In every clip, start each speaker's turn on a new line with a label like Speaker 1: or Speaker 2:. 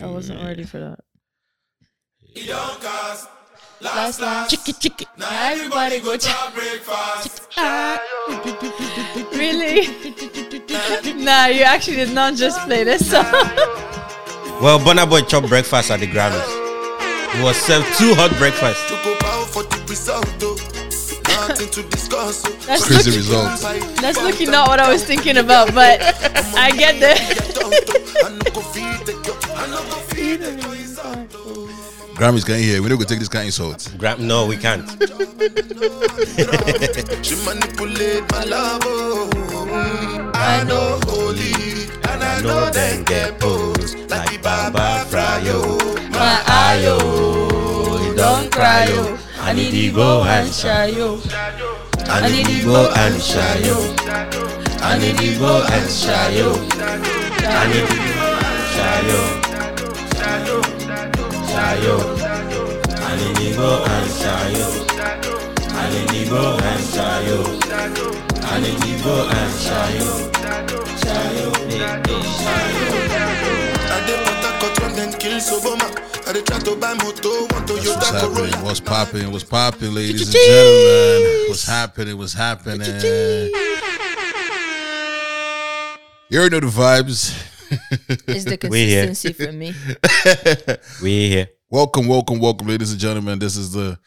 Speaker 1: I wasn't ready for that.
Speaker 2: It don't cost.
Speaker 1: Last, last.
Speaker 2: Last, last.
Speaker 1: Chicky, chicky.
Speaker 2: Now
Speaker 1: Everybody
Speaker 2: everybody
Speaker 1: go
Speaker 2: go
Speaker 1: check.
Speaker 2: to breakfast.
Speaker 1: Ah. Really? nah, you actually did not just play this song.
Speaker 3: Well, Bonner Boy chopped breakfast at the Grammys. He was served two hot breakfasts.
Speaker 2: To go bow for the result, oh. Nothing to discuss. oh.
Speaker 1: That's
Speaker 4: Crazy
Speaker 1: look-
Speaker 4: results.
Speaker 1: That's looking not what I was thinking about, but I get the
Speaker 4: Grammys can't hear. We don't go take this kind of insult.
Speaker 3: Gram- no, we can't.
Speaker 2: She manipulate my love, oh. Mm, I know holy, and I know them get posed like Baba Fryo.
Speaker 1: my ayo. Don't cry yo. I need to go and shy yo. I need to go and shy yo. I need to go and shy yo. I need to
Speaker 2: I dey put a cut run then kill Soboma. I dey try to buy moto, want to
Speaker 4: What's
Speaker 2: Toyota
Speaker 4: happening?
Speaker 2: Corolla.
Speaker 4: What's popping? What's popping, ladies and gentlemen? What's happening? What's happening? You already know the vibes.
Speaker 1: It's the
Speaker 3: We here.
Speaker 1: consistency for me.
Speaker 3: We here.
Speaker 4: Welcome, welcome, welcome, ladies and gentlemen. This is the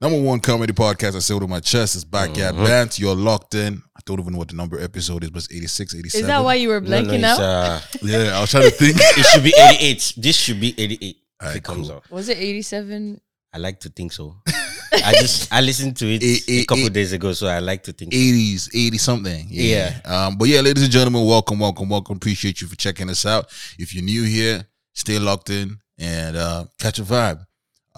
Speaker 4: number one comedy podcast. I say it on my chest. It's Backyard mm You're locked in. I don't even know what the number episode is, but it's 86, 87.
Speaker 1: Is that why you were
Speaker 3: No, no,
Speaker 1: blanking
Speaker 3: it's,
Speaker 1: out?
Speaker 3: uh,
Speaker 4: Yeah, I was trying to think.
Speaker 3: it should be 88. This should be 88 if
Speaker 4: Alright,
Speaker 3: it comes
Speaker 4: cool.
Speaker 3: out.
Speaker 1: Was it 87?
Speaker 3: I like to think so. I just I listened to it
Speaker 4: It-
Speaker 3: a
Speaker 4: it-
Speaker 3: couple
Speaker 4: it-
Speaker 3: days ago, so I like to think. so.
Speaker 4: 80s, 80 something. Um, but yeah, ladies and gentlemen, welcome, welcome, welcome. Appreciate you for checking us out. If you're new here, stay locked in and uh, catch a vibe.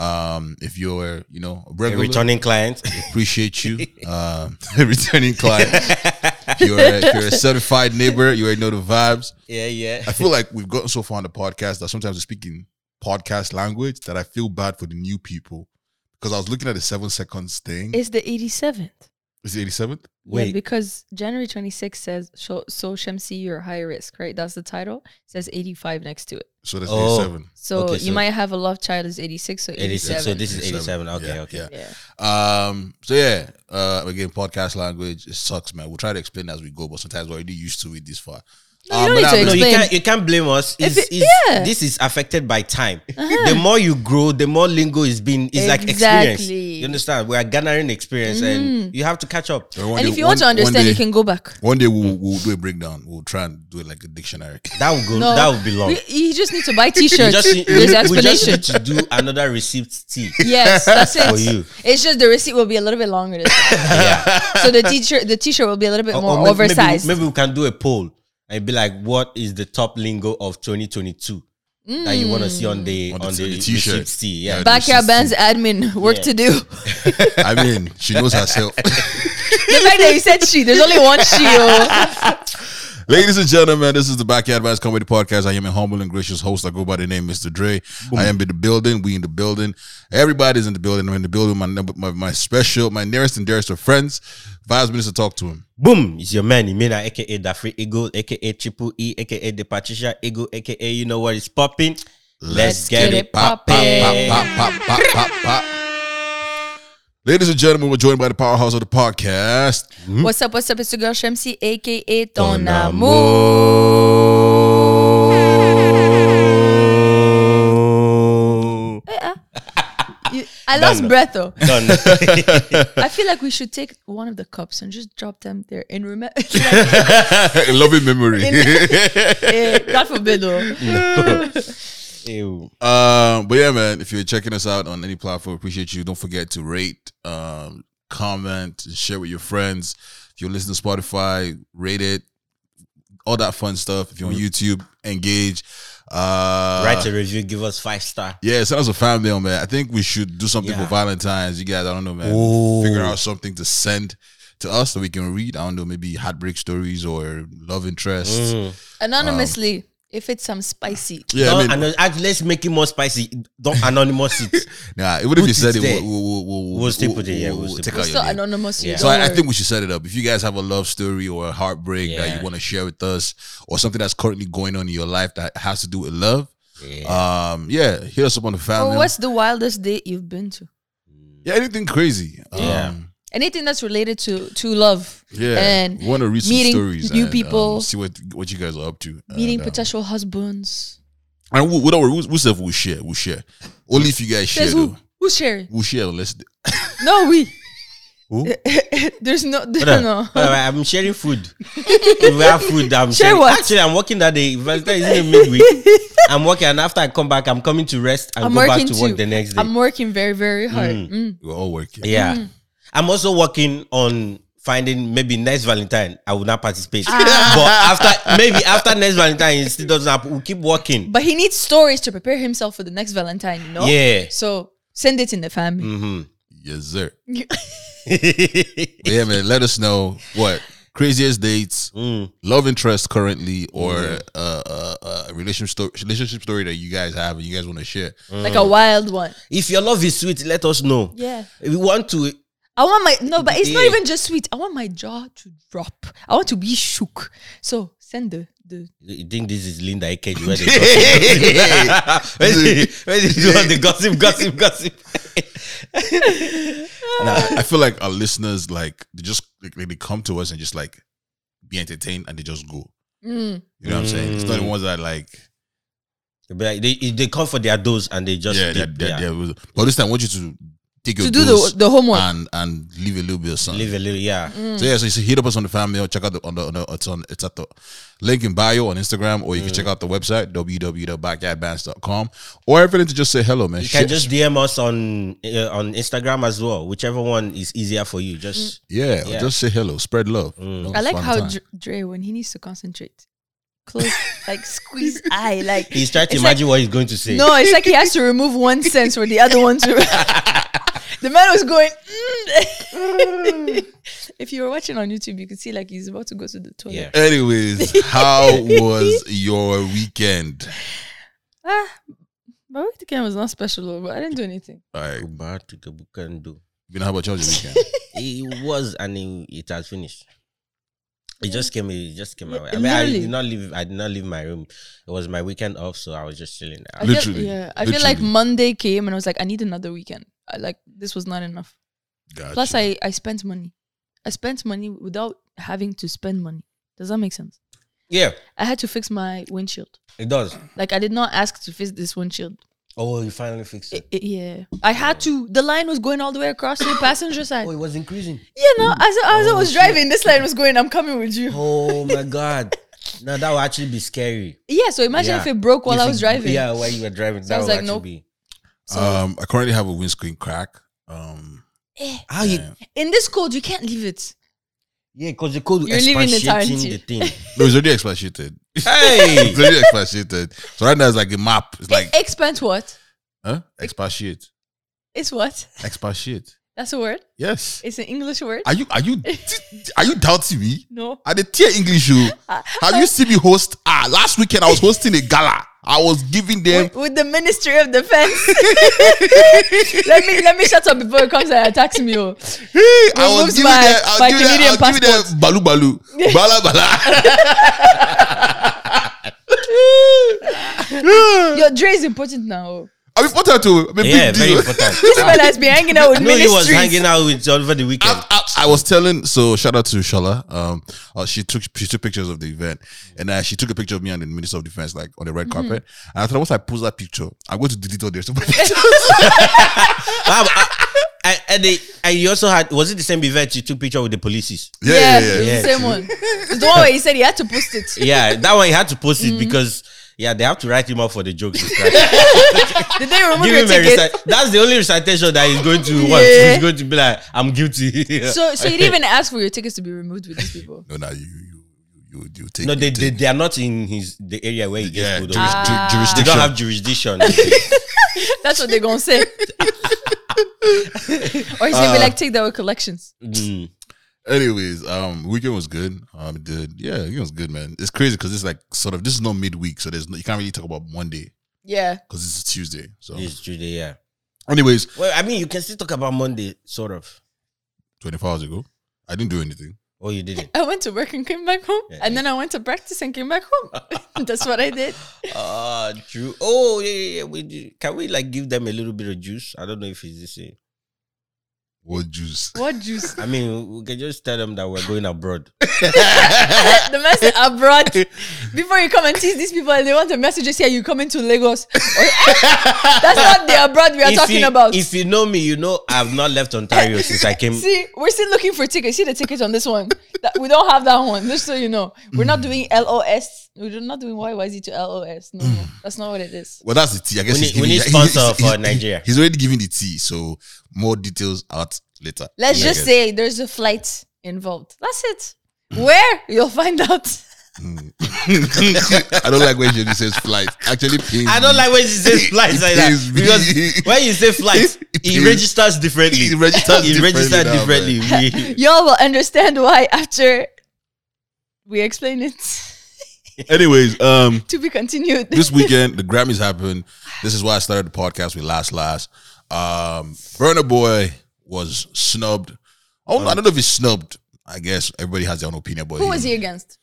Speaker 4: Um, if you're, you know, a
Speaker 3: A
Speaker 4: regular,
Speaker 3: returning client.
Speaker 4: appreciate you. Um, returning client. If you're, a, if you're a certified neighbor, you already know the vibes.
Speaker 3: yeah,
Speaker 4: I
Speaker 3: yeah.
Speaker 4: feel like we've gotten so far on the podcast that sometimes we're speaking podcast language that I feel bad for the new people because I was looking at the seven seconds thing.
Speaker 1: It's the 87th.
Speaker 4: Is it 87th?
Speaker 1: Yeah,
Speaker 3: Wait.
Speaker 1: because January 26th says, so, so Shamsi, you're high risk, right? That's the title. It says 85 next to it.
Speaker 4: So that's
Speaker 3: Oh.
Speaker 4: 87.
Speaker 1: So
Speaker 3: Okay,
Speaker 1: you
Speaker 3: so-
Speaker 1: might have a love child is 86, so 87.
Speaker 3: 86. So this is 87.
Speaker 4: 87.
Speaker 3: Okay,
Speaker 4: Yeah,
Speaker 3: okay.
Speaker 4: yeah.
Speaker 1: yeah.
Speaker 4: Um, so yeah, uh, again, podcast language it sucks, man. We'll try to explain as we go, but sometimes we're already used to it this far. Um,
Speaker 1: No, you don't need
Speaker 4: but
Speaker 1: to
Speaker 4: I'm-
Speaker 3: No, you
Speaker 1: Explain.
Speaker 3: can't. You can't blame us.
Speaker 1: If
Speaker 3: It's,
Speaker 1: it-
Speaker 3: it's,
Speaker 1: yeah. Uh-huh.
Speaker 3: This is affected by time. The more you grow, the more lingo is being. It's like experience.
Speaker 1: Exactly. Mm.
Speaker 3: You understand? We are gathering experience, and you have to catch up.
Speaker 4: So one
Speaker 1: And
Speaker 4: day-
Speaker 1: if you want to
Speaker 4: one- one
Speaker 1: understand,
Speaker 4: day-
Speaker 1: you can go back.
Speaker 4: One day we'll, we'll do a breakdown. We'll try and do it like a dictionary.
Speaker 3: That would go.
Speaker 1: No,
Speaker 3: That would be long.
Speaker 1: You, you just need to buy
Speaker 3: We
Speaker 1: T-shirts.
Speaker 3: just, need-
Speaker 1: There's
Speaker 3: we just
Speaker 1: explanation.
Speaker 3: need to do another receipt tea.
Speaker 1: yes, that's it.
Speaker 3: For you.
Speaker 1: It's just the receipt will be a little bit longer. This time.
Speaker 3: Yeah.
Speaker 1: so the T-shirt, the T-shirt will be a little bit
Speaker 3: Or-
Speaker 1: more
Speaker 3: or may-
Speaker 1: oversized.
Speaker 3: Oh, Maybe, maybe we can do a poll and be like, what is the top lingo of 2022 that you want to see on
Speaker 1: Mm.
Speaker 3: the
Speaker 4: On
Speaker 3: on the,
Speaker 4: the t- the t-shirt.
Speaker 3: t-shirt? Receipt, yeah.
Speaker 4: Yeah.
Speaker 1: Backyard bands admin work
Speaker 3: Yeah.
Speaker 1: to do.
Speaker 4: I mean, she knows herself.
Speaker 1: the fact that you said she, there's only one she. Oh.
Speaker 4: Ladies and gentlemen, this is the Backyard Vibes Comedy Podcast. I am a humble and gracious host. I go by the name Mr. Dre. I am in the building. We in the building. Everybody's in the building. I'm in the building. My number, my, my special, my nearest and dearest of friends. Vibes Minister, talk to him.
Speaker 3: Boom, it's your man, Imena, aka Da Free Eagle, aka Triple E, aka The Patricia Eagle, aka you know what is popping. Let's, get, it
Speaker 4: Pop,
Speaker 3: popping.
Speaker 4: pop, pop, pop, pop, pop, pop, pop. Ladies and gentlemen, we're joined by the powerhouse of the podcast.
Speaker 3: Hmm?
Speaker 1: what's up? What's up? It's your girl Shamsi, aka Ton Amour.
Speaker 3: Amour.
Speaker 1: You- I lost
Speaker 3: Done.
Speaker 1: breath though.
Speaker 3: Done.
Speaker 1: I feel like we should take one of the cups and just drop them there in remember.
Speaker 4: Loving memory.
Speaker 1: God forbid though.
Speaker 3: Ew.
Speaker 4: Um, but yeah, man, if you're checking us out on any platform, appreciate you. Don't forget to rate, um, comment, and share with your friends. If you listen to Spotify, rate it, all that fun stuff. If you're on YouTube, engage. Uh,
Speaker 3: Write a review, give us five star.
Speaker 4: Yeah, sounds a fan mail, man. I think we should do something
Speaker 3: Yeah.
Speaker 4: for Valentine's. You guys, I don't know, man.
Speaker 3: Ooh.
Speaker 4: Figure out something to send to us
Speaker 3: Mm.
Speaker 4: that we can read. I don't know, maybe heartbreak stories or love interests.
Speaker 1: Anonymously, If it's some spicy,
Speaker 4: Yeah, I
Speaker 3: Don't
Speaker 4: mean,
Speaker 3: anno- actually, let's make it more spicy. Don't anonymous it.
Speaker 4: nah, even if
Speaker 3: Put
Speaker 4: you
Speaker 3: it
Speaker 4: said it,
Speaker 3: there.
Speaker 4: we'll, we'll, we'll,
Speaker 3: We'll still put it, yeah, we'll still
Speaker 4: take
Speaker 3: put
Speaker 4: out
Speaker 1: it's
Speaker 4: your
Speaker 1: not
Speaker 4: name.
Speaker 1: anonymous. You
Speaker 3: Yeah.
Speaker 4: So
Speaker 1: don't
Speaker 4: I, I
Speaker 1: worry.
Speaker 4: think we should set it up. If you guys have a love story or a heartbreak that
Speaker 3: Yeah.
Speaker 4: you want to share with us, or something that's currently going on in your life that has to do with love, um, yeah, hit us up on the family.
Speaker 1: Well, Oh, what's the wildest date you've been to?
Speaker 4: yeah, anything crazy.
Speaker 3: Yeah.
Speaker 4: Um,
Speaker 1: Anything that's related to to love
Speaker 4: yeah.
Speaker 1: and
Speaker 4: we want to read some
Speaker 1: meeting
Speaker 4: stories,
Speaker 1: new
Speaker 4: and, um,
Speaker 1: people.
Speaker 4: see what what you guys are up to.
Speaker 1: meeting
Speaker 4: and, um,
Speaker 1: potential husbands.
Speaker 4: And we, we don't worry. We, we said we'll share. We'll share. Only if you guys share.
Speaker 1: Says
Speaker 4: Though.
Speaker 1: who? Who's sharing?
Speaker 4: We'll share. Let's. do-
Speaker 1: No, we.
Speaker 4: Who?
Speaker 1: There's no.
Speaker 3: Brother,
Speaker 1: No.
Speaker 3: brother, I'm sharing food. If we have food. I'm
Speaker 1: Share
Speaker 3: sharing.
Speaker 1: what?
Speaker 3: Actually, I'm working that day. Valentine is in the midweek. I'm working, and after I come back, I'm coming to rest and
Speaker 1: I'm
Speaker 3: go back
Speaker 1: working
Speaker 3: to
Speaker 1: too.
Speaker 3: work the next day.
Speaker 1: I'm Mm. working very, very hard. Mm.
Speaker 4: We're all working.
Speaker 3: yeah, I'm also working on finding maybe next Valentine. I will not participate,
Speaker 1: Ah.
Speaker 3: but after maybe after next Valentine, it still doesn't happen. We'll keep working.
Speaker 1: But he needs stories to prepare himself for the next Valentine, you know?
Speaker 3: Yeah.
Speaker 1: So send it in the family.
Speaker 3: Mhm.
Speaker 4: Yes, sir. But yeah, man. Let us know what craziest dates,
Speaker 3: Mm.
Speaker 4: love interest currently, or uh, uh, uh, relationship story, relationship story that you guys have and you guys want to share.
Speaker 1: Like a wild one.
Speaker 3: If your love is sweet, let us know.
Speaker 1: Yeah.
Speaker 3: We want to.
Speaker 1: I want my no, but it's not
Speaker 3: Yeah.
Speaker 1: even just sweet. I want my jaw to drop. I want to be shook. So send the the
Speaker 3: You think this is Linda Ekeji? Where they gossip? where they, where they do all the gossip, gossip, gossip?
Speaker 4: I feel like our listeners like they just like, they come to us and just like be entertained and they just go.
Speaker 1: Mm.
Speaker 4: You know what I'm saying? It's not the ones that like
Speaker 3: They be like- they, they come for their dose and they just
Speaker 4: yeah,
Speaker 3: dip,
Speaker 4: that, that,
Speaker 3: yeah.
Speaker 4: that- but this time I want you to take your Ah,
Speaker 1: to do
Speaker 4: dose
Speaker 1: the the homework.
Speaker 4: and and leave a little bit of something.
Speaker 3: live a little yeah.
Speaker 1: Mm.
Speaker 4: So yeah, so you should hit up us on the family or check out the on the, on the it's on it's at the link in bio on Instagram or you
Speaker 3: Mm.
Speaker 4: can check out the website www.backyardbands.com or if anything just say hello man.
Speaker 3: You can
Speaker 4: Share-
Speaker 3: just DM us on uh, on Instagram as well, whichever one is easier for you. Just
Speaker 1: Mm.
Speaker 4: yeah,
Speaker 3: Yeah. Mm.
Speaker 4: just say hello, spread love. You know,
Speaker 1: I like
Speaker 4: fun
Speaker 1: how
Speaker 4: time.
Speaker 1: Dr- Dre when he needs to concentrate, close like squeeze eye like
Speaker 3: he's trying to
Speaker 1: it's like-
Speaker 3: imagine what he's going to say.
Speaker 1: No, it's like he has to remove one sense for the other one to. the man was going. "Mm." if you were watching on YouTube, you could see like he's about to go to the toilet.
Speaker 3: Yeah.
Speaker 4: Anyways, how was your weekend?
Speaker 1: Ah, my weekend was not special, though, but I didn't do anything.
Speaker 4: All right,
Speaker 3: Back to the book and do.
Speaker 4: you know how about your weekend?
Speaker 3: It was and it, it has finished. It just came. It just came my way. I
Speaker 1: Yeah,
Speaker 3: mean, I
Speaker 1: literally.
Speaker 3: did not leave. I did not leave my room. It was my weekend off, so I was just chilling.
Speaker 1: I
Speaker 3: out.
Speaker 1: feel-
Speaker 4: Literally,
Speaker 1: yeah, I feel like
Speaker 4: literally.
Speaker 1: Monday came and I was like, I need another weekend. I, like this was not enough.
Speaker 4: Gotcha.
Speaker 1: Plus, I I spent money. I spent money without having to spend money. Does that make sense?
Speaker 3: Yeah,
Speaker 1: I had to fix my windshield.
Speaker 3: it does.
Speaker 1: Like I did not ask to fix this windshield.
Speaker 3: Oh, you finally fixed it.
Speaker 1: I- I- yeah, I had to. The line was going all the way across to the passenger side.
Speaker 3: Oh, it was increasing.
Speaker 1: You know, as, as I
Speaker 3: Oh,
Speaker 1: was
Speaker 3: shit.
Speaker 1: driving, this line was going. I'm coming with you.
Speaker 3: Oh my god. No, that would actually be scary.
Speaker 1: Yeah. So imagine
Speaker 3: Yeah.
Speaker 1: if it broke while
Speaker 3: If
Speaker 1: I
Speaker 3: it-
Speaker 1: was driving.
Speaker 3: Yeah, Uh, while you were driving.
Speaker 1: I
Speaker 3: that
Speaker 1: was
Speaker 3: would
Speaker 1: like,
Speaker 3: actually
Speaker 1: nope.
Speaker 3: be.
Speaker 1: So
Speaker 4: um, I currently have a windscreen crack. Um,
Speaker 3: How you
Speaker 1: eh. in this cold, you can't leave it.
Speaker 3: Yeah, because the code
Speaker 1: You're
Speaker 3: was
Speaker 1: leaving it, aren't
Speaker 3: expatiating the thing.
Speaker 4: no, it's already expatiated.
Speaker 3: hey,
Speaker 4: It's already expatiated. So right now it's like a map. It's like
Speaker 1: Expand what?
Speaker 4: huh? Expatiate,
Speaker 1: It's what?
Speaker 4: expatiate.
Speaker 1: That's a word.
Speaker 4: Yes.
Speaker 1: It's an English word.
Speaker 4: Are you are you are you doubting me?
Speaker 1: no.
Speaker 4: I did tear English you. Have you seen me host? Ah, last weekend I was hosting a gala. I was giving them.
Speaker 1: With, with the Ministry of Defense. let me let me shut up before it comes and attacks me. Oh.
Speaker 4: I was
Speaker 1: moves
Speaker 4: giving
Speaker 1: by-
Speaker 4: them. I
Speaker 1: by
Speaker 4: was giving them. I
Speaker 1: Canadian
Speaker 4: was giving them balu balu, bala bala.
Speaker 1: Your Dre is important now. oh.
Speaker 4: I'm important to. I'm a
Speaker 3: yeah,
Speaker 4: big
Speaker 3: very
Speaker 4: deal.
Speaker 3: important.
Speaker 1: This man has been hanging out with
Speaker 3: No, he was
Speaker 1: ministries.
Speaker 3: hanging out with over the weekend.
Speaker 4: I, Um, I, I was telling so shout out to Shala. Um, uh, she took she took pictures of the event, and uh, she took a picture of me and the Minister of Defense like on the red carpet. And I thought once I post that picture, I'm going to delete all the rest of my pictures.
Speaker 3: Wow, I- I- ah, and, they, and you also had was it the same event you took picture with the police?
Speaker 4: yeah,
Speaker 1: yeah, it
Speaker 4: yeah, yeah.
Speaker 1: was
Speaker 4: yeah.
Speaker 1: the same one. It's the one where he said he had to post it.
Speaker 3: Yeah, that one you had to post
Speaker 1: Mm-hmm.
Speaker 3: it because yeah they have to write him up for the jokes. he's cracking.
Speaker 1: Did they remove
Speaker 3: Give
Speaker 1: your
Speaker 3: him a
Speaker 1: ticket?
Speaker 3: recit- That's the only recitation that he's going to want.
Speaker 1: Yeah.
Speaker 3: He's going to be like, I'm guilty.
Speaker 1: So, so you didn't even ask for your tickets to be removed with these people.
Speaker 4: No, no, you you you you take.
Speaker 3: no,
Speaker 4: you
Speaker 3: they,
Speaker 4: take-
Speaker 3: they they are not in his the area where he gets
Speaker 4: yeah,
Speaker 3: pulled
Speaker 4: juris,
Speaker 3: over.
Speaker 1: Ah.
Speaker 3: They
Speaker 4: ju- jurisdiction.
Speaker 3: don't have jurisdiction.
Speaker 1: That's what they're gonna
Speaker 3: Uh,
Speaker 1: say. or he's gonna be like, take that with collections.
Speaker 3: Mm.
Speaker 4: Anyways, um, weekend was good. Um, it did yeah, it was good, man. It's crazy because it's like sort of this is not midweek, so there's no, you can't really talk about Monday
Speaker 1: Yeah.
Speaker 4: because it's Tuesday. So,
Speaker 3: It's Tuesday, yeah.
Speaker 4: anyways,
Speaker 3: Well, I mean, you can still talk about Monday, sort of.
Speaker 4: twenty four hours ago, I didn't do anything.
Speaker 3: Oh, you didn't.
Speaker 1: I went to work and came back home,
Speaker 3: Yeah.
Speaker 1: and then I went to practice and came back home. That's what I did.
Speaker 4: Uh,
Speaker 3: Ah, true. Oh, yeah, yeah, yeah. We do- can we like give them a little bit of juice? I don't know if it's the same.
Speaker 4: What juice?
Speaker 1: What juice?
Speaker 3: I mean, we can just tell them that we're going abroad.
Speaker 1: the message abroad. Before you come and tease these people, and they want the messages here. You coming to Lagos? That's not the abroad we are
Speaker 3: If
Speaker 1: talking
Speaker 3: you-
Speaker 1: about.
Speaker 3: If you know me, you know I've not left Ontario since I came.
Speaker 1: See, we're still looking for tickets. See the tickets on this one. That, we don't have that one. Just so you know, we're not doing LOS. We're not doing YYZ to LOS. No, no, that's not what it is.
Speaker 4: Well, that's the tea. I guess
Speaker 3: We
Speaker 4: he's
Speaker 3: need- we
Speaker 4: giving-
Speaker 3: need sponsor for Nigeria.
Speaker 4: He's already giving the tea, so more details out later.
Speaker 1: Let's
Speaker 4: Yeah,
Speaker 1: just
Speaker 4: I guess.
Speaker 1: say there's a flight involved. That's it. Where you'll find out.
Speaker 4: I don't like when Jenny says flight. Actually, pains
Speaker 3: I don't
Speaker 4: me.
Speaker 3: like when she says flights like that
Speaker 4: It is
Speaker 3: because
Speaker 4: me.
Speaker 3: when you say flights,
Speaker 4: It
Speaker 3: it
Speaker 4: is-
Speaker 3: registers differently.
Speaker 4: It registers
Speaker 3: It registers
Speaker 4: differently
Speaker 3: differently. We-
Speaker 1: Y'all will understand why after we explain it.
Speaker 4: Anyways, um,
Speaker 1: to be continued.
Speaker 4: this weekend the Grammys happened. This is why I started the podcast with Last Last. Um, Burner Boy was snubbed. Oh, I don't know if he's snubbed. I guess everybody has their own opinion, but
Speaker 1: Who was he against?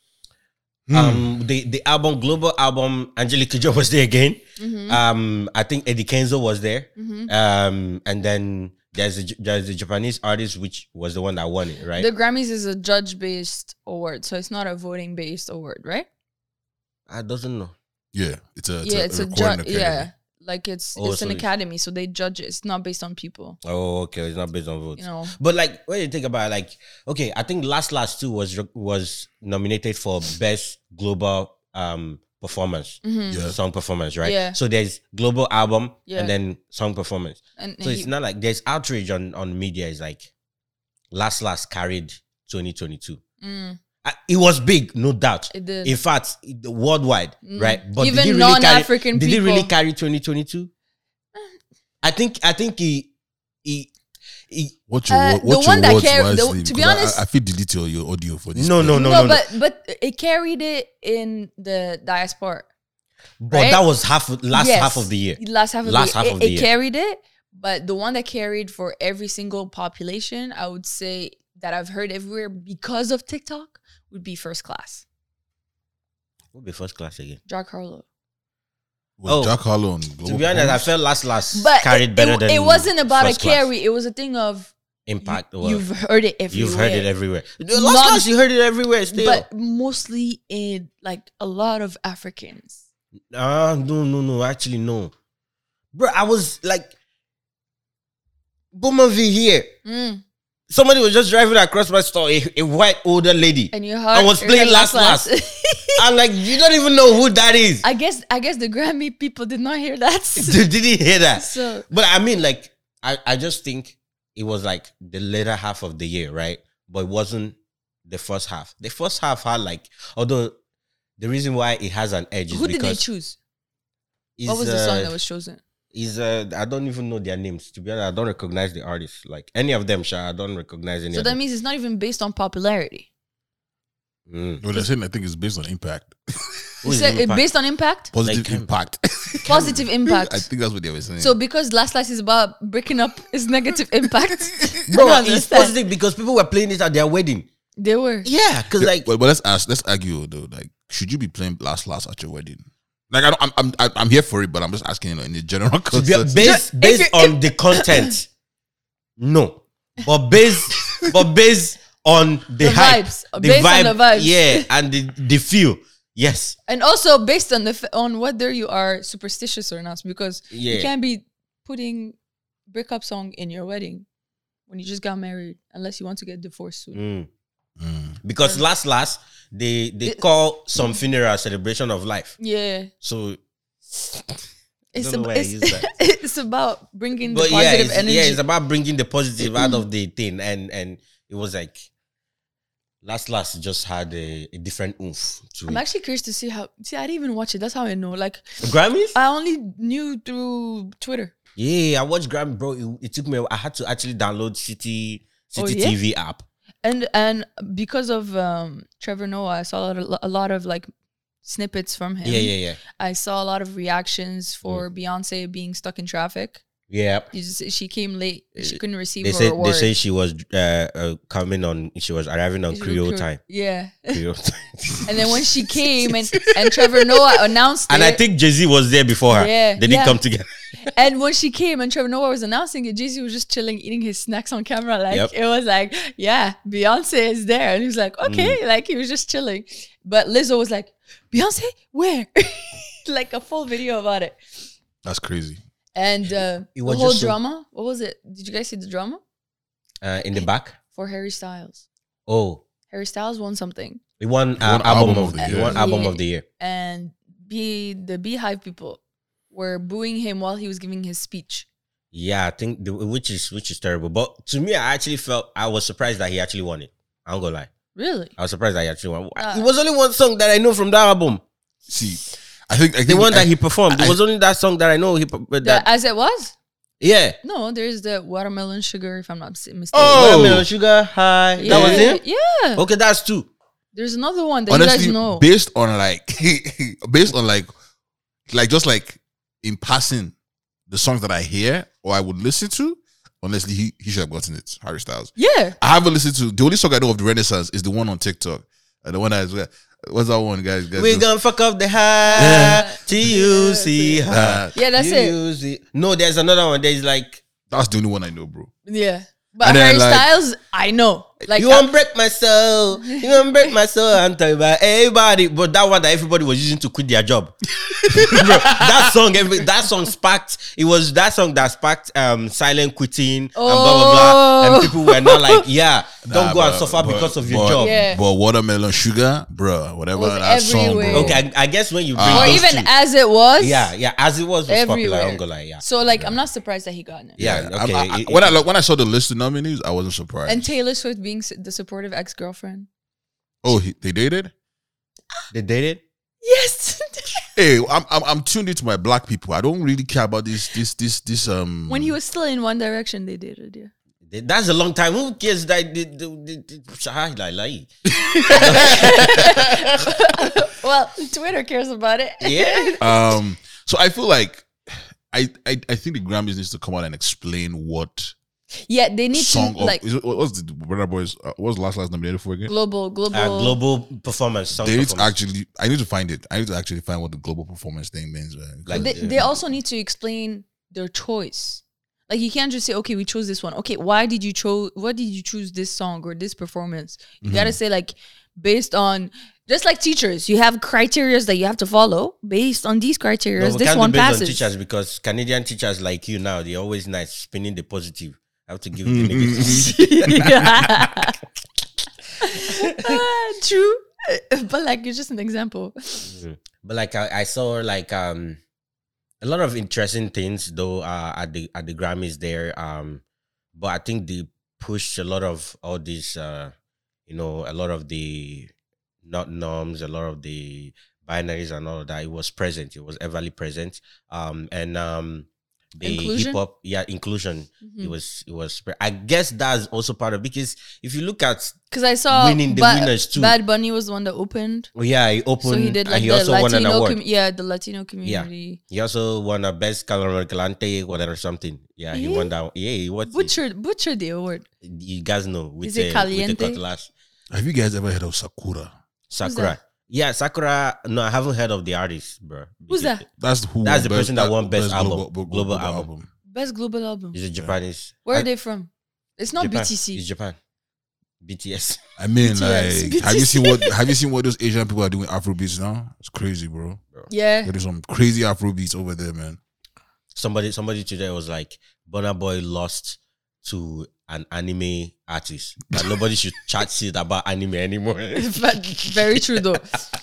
Speaker 3: um, the the album global album Angelique Kidjo was there again.
Speaker 4: Mm-hmm.
Speaker 1: Mm-hmm.
Speaker 3: Um, I think Eddie Kenzo was there. Um, and then there's a, J- there's a Japanese artist which was the one that won it, right?
Speaker 1: The Grammys is a judge based award, so it's not a voting based award, right?
Speaker 3: I doesn't know.
Speaker 4: Yeah, it's a it's
Speaker 1: yeah,
Speaker 4: a,
Speaker 1: it's
Speaker 4: a
Speaker 1: a
Speaker 4: recording
Speaker 1: judge.
Speaker 4: academy.
Speaker 1: Yeah, like it's
Speaker 3: Oh,
Speaker 1: it's an
Speaker 3: so it's-
Speaker 1: academy, so they judge it. It's not based on people,
Speaker 3: Oh, okay, it's not based on votes.
Speaker 1: you know.
Speaker 3: But like when you think about it, like okay, I think Last Last Two was re- was nominated for best global um performance,
Speaker 1: Mhm.
Speaker 4: Yeah.
Speaker 3: song performance, right?
Speaker 1: Yeah.
Speaker 3: So there's global album
Speaker 1: Yeah.
Speaker 3: and then song performance.
Speaker 1: And
Speaker 3: So
Speaker 1: he-
Speaker 3: it's not like there's outrage on on media. It's like Last Last carried 2022.
Speaker 1: mm,
Speaker 3: Uh, It was big, no doubt.
Speaker 1: it did.
Speaker 3: In fact, it- worldwide,
Speaker 1: Mm.
Speaker 3: right? did
Speaker 1: Even
Speaker 3: it
Speaker 1: non-African
Speaker 3: carry, Did it really
Speaker 1: people.
Speaker 3: carry 2022? I think I think he he. he
Speaker 4: What your,
Speaker 1: Uh,
Speaker 4: wo- what
Speaker 1: the
Speaker 4: your
Speaker 1: one that
Speaker 4: words
Speaker 1: care- the-
Speaker 4: wisely,
Speaker 1: to be
Speaker 4: because I-
Speaker 1: honest-
Speaker 4: I, I feel delete your, your audio for this.
Speaker 3: no, no,
Speaker 1: no,
Speaker 3: no, no, no.
Speaker 1: but but it carried it in the diaspora.
Speaker 3: But
Speaker 1: right?
Speaker 3: that was half last
Speaker 1: Yes.
Speaker 3: half of the year.
Speaker 1: Last half of
Speaker 3: Last
Speaker 1: the,
Speaker 3: half
Speaker 1: it,
Speaker 3: of the
Speaker 1: it
Speaker 3: year.
Speaker 1: carried it, but the one that carried for every single population, I would say that I've heard everywhere because of TikTok would be first class.
Speaker 3: We'll be first class again.
Speaker 1: Jack Harlow.
Speaker 4: Was
Speaker 3: Oh.
Speaker 4: Jack Harlow on
Speaker 3: To
Speaker 4: Global
Speaker 3: be honest, I
Speaker 4: Pulse?
Speaker 3: felt last last
Speaker 1: But
Speaker 3: carried
Speaker 1: it,
Speaker 3: better
Speaker 1: it,
Speaker 3: than
Speaker 1: it wasn't about a
Speaker 3: first class.
Speaker 1: carry. It was a thing of
Speaker 3: impact.
Speaker 1: you-
Speaker 3: well,
Speaker 1: you've
Speaker 3: you've,
Speaker 1: heard it everywhere.
Speaker 3: heard it everywhere. The
Speaker 1: Not-
Speaker 3: Last class, you heard it everywhere. Still,
Speaker 1: but mostly in like a lot of Africans.
Speaker 3: ah, no, no, no. Actually, no, bro. I was like, Boomer V here.
Speaker 1: Mm.
Speaker 3: Somebody was just driving across my store, a, a white older lady.
Speaker 1: And you heard
Speaker 3: was
Speaker 1: you
Speaker 3: playing
Speaker 1: heard
Speaker 3: Last I'm like, you don't even know who that is.
Speaker 1: I guess I guess the Grammy people did not hear that. so
Speaker 3: Did you hear that? But I mean, like, I, I just think it was like the later half of the year, right? But it wasn't the first half. The first half had like, although the reason why it has an edge is
Speaker 1: who did they
Speaker 3: because
Speaker 1: choose?
Speaker 3: it's,
Speaker 1: What was the song
Speaker 3: uh,
Speaker 1: that was chosen?
Speaker 3: Is uh, I don't even know their names. To be honest, I don't recognize the artists. Like any of them, sha, I don't recognize any.
Speaker 1: So
Speaker 3: of
Speaker 1: that
Speaker 3: them.
Speaker 1: means it's not even based on popularity.
Speaker 3: Mm.
Speaker 4: No, they're saying I think it's based on impact,
Speaker 3: Who
Speaker 1: It's
Speaker 3: is
Speaker 1: a-
Speaker 3: Impact?
Speaker 1: based on impact,
Speaker 4: positive
Speaker 3: Like, um,
Speaker 4: impact.
Speaker 1: positive impact.
Speaker 4: I think that's what they were saying.
Speaker 1: so because Last Last is about breaking up, is negative impact.
Speaker 3: Bro,
Speaker 1: I don't
Speaker 3: it's
Speaker 1: understand.
Speaker 3: positive because people were playing it at their wedding.
Speaker 1: They were.
Speaker 3: Yeah, because
Speaker 4: Yeah,
Speaker 3: like
Speaker 4: but, but let's ask, let's argue though. Like, should you be playing Last Last at your wedding? Like, I don't, I'm, I'm, I'm- I'm here for it, but I'm just asking you know, in the general
Speaker 3: to be-
Speaker 4: context.
Speaker 3: based
Speaker 1: if
Speaker 3: based
Speaker 1: you- if-
Speaker 3: on the content. No, but based but based on the,
Speaker 1: The
Speaker 3: hype,
Speaker 1: vibes. Based on the vibes.
Speaker 3: yeah, and the the feel. Yes,
Speaker 1: and also based on the f- on whether you are superstitious or not because you
Speaker 3: Yeah.
Speaker 1: can't be putting breakup song in your wedding when you just got married unless you want to get divorced soon
Speaker 3: Mm.
Speaker 4: Mm.
Speaker 3: because last last they they
Speaker 1: It-
Speaker 3: call some funeral celebration of life.
Speaker 1: yeah
Speaker 3: So,
Speaker 1: it's,
Speaker 3: know
Speaker 1: ab-
Speaker 3: why I use
Speaker 1: it's,
Speaker 3: that.
Speaker 1: it's about bringing the
Speaker 3: but yeah,
Speaker 1: positive
Speaker 3: it's,
Speaker 1: energy
Speaker 3: yeah, it's about bringing the positive out of the thing, and and it was like last last just had a, a different oomph to
Speaker 1: i'm
Speaker 3: it.
Speaker 1: actually curious to see how see i didn't even watch it that's how i know like
Speaker 3: Grammys.
Speaker 1: i only knew through twitter
Speaker 3: Yeah, I watched Grammy, bro. It, it took me. a- I had to actually download City
Speaker 1: Oh,
Speaker 3: City
Speaker 1: yeah?
Speaker 3: TV app
Speaker 1: and and because of um, Trevor Noah, I saw a lot, a lot of like snippets from him.
Speaker 3: Yeah, Mm. yeah, yeah.
Speaker 1: I saw a lot of reactions for Beyonce being stuck in traffic.
Speaker 3: Yeah.
Speaker 1: You just- she came late. She couldn't receive
Speaker 3: Uh, They
Speaker 1: her
Speaker 3: say they
Speaker 1: award.
Speaker 3: say she was uh, uh, coming on. She was arriving on
Speaker 1: She
Speaker 3: Creole
Speaker 1: recruit-
Speaker 3: time.
Speaker 1: Yeah.
Speaker 3: Creole time.
Speaker 1: And then when she came and, and Trevor Noah announced
Speaker 3: and
Speaker 1: it,
Speaker 3: I think Jay Z was there before her.
Speaker 1: Yeah,
Speaker 3: they didn't
Speaker 1: yeah.
Speaker 3: come together.
Speaker 1: and when she came and Trevor Noah was announcing it, Jay-Z was just chilling, eating his snacks on camera. Like
Speaker 3: Yep.
Speaker 1: it was like, yeah, Beyonce is there. And he was like, okay,
Speaker 3: Mm-hmm.
Speaker 1: like he was just chilling. But Lizzo was like, Beyonce, where? like a full video about it.
Speaker 4: That's crazy.
Speaker 1: And uh,
Speaker 3: It was
Speaker 1: the whole
Speaker 3: just so-
Speaker 1: drama. What was it? Did you guys see the drama
Speaker 3: Uh, in the back.
Speaker 1: for Harry Styles?
Speaker 3: Oh,
Speaker 1: Harry Styles won something,
Speaker 3: we won, uh,
Speaker 4: won
Speaker 3: album, of the year. We won
Speaker 1: Yeah.
Speaker 3: album of the year.
Speaker 1: and B the Beehive people were booing him while he was giving his speech.
Speaker 3: Yeah, I think the, which is which is terrible. But to me, I actually felt I was surprised that he actually won it. I'm gonna lie.
Speaker 1: Really?
Speaker 3: I was surprised that he actually won.
Speaker 1: Ah.
Speaker 3: it was only one song that I know from that album.
Speaker 4: See, I think I think
Speaker 3: The one
Speaker 4: I-
Speaker 3: that he performed.
Speaker 4: I-
Speaker 3: it was only that song that I know. He per- but
Speaker 1: The-
Speaker 3: that
Speaker 1: as it was?
Speaker 3: yeah.
Speaker 1: No, there's the watermelon sugar. If I'm not mistaken.
Speaker 4: Oh,
Speaker 3: Watermelon sugar high.
Speaker 1: yeah.
Speaker 3: That was him.
Speaker 1: Yeah.
Speaker 3: Okay, that's two.
Speaker 1: There's another one that
Speaker 4: honestly
Speaker 1: you guys know.
Speaker 4: based on like based on like like just like in passing the songs that I hear or I would listen to. Honestly, he, he should have gotten it. Harry Styles.
Speaker 1: yeah.
Speaker 4: I haven't listened to the only song I know of the Renaissance is the one on TikTok. Uh, the one that is what's that one, guys? guys
Speaker 3: We
Speaker 4: do-
Speaker 3: gonna fuck up the high. T U C high.
Speaker 4: Uh,
Speaker 1: Yeah, that's it.
Speaker 3: it. No, there's another one. There's like
Speaker 4: that's the only one I know, bro.
Speaker 1: Yeah. But
Speaker 4: And then,
Speaker 1: Harry
Speaker 4: like-
Speaker 1: Styles, I know. Like
Speaker 3: you won't break my soul. You won't break my soul. I'm talking about everybody. But that one that everybody was using to quit their job. Bro, that song, every, that song sparked. It was that song that sparked um, silent quitting and blah blah blah.
Speaker 1: Oh.
Speaker 3: And people were now like, yeah, don't
Speaker 4: Nah,
Speaker 3: go and
Speaker 4: but-
Speaker 3: suffer
Speaker 4: but-
Speaker 3: because of your
Speaker 4: but-
Speaker 3: job.
Speaker 1: Yeah.
Speaker 4: But watermelon sugar, bro, whatever
Speaker 1: Was
Speaker 4: that song, bro.
Speaker 1: everywhere.
Speaker 3: Okay, I, I guess when you bring
Speaker 1: or
Speaker 3: those
Speaker 1: even
Speaker 3: two-
Speaker 1: as it was.
Speaker 3: yeah, yeah, as it was was popular.
Speaker 1: Everywhere.
Speaker 3: I'm gonna lie, yeah,
Speaker 1: So like I'm not surprised that he got it.
Speaker 3: yeah.
Speaker 4: I'm-
Speaker 3: okay,
Speaker 4: I- I-
Speaker 3: it-
Speaker 4: when I look, when I saw the list of nominees, I wasn't surprised.
Speaker 1: And Taylor Swift being s- the supportive ex girlfriend.
Speaker 4: oh, he, they dated.
Speaker 3: they dated.
Speaker 1: Yes.
Speaker 4: Hey, I'm, I'm I'm tuned into my black people. I don't really care about this this this this um.
Speaker 1: when he was still in One Direction, they dated. Yeah.
Speaker 3: That's a long time. Who cares that? the- the- the- the- ah, like, like.
Speaker 1: Well, Twitter cares about it.
Speaker 3: Yeah.
Speaker 4: um. So I feel like I I, I think the Grammys needs to come out and explain what
Speaker 1: Yeah, they need
Speaker 4: song
Speaker 1: to
Speaker 4: of
Speaker 1: like
Speaker 4: is it- what was the Brother Boys uh, what was the last last nominated for again?
Speaker 1: global, global,
Speaker 3: Uh, global performance. Song
Speaker 4: They need to
Speaker 3: performance.
Speaker 4: actually. I need to find it. I need to actually find what the global performance thing means. man.
Speaker 3: Like-
Speaker 1: they, they also need to explain their choice like you can't just say okay we chose this one okay why did you chose why did you choose this song or this performance you gotta
Speaker 3: Mm-hmm.
Speaker 1: say like based on just like teachers you have criterias that you have to follow based on these criterias
Speaker 3: No, we
Speaker 1: this
Speaker 3: can't
Speaker 1: one
Speaker 3: do based
Speaker 1: passes
Speaker 3: on teachers because Canadian teachers like you now, they're always nice, spinning the positive. I have to give it the
Speaker 4: Mm-hmm.
Speaker 3: negative.
Speaker 1: Ah, true but like it's just an example
Speaker 3: but like I, I saw like um a lot of interesting things though uh, at the at the Grammys there. Um, but I think they pushed a lot of all these uh you know a lot of the not norms, a lot of the binaries and all of that. It was present. It was everly present. Um and um the
Speaker 1: Inclusion?
Speaker 3: hip hop yeah inclusion
Speaker 1: Mhm.
Speaker 3: it was it was pre- i guess that's also part of because if you look at
Speaker 1: because i saw
Speaker 3: Winning the
Speaker 1: Ba-
Speaker 3: winners too.
Speaker 1: bad bunny was the one that opened
Speaker 3: oh yeah he opened
Speaker 1: so he did like
Speaker 3: and he
Speaker 1: the
Speaker 3: also won an
Speaker 1: latino
Speaker 3: award
Speaker 1: com- yeah the latino community
Speaker 3: he also won a best color galante whatever something yeah he won that one. yeah he won
Speaker 1: butchered butchered the award
Speaker 3: you guys know with,
Speaker 1: Is it
Speaker 3: uh, with the
Speaker 1: Caliente?
Speaker 3: cutlass
Speaker 4: Have you guys ever heard of Sakura?
Speaker 3: sakura
Speaker 1: that?
Speaker 3: yeah sakura no i haven't heard of the artist bro
Speaker 1: Who's that?
Speaker 4: That's who.
Speaker 3: That's the person that won best album.
Speaker 4: glo-
Speaker 3: Global album.
Speaker 1: Best global album.
Speaker 3: he's a japanese
Speaker 1: Where
Speaker 3: I-
Speaker 1: are they from? It's not
Speaker 3: Japan.
Speaker 1: BTC.
Speaker 3: it's japan bts
Speaker 4: I mean,
Speaker 1: BTS.
Speaker 4: like, have you seen what have you seen what those Asian people are doing Afrobeats now? It's crazy, bro.
Speaker 1: yeah.
Speaker 4: There is some crazy Afrobeats over there, man.
Speaker 3: somebody somebody today was like Bonner Boy lost to an anime artist. But nobody should chat shit about anime anymore.
Speaker 1: but very true though.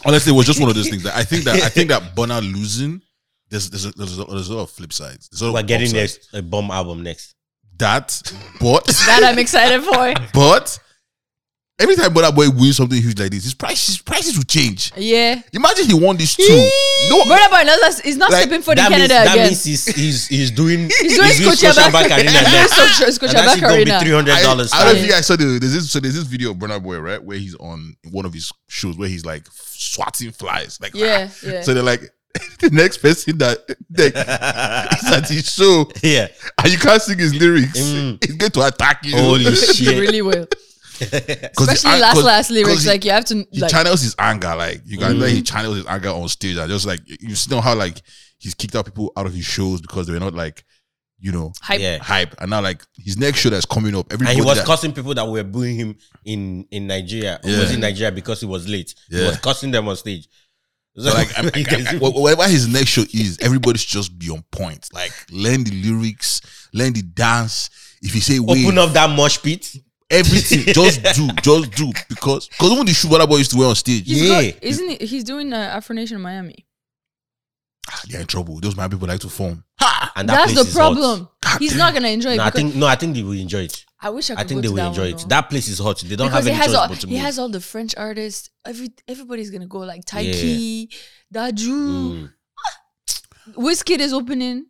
Speaker 4: Honestly, it was just one of those things that I think that I think that Bonner losing. There's there's a, there's, a, there's a lot of flip sides. There's a lot
Speaker 3: We're
Speaker 4: of
Speaker 3: getting
Speaker 4: upsides.
Speaker 3: next, a bomb album next.
Speaker 4: that, but
Speaker 1: That I'm excited for.
Speaker 4: but Every time Brother Boy wins something huge like this, his prices his prices will change.
Speaker 1: Yeah.
Speaker 4: Imagine he won these two. No,
Speaker 1: Brother Boy knows us. He's not
Speaker 4: Like,
Speaker 1: stepping for the
Speaker 3: Oh. that means,
Speaker 1: Canada
Speaker 3: that
Speaker 1: again.
Speaker 3: means he's, he's, he's doing
Speaker 1: He's doing
Speaker 3: Scotiabank
Speaker 1: Scotiabank.
Speaker 3: Arena
Speaker 1: He's doing
Speaker 3: next.
Speaker 1: Scotia-
Speaker 3: And that's
Speaker 1: Scotiabank
Speaker 3: gonna be
Speaker 1: Arena.
Speaker 3: three hundred dollars.
Speaker 4: I, I don't think I saw the there's this so there's this video of Burna Boy right where he's on one of his shows where he's like swatting flies like
Speaker 1: Yeah,
Speaker 4: ah.
Speaker 1: yeah.
Speaker 4: so they're like the next person that that is at his show
Speaker 3: Yeah.
Speaker 4: and you can't sing his lyrics
Speaker 3: Mm.
Speaker 4: he's going to attack you
Speaker 3: Holy shit.
Speaker 1: really will.
Speaker 4: 'Cause he-
Speaker 1: Especially
Speaker 4: I-
Speaker 1: last
Speaker 4: 'cause-
Speaker 1: last
Speaker 4: 'cause
Speaker 1: lyrics.
Speaker 4: he-
Speaker 1: like you have to
Speaker 4: he
Speaker 1: like Mm.
Speaker 4: channels his anger like you can let he channels his anger on stage and just like you know how like he's kicked out people out of his shows because they were not like you know
Speaker 1: hype.
Speaker 3: Yeah.
Speaker 4: hype and now like his next show that's coming up
Speaker 3: And
Speaker 4: everybody
Speaker 3: he was
Speaker 4: that-
Speaker 3: cussing people that were booing him in in Nigeria. He
Speaker 4: Yeah.
Speaker 3: was in Nigeria because he was late. He
Speaker 4: Yeah.
Speaker 3: was cussing them on stage. So
Speaker 4: like I'm- I-
Speaker 3: you can
Speaker 4: I- I-
Speaker 3: see-
Speaker 4: wh- whatever his next show is, everybody's just be on point. Like learn the lyrics, learn the dance. If you say wait,
Speaker 3: open up that mosh pit.
Speaker 4: everything just do, just do because because even the shoe brother boy used to wear on stage,
Speaker 1: He's
Speaker 3: Yeah.
Speaker 1: got- isn't he, he's doing uh, Afro Nation Miami?
Speaker 4: ah, they're in trouble. Those my people like to form.
Speaker 3: And that
Speaker 1: That's
Speaker 3: place
Speaker 1: the
Speaker 3: is hot.
Speaker 1: problem.
Speaker 4: God
Speaker 1: He's
Speaker 4: damn.
Speaker 1: not gonna enjoy it.
Speaker 3: No, I
Speaker 1: because
Speaker 3: think no, I think they will enjoy it.
Speaker 1: I wish I
Speaker 3: I
Speaker 1: could
Speaker 3: think
Speaker 1: go
Speaker 3: they
Speaker 1: to
Speaker 3: will
Speaker 1: that
Speaker 3: enjoy
Speaker 1: one,
Speaker 3: it.
Speaker 1: though.
Speaker 3: That place is hot. They don't
Speaker 1: because
Speaker 3: have
Speaker 1: he
Speaker 3: any
Speaker 1: has
Speaker 3: choice
Speaker 1: all
Speaker 3: but to
Speaker 1: he
Speaker 3: move.
Speaker 1: has all the French artists. Every everybody's gonna go like
Speaker 3: Yeah.
Speaker 1: Taiki, Daju,
Speaker 3: Mm.
Speaker 1: Wizkid is opening.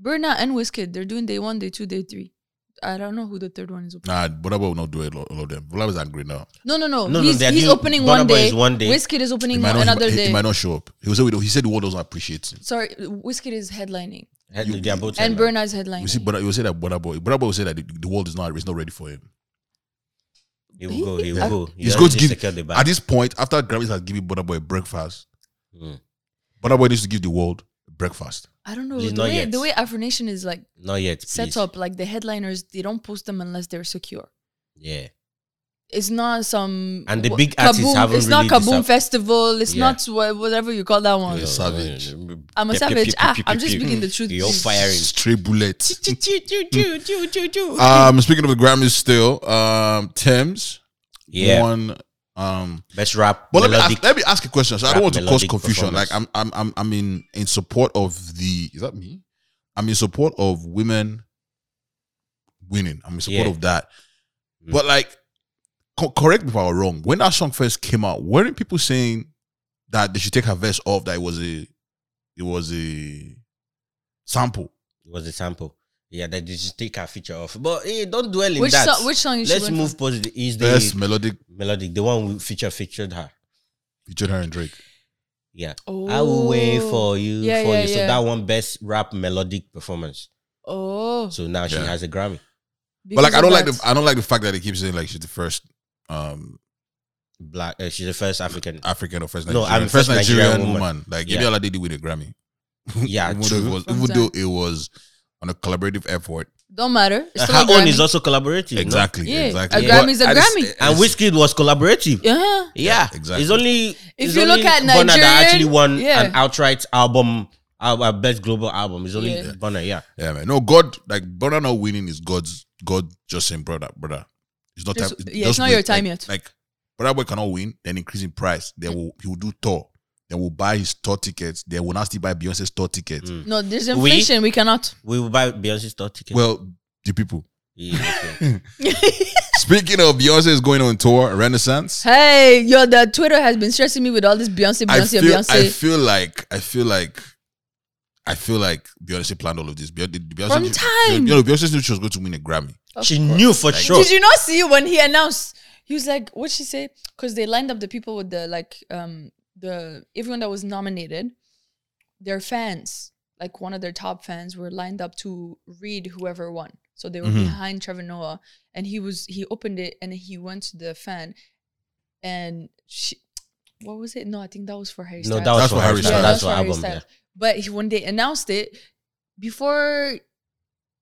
Speaker 1: Burna and Wizkid, they're doing day one, day two, day three. I don't know who the third one is opening.
Speaker 4: Nah, brother boy will not do it. All all of them. Brother boy is angry now.
Speaker 1: No, no, no.
Speaker 3: No, no,
Speaker 1: he's
Speaker 3: they're
Speaker 1: he's
Speaker 3: doing-
Speaker 1: opening
Speaker 3: Burna
Speaker 1: one
Speaker 3: Boy
Speaker 1: day.
Speaker 3: is one day.
Speaker 1: Wizkid is
Speaker 4: He
Speaker 1: opening
Speaker 4: might,
Speaker 1: one,
Speaker 4: not, he
Speaker 1: another
Speaker 4: might- he,
Speaker 1: day.
Speaker 4: might not show up. He said, we don't- he said the world doesn't appreciate it.
Speaker 1: Sorry, Wizkid is headlining,
Speaker 3: And Mm. they are both
Speaker 1: and
Speaker 3: headline.
Speaker 1: Burna is headlining.
Speaker 4: You see, brother, you say that brother boy, brother boy will say that the, the world is not, it's not ready for him.
Speaker 3: He will go. He will
Speaker 1: I-
Speaker 3: go. He
Speaker 4: He's
Speaker 3: already
Speaker 4: going to give
Speaker 3: secured the bag.
Speaker 4: at this point after Grammys has given Brother Boy breakfast. Hmm.
Speaker 3: Mm.
Speaker 4: Brother Boy needs to give the world breakfast.
Speaker 1: I don't know
Speaker 3: He's
Speaker 1: the
Speaker 3: not
Speaker 1: way
Speaker 3: yet.
Speaker 1: the way Afro Nation is like
Speaker 3: Not yet. Please.
Speaker 1: set up. Like the headliners, they don't post them unless they're secure.
Speaker 3: Yeah.
Speaker 1: It's not some
Speaker 3: And the
Speaker 1: wha-
Speaker 3: big artists
Speaker 1: Kaboom-
Speaker 3: haven't
Speaker 1: It's not
Speaker 3: really
Speaker 1: Kaboom
Speaker 3: deserve-
Speaker 1: Festival. It's
Speaker 3: Yeah.
Speaker 1: not wha- whatever you call that one.
Speaker 4: Oh, Yeah. savage.
Speaker 1: I'm a
Speaker 3: Pew, pew,
Speaker 1: savage.
Speaker 3: pew,
Speaker 1: Ah,
Speaker 3: pew, pew,
Speaker 1: I'm just
Speaker 3: pew.
Speaker 1: speaking the truth.
Speaker 3: You're Hmm.
Speaker 1: Please.
Speaker 3: firing.
Speaker 4: Stray bullet.
Speaker 1: But
Speaker 4: um, speaking of the Grammys, still, um, Thames
Speaker 3: Yeah.
Speaker 4: won. Um,
Speaker 3: Best rap.
Speaker 4: but let me, ask,
Speaker 3: melodic-
Speaker 4: let me ask a question. So I
Speaker 3: Rap
Speaker 4: don't want to cause
Speaker 3: melodic
Speaker 4: confusion.
Speaker 3: performance.
Speaker 4: Like I'm, I'm, I'm, I'm in in support of the. Is that me? I'm in support of women winning. I'm in support
Speaker 3: Yeah.
Speaker 4: of that.
Speaker 3: Mm.
Speaker 4: But like, co- correct me if I'm wrong. When that song first came out, weren't people saying that they should take her verse off? That it was a, it was a sample.
Speaker 3: It was a sample. Yeah, that they just take our feature off. But hey, don't dwell in
Speaker 1: which
Speaker 3: that.
Speaker 1: song? Which song? You
Speaker 3: Let's
Speaker 1: should
Speaker 3: move positive. Is the
Speaker 4: Best melodic
Speaker 3: melodic the one we feature featured her?
Speaker 4: featured her and Drake.
Speaker 3: Yeah.
Speaker 1: Oh.
Speaker 3: I will wait for you.
Speaker 1: Yeah,
Speaker 3: for
Speaker 1: yeah,
Speaker 3: you. So
Speaker 1: yeah.
Speaker 3: that one best rap melodic performance.
Speaker 1: Oh,
Speaker 3: So now she
Speaker 4: Yeah.
Speaker 3: has a Grammy.
Speaker 4: But like,
Speaker 1: because
Speaker 4: I don't
Speaker 1: of
Speaker 4: like
Speaker 1: that.
Speaker 4: the I don't like the fact that they keep saying like she's the first um
Speaker 3: Black. Uh, she's the first African.
Speaker 4: African or first
Speaker 3: No,
Speaker 4: Nigerian,
Speaker 3: I'm first
Speaker 4: first Nigerian,
Speaker 3: Nigerian
Speaker 4: woman.
Speaker 3: woman.
Speaker 4: Like
Speaker 3: Yeah.
Speaker 4: Yemi Alade with a Grammy.
Speaker 3: Yeah,
Speaker 4: even though it
Speaker 3: true.
Speaker 4: was, even though it was on a collaborative effort.
Speaker 1: Don't matter. It's still
Speaker 3: her
Speaker 1: a Grammy.
Speaker 3: own is also collaborative. Exactly.
Speaker 4: Exactly,
Speaker 1: Yeah, a
Speaker 4: exactly.
Speaker 1: Grammy
Speaker 4: But
Speaker 1: is a
Speaker 4: I just-
Speaker 1: Grammy.
Speaker 3: And Whiskey was collaborative.
Speaker 1: Yeah.
Speaker 3: Yeah,
Speaker 4: exactly.
Speaker 3: It's only
Speaker 1: If
Speaker 3: it's
Speaker 1: you look
Speaker 3: only
Speaker 1: at
Speaker 3: Burna that actually
Speaker 1: Nigerian-
Speaker 3: won
Speaker 1: yeah.
Speaker 3: an outright album, our best global album. It's only
Speaker 1: Yeah.
Speaker 3: Burna, yeah.
Speaker 4: Yeah, man. No, God, like brother not winning is God's God just saying, brother, brother. It's not time.
Speaker 1: Just- yeah, it's not your time
Speaker 4: like,
Speaker 1: yet. Mm.
Speaker 4: Like brother boy cannot win, then increase in price. Then will he will do tour. Then will buy his tour tickets. Then will not still buy Beyonce's tour tickets.
Speaker 3: Mm.
Speaker 1: No, there's inflation. We, cannot.
Speaker 3: We will buy Beyonce's tour ticket.
Speaker 4: Well, the people.
Speaker 3: yeah, okay.
Speaker 4: Speaking of Beyonce is going on tour, Renaissance.
Speaker 1: Hey, yo, the Twitter has been stressing me with all this Beyonce,
Speaker 4: I
Speaker 1: Beyonce,
Speaker 4: feel, I
Speaker 1: Beyonce.
Speaker 4: feel like, I feel like, I feel like Beyonce planned all of this. Beyonce, Beyonce
Speaker 1: From
Speaker 4: knew-
Speaker 1: time.
Speaker 4: you know, Beyonce knew she was going to win a Grammy.
Speaker 3: she knew for sure.
Speaker 1: Did you not see when he announced? He was like, "What she say?" Because they lined up the people with the like, um, the everyone that was nominated, their fans, like one of their top fans, were lined up to read whoever won. So they were
Speaker 3: Mm-hmm.
Speaker 4: Mhm.
Speaker 1: behind Trevor Noah, and he was he opened it and he went to the fan, and she, what was it? No, I think that was for Harry.
Speaker 3: no,
Speaker 1: Styles.
Speaker 3: that was
Speaker 4: That's
Speaker 3: for
Speaker 4: what
Speaker 3: her.
Speaker 4: Harry
Speaker 3: Styles.
Speaker 4: Styles.
Speaker 3: That's
Speaker 1: for
Speaker 3: for
Speaker 1: Harry
Speaker 3: album. Yeah.
Speaker 1: Styles. But he- when they announced it, before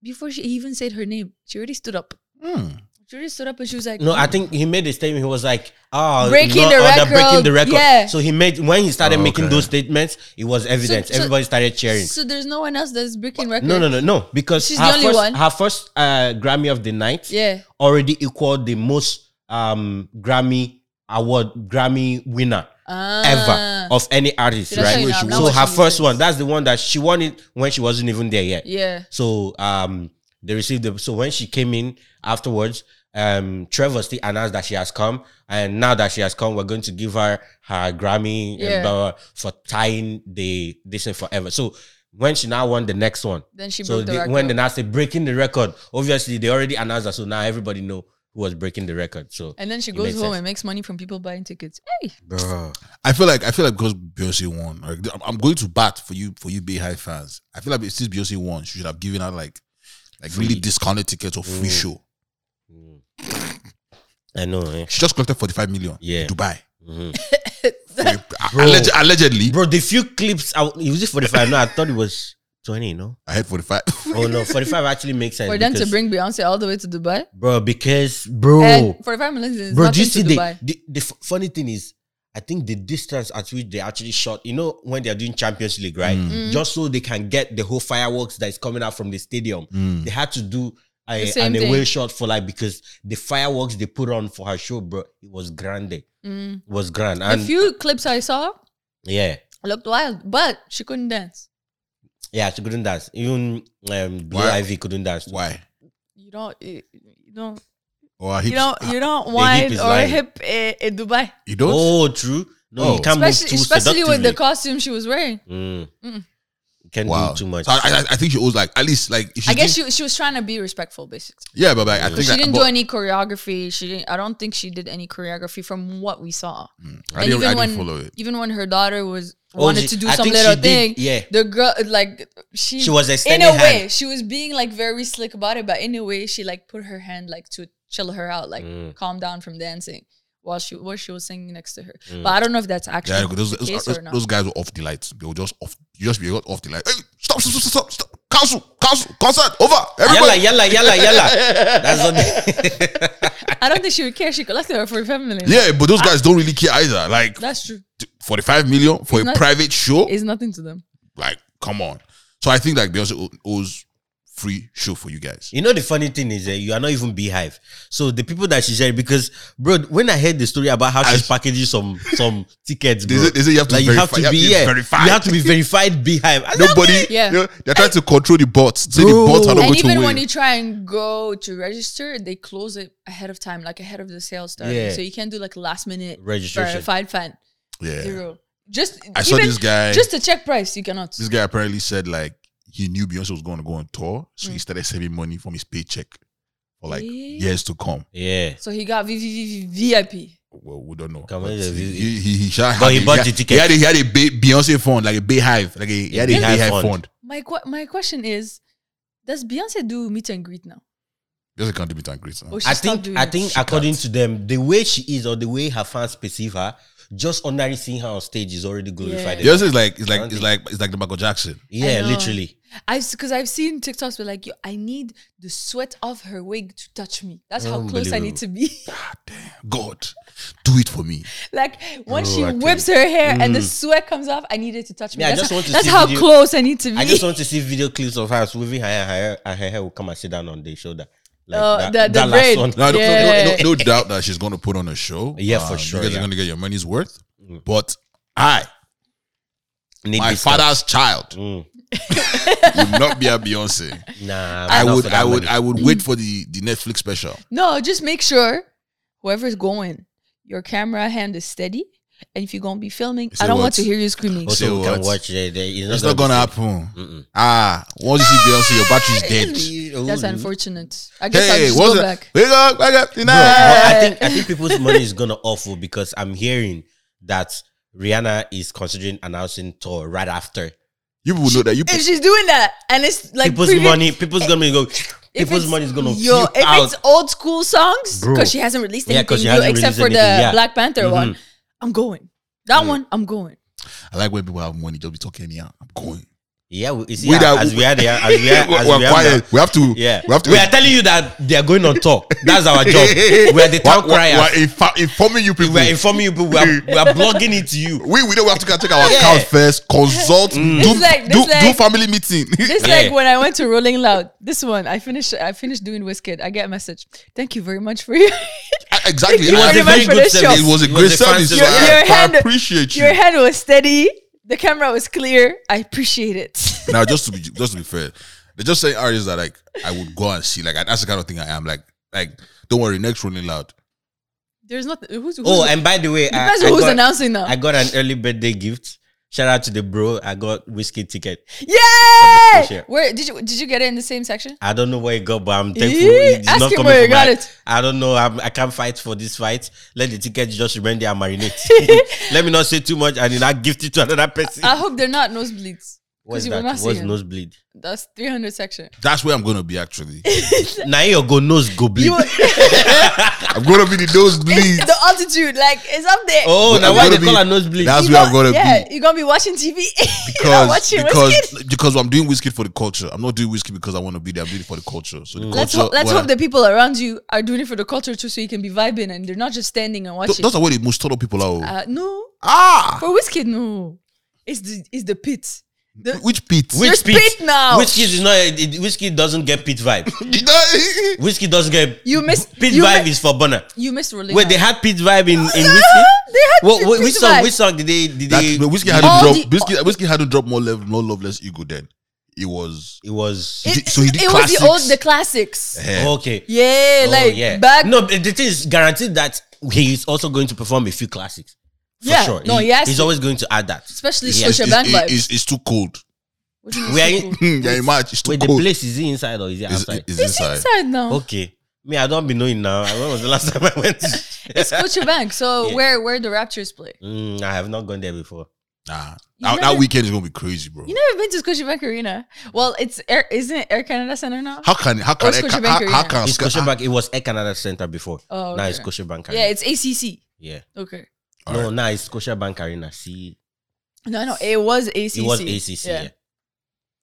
Speaker 1: before she even said her name, she already stood up.
Speaker 4: Hmm.
Speaker 1: She already stood up and she was like,
Speaker 3: No, I think he made a statement. He was like, "Oh,
Speaker 1: Breaking the
Speaker 3: no, oh, they're
Speaker 1: record."
Speaker 3: breaking the record."
Speaker 1: Yeah.
Speaker 3: So he made when he started
Speaker 4: Oh,
Speaker 3: making
Speaker 4: okay.
Speaker 3: those statements, it was evident.
Speaker 1: so-
Speaker 3: Everybody started cheering.
Speaker 1: So there's no one else that's breaking record.
Speaker 3: no, no, no, no. Because
Speaker 1: She's
Speaker 3: her
Speaker 1: the only
Speaker 3: first,
Speaker 1: one.
Speaker 3: Her first uh, Grammy of the night.
Speaker 1: Yeah.
Speaker 3: already equaled the most um Grammy award Grammy winner
Speaker 1: Ah.
Speaker 3: ever of any artist,
Speaker 1: See, that's
Speaker 3: right?
Speaker 1: why I'm not
Speaker 3: So her
Speaker 1: watching these
Speaker 3: first
Speaker 1: things.
Speaker 3: one, that's the one that she won it when she wasn't even there yet.
Speaker 1: Yeah.
Speaker 3: So um they received the so when she came in afterwards, um, Trevor still announced that she has come, and now that she has come, we're going to give her her Grammy and
Speaker 1: Yeah.
Speaker 3: blah, blah, blah, for tying the this in forever. So when she now won the next one,
Speaker 1: Then she
Speaker 3: so
Speaker 1: broke the
Speaker 3: they-
Speaker 1: record.
Speaker 3: when they now say breaking the record, obviously they already announced that, so now everybody know who was breaking the record. So
Speaker 1: and then she
Speaker 3: it
Speaker 1: goes
Speaker 3: makes
Speaker 1: home
Speaker 3: sense.
Speaker 1: and makes money from people buying tickets. Hey,
Speaker 3: bro,
Speaker 4: I feel like I feel like because Beyonce won, like, I'm- I'm going to bat for you for you Beehive fans. I feel like since Beyonce won, she should have given out like like really discounted tickets or free
Speaker 3: Mm.
Speaker 4: show.
Speaker 3: I know, eh?
Speaker 4: She just collected 45 million.
Speaker 3: Yeah.
Speaker 4: in Dubai.
Speaker 3: Bro.
Speaker 4: Alleg- allegedly,
Speaker 3: bro. The few clips, I, it was it forty five? No, I thought it was twenty. No,
Speaker 4: I had 45.
Speaker 3: oh no, forty five actually makes sense.
Speaker 1: for them to
Speaker 3: because-
Speaker 1: bring Beyonce all the way to Dubai.
Speaker 3: bro, because bro,
Speaker 1: And for five million is
Speaker 3: bro do
Speaker 1: nothing
Speaker 3: you see
Speaker 1: to
Speaker 3: the,
Speaker 1: Dubai.
Speaker 3: the the f- funny thing is i think the distance at which they actually shot you know when they're doing champions league right
Speaker 1: Mm.
Speaker 3: just so they can get the whole fireworks that is coming out from the stadium they had to do a,
Speaker 1: The same
Speaker 3: an
Speaker 1: thing.
Speaker 3: away shot for like because the fireworks they put on for her show bro it was grande it was grand
Speaker 1: A
Speaker 3: and
Speaker 1: Mm. few clips I saw
Speaker 3: yeah
Speaker 1: looked wild, but she couldn't dance.
Speaker 3: yeah she couldn't dance even um Blue
Speaker 4: Why?
Speaker 3: ivy couldn't dance
Speaker 4: Why? Oh,
Speaker 1: You don't, you you don't,
Speaker 4: Or
Speaker 1: you don't, you don't
Speaker 3: is
Speaker 1: wine or
Speaker 3: lying.
Speaker 1: hip eh, in Dubai,
Speaker 4: you don't?
Speaker 3: oh true no
Speaker 4: Oh.
Speaker 3: you can't move
Speaker 1: especially
Speaker 3: too
Speaker 1: especially with the
Speaker 3: seductively.
Speaker 1: costume she was wearing.
Speaker 3: Mm. You can't
Speaker 4: wow.
Speaker 3: do too much
Speaker 4: So I, I, I think she owes like at least like if she
Speaker 1: I guess
Speaker 4: did-
Speaker 1: she she was trying to be respectful, basically.
Speaker 4: yeah, but like, I think
Speaker 1: She
Speaker 4: that-
Speaker 1: didn't
Speaker 4: but
Speaker 1: do any choreography. She didn't, I don't think she did any choreography from what we saw.
Speaker 4: mm, I didn't,
Speaker 1: even
Speaker 4: I
Speaker 1: when
Speaker 4: didn't follow it.
Speaker 1: even when her daughter was
Speaker 3: Oh,
Speaker 1: wanted
Speaker 3: she-
Speaker 1: to do
Speaker 3: I
Speaker 1: some
Speaker 3: think
Speaker 1: little
Speaker 3: she
Speaker 1: thing,
Speaker 3: did, yeah.
Speaker 1: the girl like she
Speaker 3: She was
Speaker 1: in
Speaker 3: extending
Speaker 1: a way
Speaker 3: hand.
Speaker 1: she was being like very slick about it, but in a way she like put her hand like to chill her out,
Speaker 3: Mm.
Speaker 1: like calm down from dancing while she while she was singing next to her.
Speaker 3: Mm.
Speaker 1: But I don't know if that's actually
Speaker 4: Yeah, those,
Speaker 1: the
Speaker 4: those, uh,
Speaker 1: case
Speaker 4: those,
Speaker 1: or not.
Speaker 4: those guys were off the lights. They were just off. You just be got off the light. Hey, stop, stop, stop, stop, stop. Council, council, concert, over.
Speaker 3: yalla
Speaker 4: Everybody.
Speaker 3: yalla yalla yalla that's what
Speaker 1: I don't think she would care. She collected her for family.
Speaker 4: Yeah, but those guys don't really care either. Like
Speaker 1: That's true.
Speaker 4: 45 million for a
Speaker 1: not-
Speaker 4: private show.
Speaker 1: It's nothing to them.
Speaker 4: Like, come on. So I think like Beyonce o- owes free show for you guys.
Speaker 3: You know the funny thing is that you are not even beehive. So the people that she's sharing because bro, when I heard the story about how she's packaging some some tickets, bro,
Speaker 4: They say- they say you have to
Speaker 3: like
Speaker 4: verify- you
Speaker 3: be
Speaker 4: have to be
Speaker 3: yeah,
Speaker 4: verified.
Speaker 3: You have to be verified beehive. I said,
Speaker 4: Nobody.
Speaker 1: Yeah.
Speaker 4: you know, they're trying to control the bots. Say the bots are
Speaker 1: and
Speaker 4: not going to
Speaker 1: even
Speaker 4: win.
Speaker 1: when you try and go to register, they close it ahead of time, like ahead of the sale starting.
Speaker 3: Yeah.
Speaker 1: So you can't do like last minute
Speaker 3: Registration.
Speaker 1: verified fan
Speaker 4: yeah.
Speaker 1: zero. Just
Speaker 4: I saw
Speaker 1: even
Speaker 4: this guy-
Speaker 1: just to check price. You cannot.
Speaker 4: This guy apparently said like he knew Beyonce was going to go on tour, so he started saving money from his paycheck for like
Speaker 1: Mm. Eh?
Speaker 4: years to come.
Speaker 3: yeah.
Speaker 1: So he got VVVVIP.
Speaker 4: Well, we don't know.
Speaker 3: Come
Speaker 4: But
Speaker 3: on,
Speaker 4: he,
Speaker 3: yeah, we-
Speaker 4: he, he, he, sha-
Speaker 3: But he
Speaker 4: had-
Speaker 3: bought
Speaker 4: had-
Speaker 3: the ticket.
Speaker 4: He had a, he had a Be- Beyonce fund, like a Beehive, like a, he had a
Speaker 1: Beehive
Speaker 4: Beehive,
Speaker 3: fund.
Speaker 4: fund.
Speaker 1: My qu- my question is, does Beyonce do meet and greet now?
Speaker 4: Beyonce can't do meet and greet.
Speaker 1: Or she
Speaker 3: I
Speaker 1: stopped
Speaker 3: think
Speaker 1: doing
Speaker 3: I
Speaker 1: it?
Speaker 3: think according to them, the way she is or the way her fans perceive her, just ordinary seeing her on stage is already glorified.
Speaker 1: Yeah.
Speaker 3: Yeah,
Speaker 4: Beyonce is like it's like
Speaker 3: don't
Speaker 4: it's
Speaker 3: think-
Speaker 4: like it's like the Michael Jackson.
Speaker 1: I know.
Speaker 3: literally.
Speaker 1: I because I've seen TikToks be like, Yo, I need the sweat of her wig to touch me. That's how close I need to be.
Speaker 4: God, do it for me.
Speaker 1: like when
Speaker 3: Bro,
Speaker 1: she
Speaker 3: I tell
Speaker 1: whips her hair and the sweat comes off, I need it to touch me.
Speaker 3: Mm. Yeah, I
Speaker 1: that's
Speaker 3: just
Speaker 1: how,
Speaker 3: want to
Speaker 1: that's
Speaker 3: see
Speaker 1: how
Speaker 3: video-
Speaker 1: close I need to be.
Speaker 3: I just want to see video clips of her waving her hair, her hair, and her hair will come and sit down on their shoulder. Like
Speaker 1: Oh,
Speaker 3: that,
Speaker 1: the- the
Speaker 3: that
Speaker 1: braid.
Speaker 3: last one.
Speaker 4: No, I don't- no-
Speaker 1: Yeah.
Speaker 4: no, no, no doubt that she's going to put on a show. um,
Speaker 3: Yeah, for sure,
Speaker 4: You guys
Speaker 3: yeah.
Speaker 4: are going to get your money's worth. But I,
Speaker 3: Need
Speaker 4: my
Speaker 3: this Mm. stuff.
Speaker 4: father's child, will not be a Beyonce.
Speaker 3: Nah,
Speaker 4: I
Speaker 3: not
Speaker 4: would,
Speaker 3: for
Speaker 4: I
Speaker 3: that
Speaker 4: would,
Speaker 3: money.
Speaker 4: I would wait for the the Netflix special.
Speaker 1: no, just make sure whoever's going, your camera hand is steady. And if you're gonna be filming,
Speaker 4: You
Speaker 1: I
Speaker 4: say
Speaker 1: don't want
Speaker 4: what?
Speaker 1: to hear you screaming.
Speaker 4: Oh,
Speaker 3: Also,
Speaker 4: Say
Speaker 3: we can
Speaker 4: what?
Speaker 3: watch it. It's not,
Speaker 4: It's not gonna happen. Ah, once you see Beyonce, your battery's dead.
Speaker 1: That's
Speaker 3: Oh,
Speaker 1: unfortunate. I guess I'll
Speaker 4: Hey,
Speaker 1: just
Speaker 4: what's
Speaker 1: go
Speaker 4: that?
Speaker 1: back.
Speaker 4: Wake up, wake up
Speaker 3: Bro, but
Speaker 4: tonight.
Speaker 3: I think I think people's money is gonna awful because I'm hearing that Rihanna is considering announcing tour right after.
Speaker 4: You people know that. You
Speaker 1: If she's doing that, and it's like
Speaker 3: People's
Speaker 1: previ-
Speaker 3: money, people's gonna go.
Speaker 1: if
Speaker 3: People's
Speaker 1: it's-
Speaker 3: money is gonna
Speaker 1: yo.
Speaker 3: puke
Speaker 1: If
Speaker 3: out.
Speaker 1: it's old school songs,
Speaker 3: Bro.
Speaker 1: because she hasn't released
Speaker 3: Yeah,
Speaker 1: anything
Speaker 3: 'cause she
Speaker 1: new
Speaker 3: hasn't
Speaker 1: except
Speaker 3: released
Speaker 1: for the
Speaker 3: anything, yeah. Mm-hmm.
Speaker 1: Black Panther one, I'm going. That one, I'm going.
Speaker 4: I like when people have money, just be talking me out. I'm going.
Speaker 3: yeah, we, you see,
Speaker 4: We that-
Speaker 3: as we are there, as we are, as we
Speaker 4: we're
Speaker 3: are
Speaker 4: quiet.
Speaker 3: now.
Speaker 4: We have to.
Speaker 3: Yeah,
Speaker 4: we have to.
Speaker 3: are telling you that they are going on tour. That's our job. we are the town criers.
Speaker 4: We're infa- informing you people.
Speaker 3: We are informing you, people. We are, we are blogging it to you.
Speaker 4: we we don't have to go and check our
Speaker 3: Yeah. Mm.
Speaker 4: account first. Consult. Do,
Speaker 1: It's like-
Speaker 4: do,
Speaker 1: it's like-
Speaker 4: do family meeting.
Speaker 1: It's
Speaker 3: Yeah.
Speaker 1: like when I went to Rolling Loud. This one, I finished. I finished doing Wizkid. I get a message. Thank you very much for your
Speaker 4: exactly.
Speaker 3: It was
Speaker 1: very
Speaker 3: a
Speaker 4: I-
Speaker 1: much
Speaker 3: very
Speaker 1: for
Speaker 3: good
Speaker 1: this show.
Speaker 3: service.
Speaker 4: it was a
Speaker 3: It
Speaker 4: great
Speaker 3: fan
Speaker 4: service.
Speaker 3: service.
Speaker 1: Your-
Speaker 4: I-
Speaker 1: your hand-
Speaker 4: I appreciate you.
Speaker 1: your hand was steady. The camera was clear. I appreciate it.
Speaker 4: now just to be just to be fair, they just say artists that like I would go and see. Like that's the kind of thing I am. Like Like, don't worry, next Rolling Loud.
Speaker 1: There's nothing. Who's, who's
Speaker 3: Oh, and by the way, I,
Speaker 1: depends
Speaker 3: I
Speaker 1: on who's
Speaker 3: got,
Speaker 1: announcing now.
Speaker 3: I got an early birthday gift. Shout out to the bro. I got whiskey ticket.
Speaker 1: Yay!
Speaker 3: Appreciate it.
Speaker 1: Where did you did you get it in the same section?
Speaker 3: I don't know where it got, but I'm thankful.
Speaker 1: Eee,
Speaker 3: it's
Speaker 1: ask
Speaker 3: not
Speaker 1: him
Speaker 3: coming
Speaker 1: where you
Speaker 3: from
Speaker 1: got
Speaker 3: my-
Speaker 1: it.
Speaker 3: I don't know. I'm, I can't fight for this fight. Let the ticket just remain there and marinate. Let me not say too much and then I gift it to another person.
Speaker 1: I hope they're not nosebleeds.
Speaker 3: What's
Speaker 1: Ah, you were
Speaker 3: that?
Speaker 1: not
Speaker 3: What's
Speaker 1: seeing.
Speaker 3: nosebleed?
Speaker 1: That's 300 section.
Speaker 4: That's where I'm gonna be actually.
Speaker 3: Now you go nose go bleed.
Speaker 1: You, it's
Speaker 4: I'm gonna be the nosebleed.
Speaker 1: the altitude, like it's up there.
Speaker 3: oh,
Speaker 4: But
Speaker 3: now
Speaker 4: I'm
Speaker 3: why
Speaker 4: gonna
Speaker 3: they
Speaker 4: be-
Speaker 3: call a nosebleed?
Speaker 4: That's
Speaker 1: You
Speaker 4: where
Speaker 1: gon-
Speaker 4: I'm gonna
Speaker 1: yeah,
Speaker 4: be.
Speaker 1: you're gonna be watching TV. you're not
Speaker 4: Because
Speaker 1: watching Wizkid.
Speaker 4: because because I'm doing whiskey for the culture. I'm not doing whiskey because I want to be there. I'm doing it for the culture. So the
Speaker 1: Mm. Let's,
Speaker 4: culture.
Speaker 1: ho- let's
Speaker 4: well,
Speaker 1: hope the people around you are doing it for the culture too, so you can be vibing and they're not just standing and
Speaker 4: th-
Speaker 1: watching.
Speaker 4: those are where the most total people are. oh.
Speaker 1: uh, no,
Speaker 4: ah,
Speaker 1: for Wizkid, no. It's the it's the pit. The,
Speaker 4: which beat?
Speaker 1: There's
Speaker 3: Which
Speaker 1: pit now.
Speaker 3: Whiskey is not. It, whiskey doesn't get pit vibe. whiskey doesn't get.
Speaker 1: you missed
Speaker 3: Pit
Speaker 1: you,
Speaker 3: vibe
Speaker 1: mi-
Speaker 3: is for Bonner.
Speaker 1: you missed Rolling.
Speaker 3: Wait, they
Speaker 1: Loud.
Speaker 3: had pit vibe in in whiskey.
Speaker 1: Ah, they had
Speaker 3: What,
Speaker 1: pit-
Speaker 3: what,
Speaker 1: pit
Speaker 3: which song?
Speaker 1: vibe.
Speaker 3: Which song did they? Did they?
Speaker 4: That, but whiskey had to
Speaker 1: All
Speaker 4: drop.
Speaker 1: the-
Speaker 4: whiskey, whiskey had to drop more love, more loveless ego. Then it was.
Speaker 3: it was
Speaker 4: did- so he did
Speaker 1: it was the old
Speaker 4: classics.
Speaker 1: the classics.
Speaker 4: eh,
Speaker 3: okay.
Speaker 1: Yeah,
Speaker 3: Oh,
Speaker 1: like
Speaker 3: yeah.
Speaker 1: back.
Speaker 3: No, but the thing is guaranteed that he is also going to perform a few classics. For
Speaker 1: Yeah,
Speaker 3: sure.
Speaker 1: no,
Speaker 3: he,
Speaker 1: he has
Speaker 3: he's
Speaker 1: to.
Speaker 3: always going to add that.
Speaker 1: especially
Speaker 3: Yeah.
Speaker 1: social
Speaker 4: it's,
Speaker 1: band
Speaker 4: it's,
Speaker 1: vibes.
Speaker 4: it's, it's too cold.
Speaker 1: What do you mean
Speaker 3: We are
Speaker 1: so
Speaker 3: in-
Speaker 1: cool?
Speaker 4: yeah, imagine it's too
Speaker 3: Wait, the
Speaker 4: cold.
Speaker 3: place is it inside or is it
Speaker 4: It's,
Speaker 3: outside?
Speaker 4: it's
Speaker 1: It's
Speaker 4: inside.
Speaker 1: inside now.
Speaker 3: okay. Me, I don't be knowing now. When was the last time I went?
Speaker 1: It's Scotia Bank. So
Speaker 3: Yeah.
Speaker 1: where where the Raptors play?
Speaker 3: Mm, I have not gone there before.
Speaker 4: Nah,
Speaker 1: You
Speaker 4: that, that
Speaker 1: never-
Speaker 4: weekend is gonna be crazy, bro.
Speaker 1: You never been to Scotiabank Arena? Well, it's Air, isn't it Air Canada Center now?
Speaker 4: how can how can
Speaker 1: Or
Speaker 4: how,
Speaker 1: Scotiabank
Speaker 4: how, how
Speaker 1: Arena.
Speaker 4: can
Speaker 3: It's
Speaker 4: Sc- how-
Speaker 3: Scotiabank. It was Air Canada Center before.
Speaker 1: Oh,
Speaker 3: Now
Speaker 1: okay.
Speaker 3: it's Scotiabank
Speaker 1: yeah,
Speaker 3: Arena.
Speaker 1: it's ACC.
Speaker 3: Yeah.
Speaker 1: Okay.
Speaker 4: All
Speaker 3: no,
Speaker 4: right.
Speaker 3: now it's Scotiabank Arena. See,
Speaker 1: No, no, it was ACC.
Speaker 3: it was ACC. Yeah.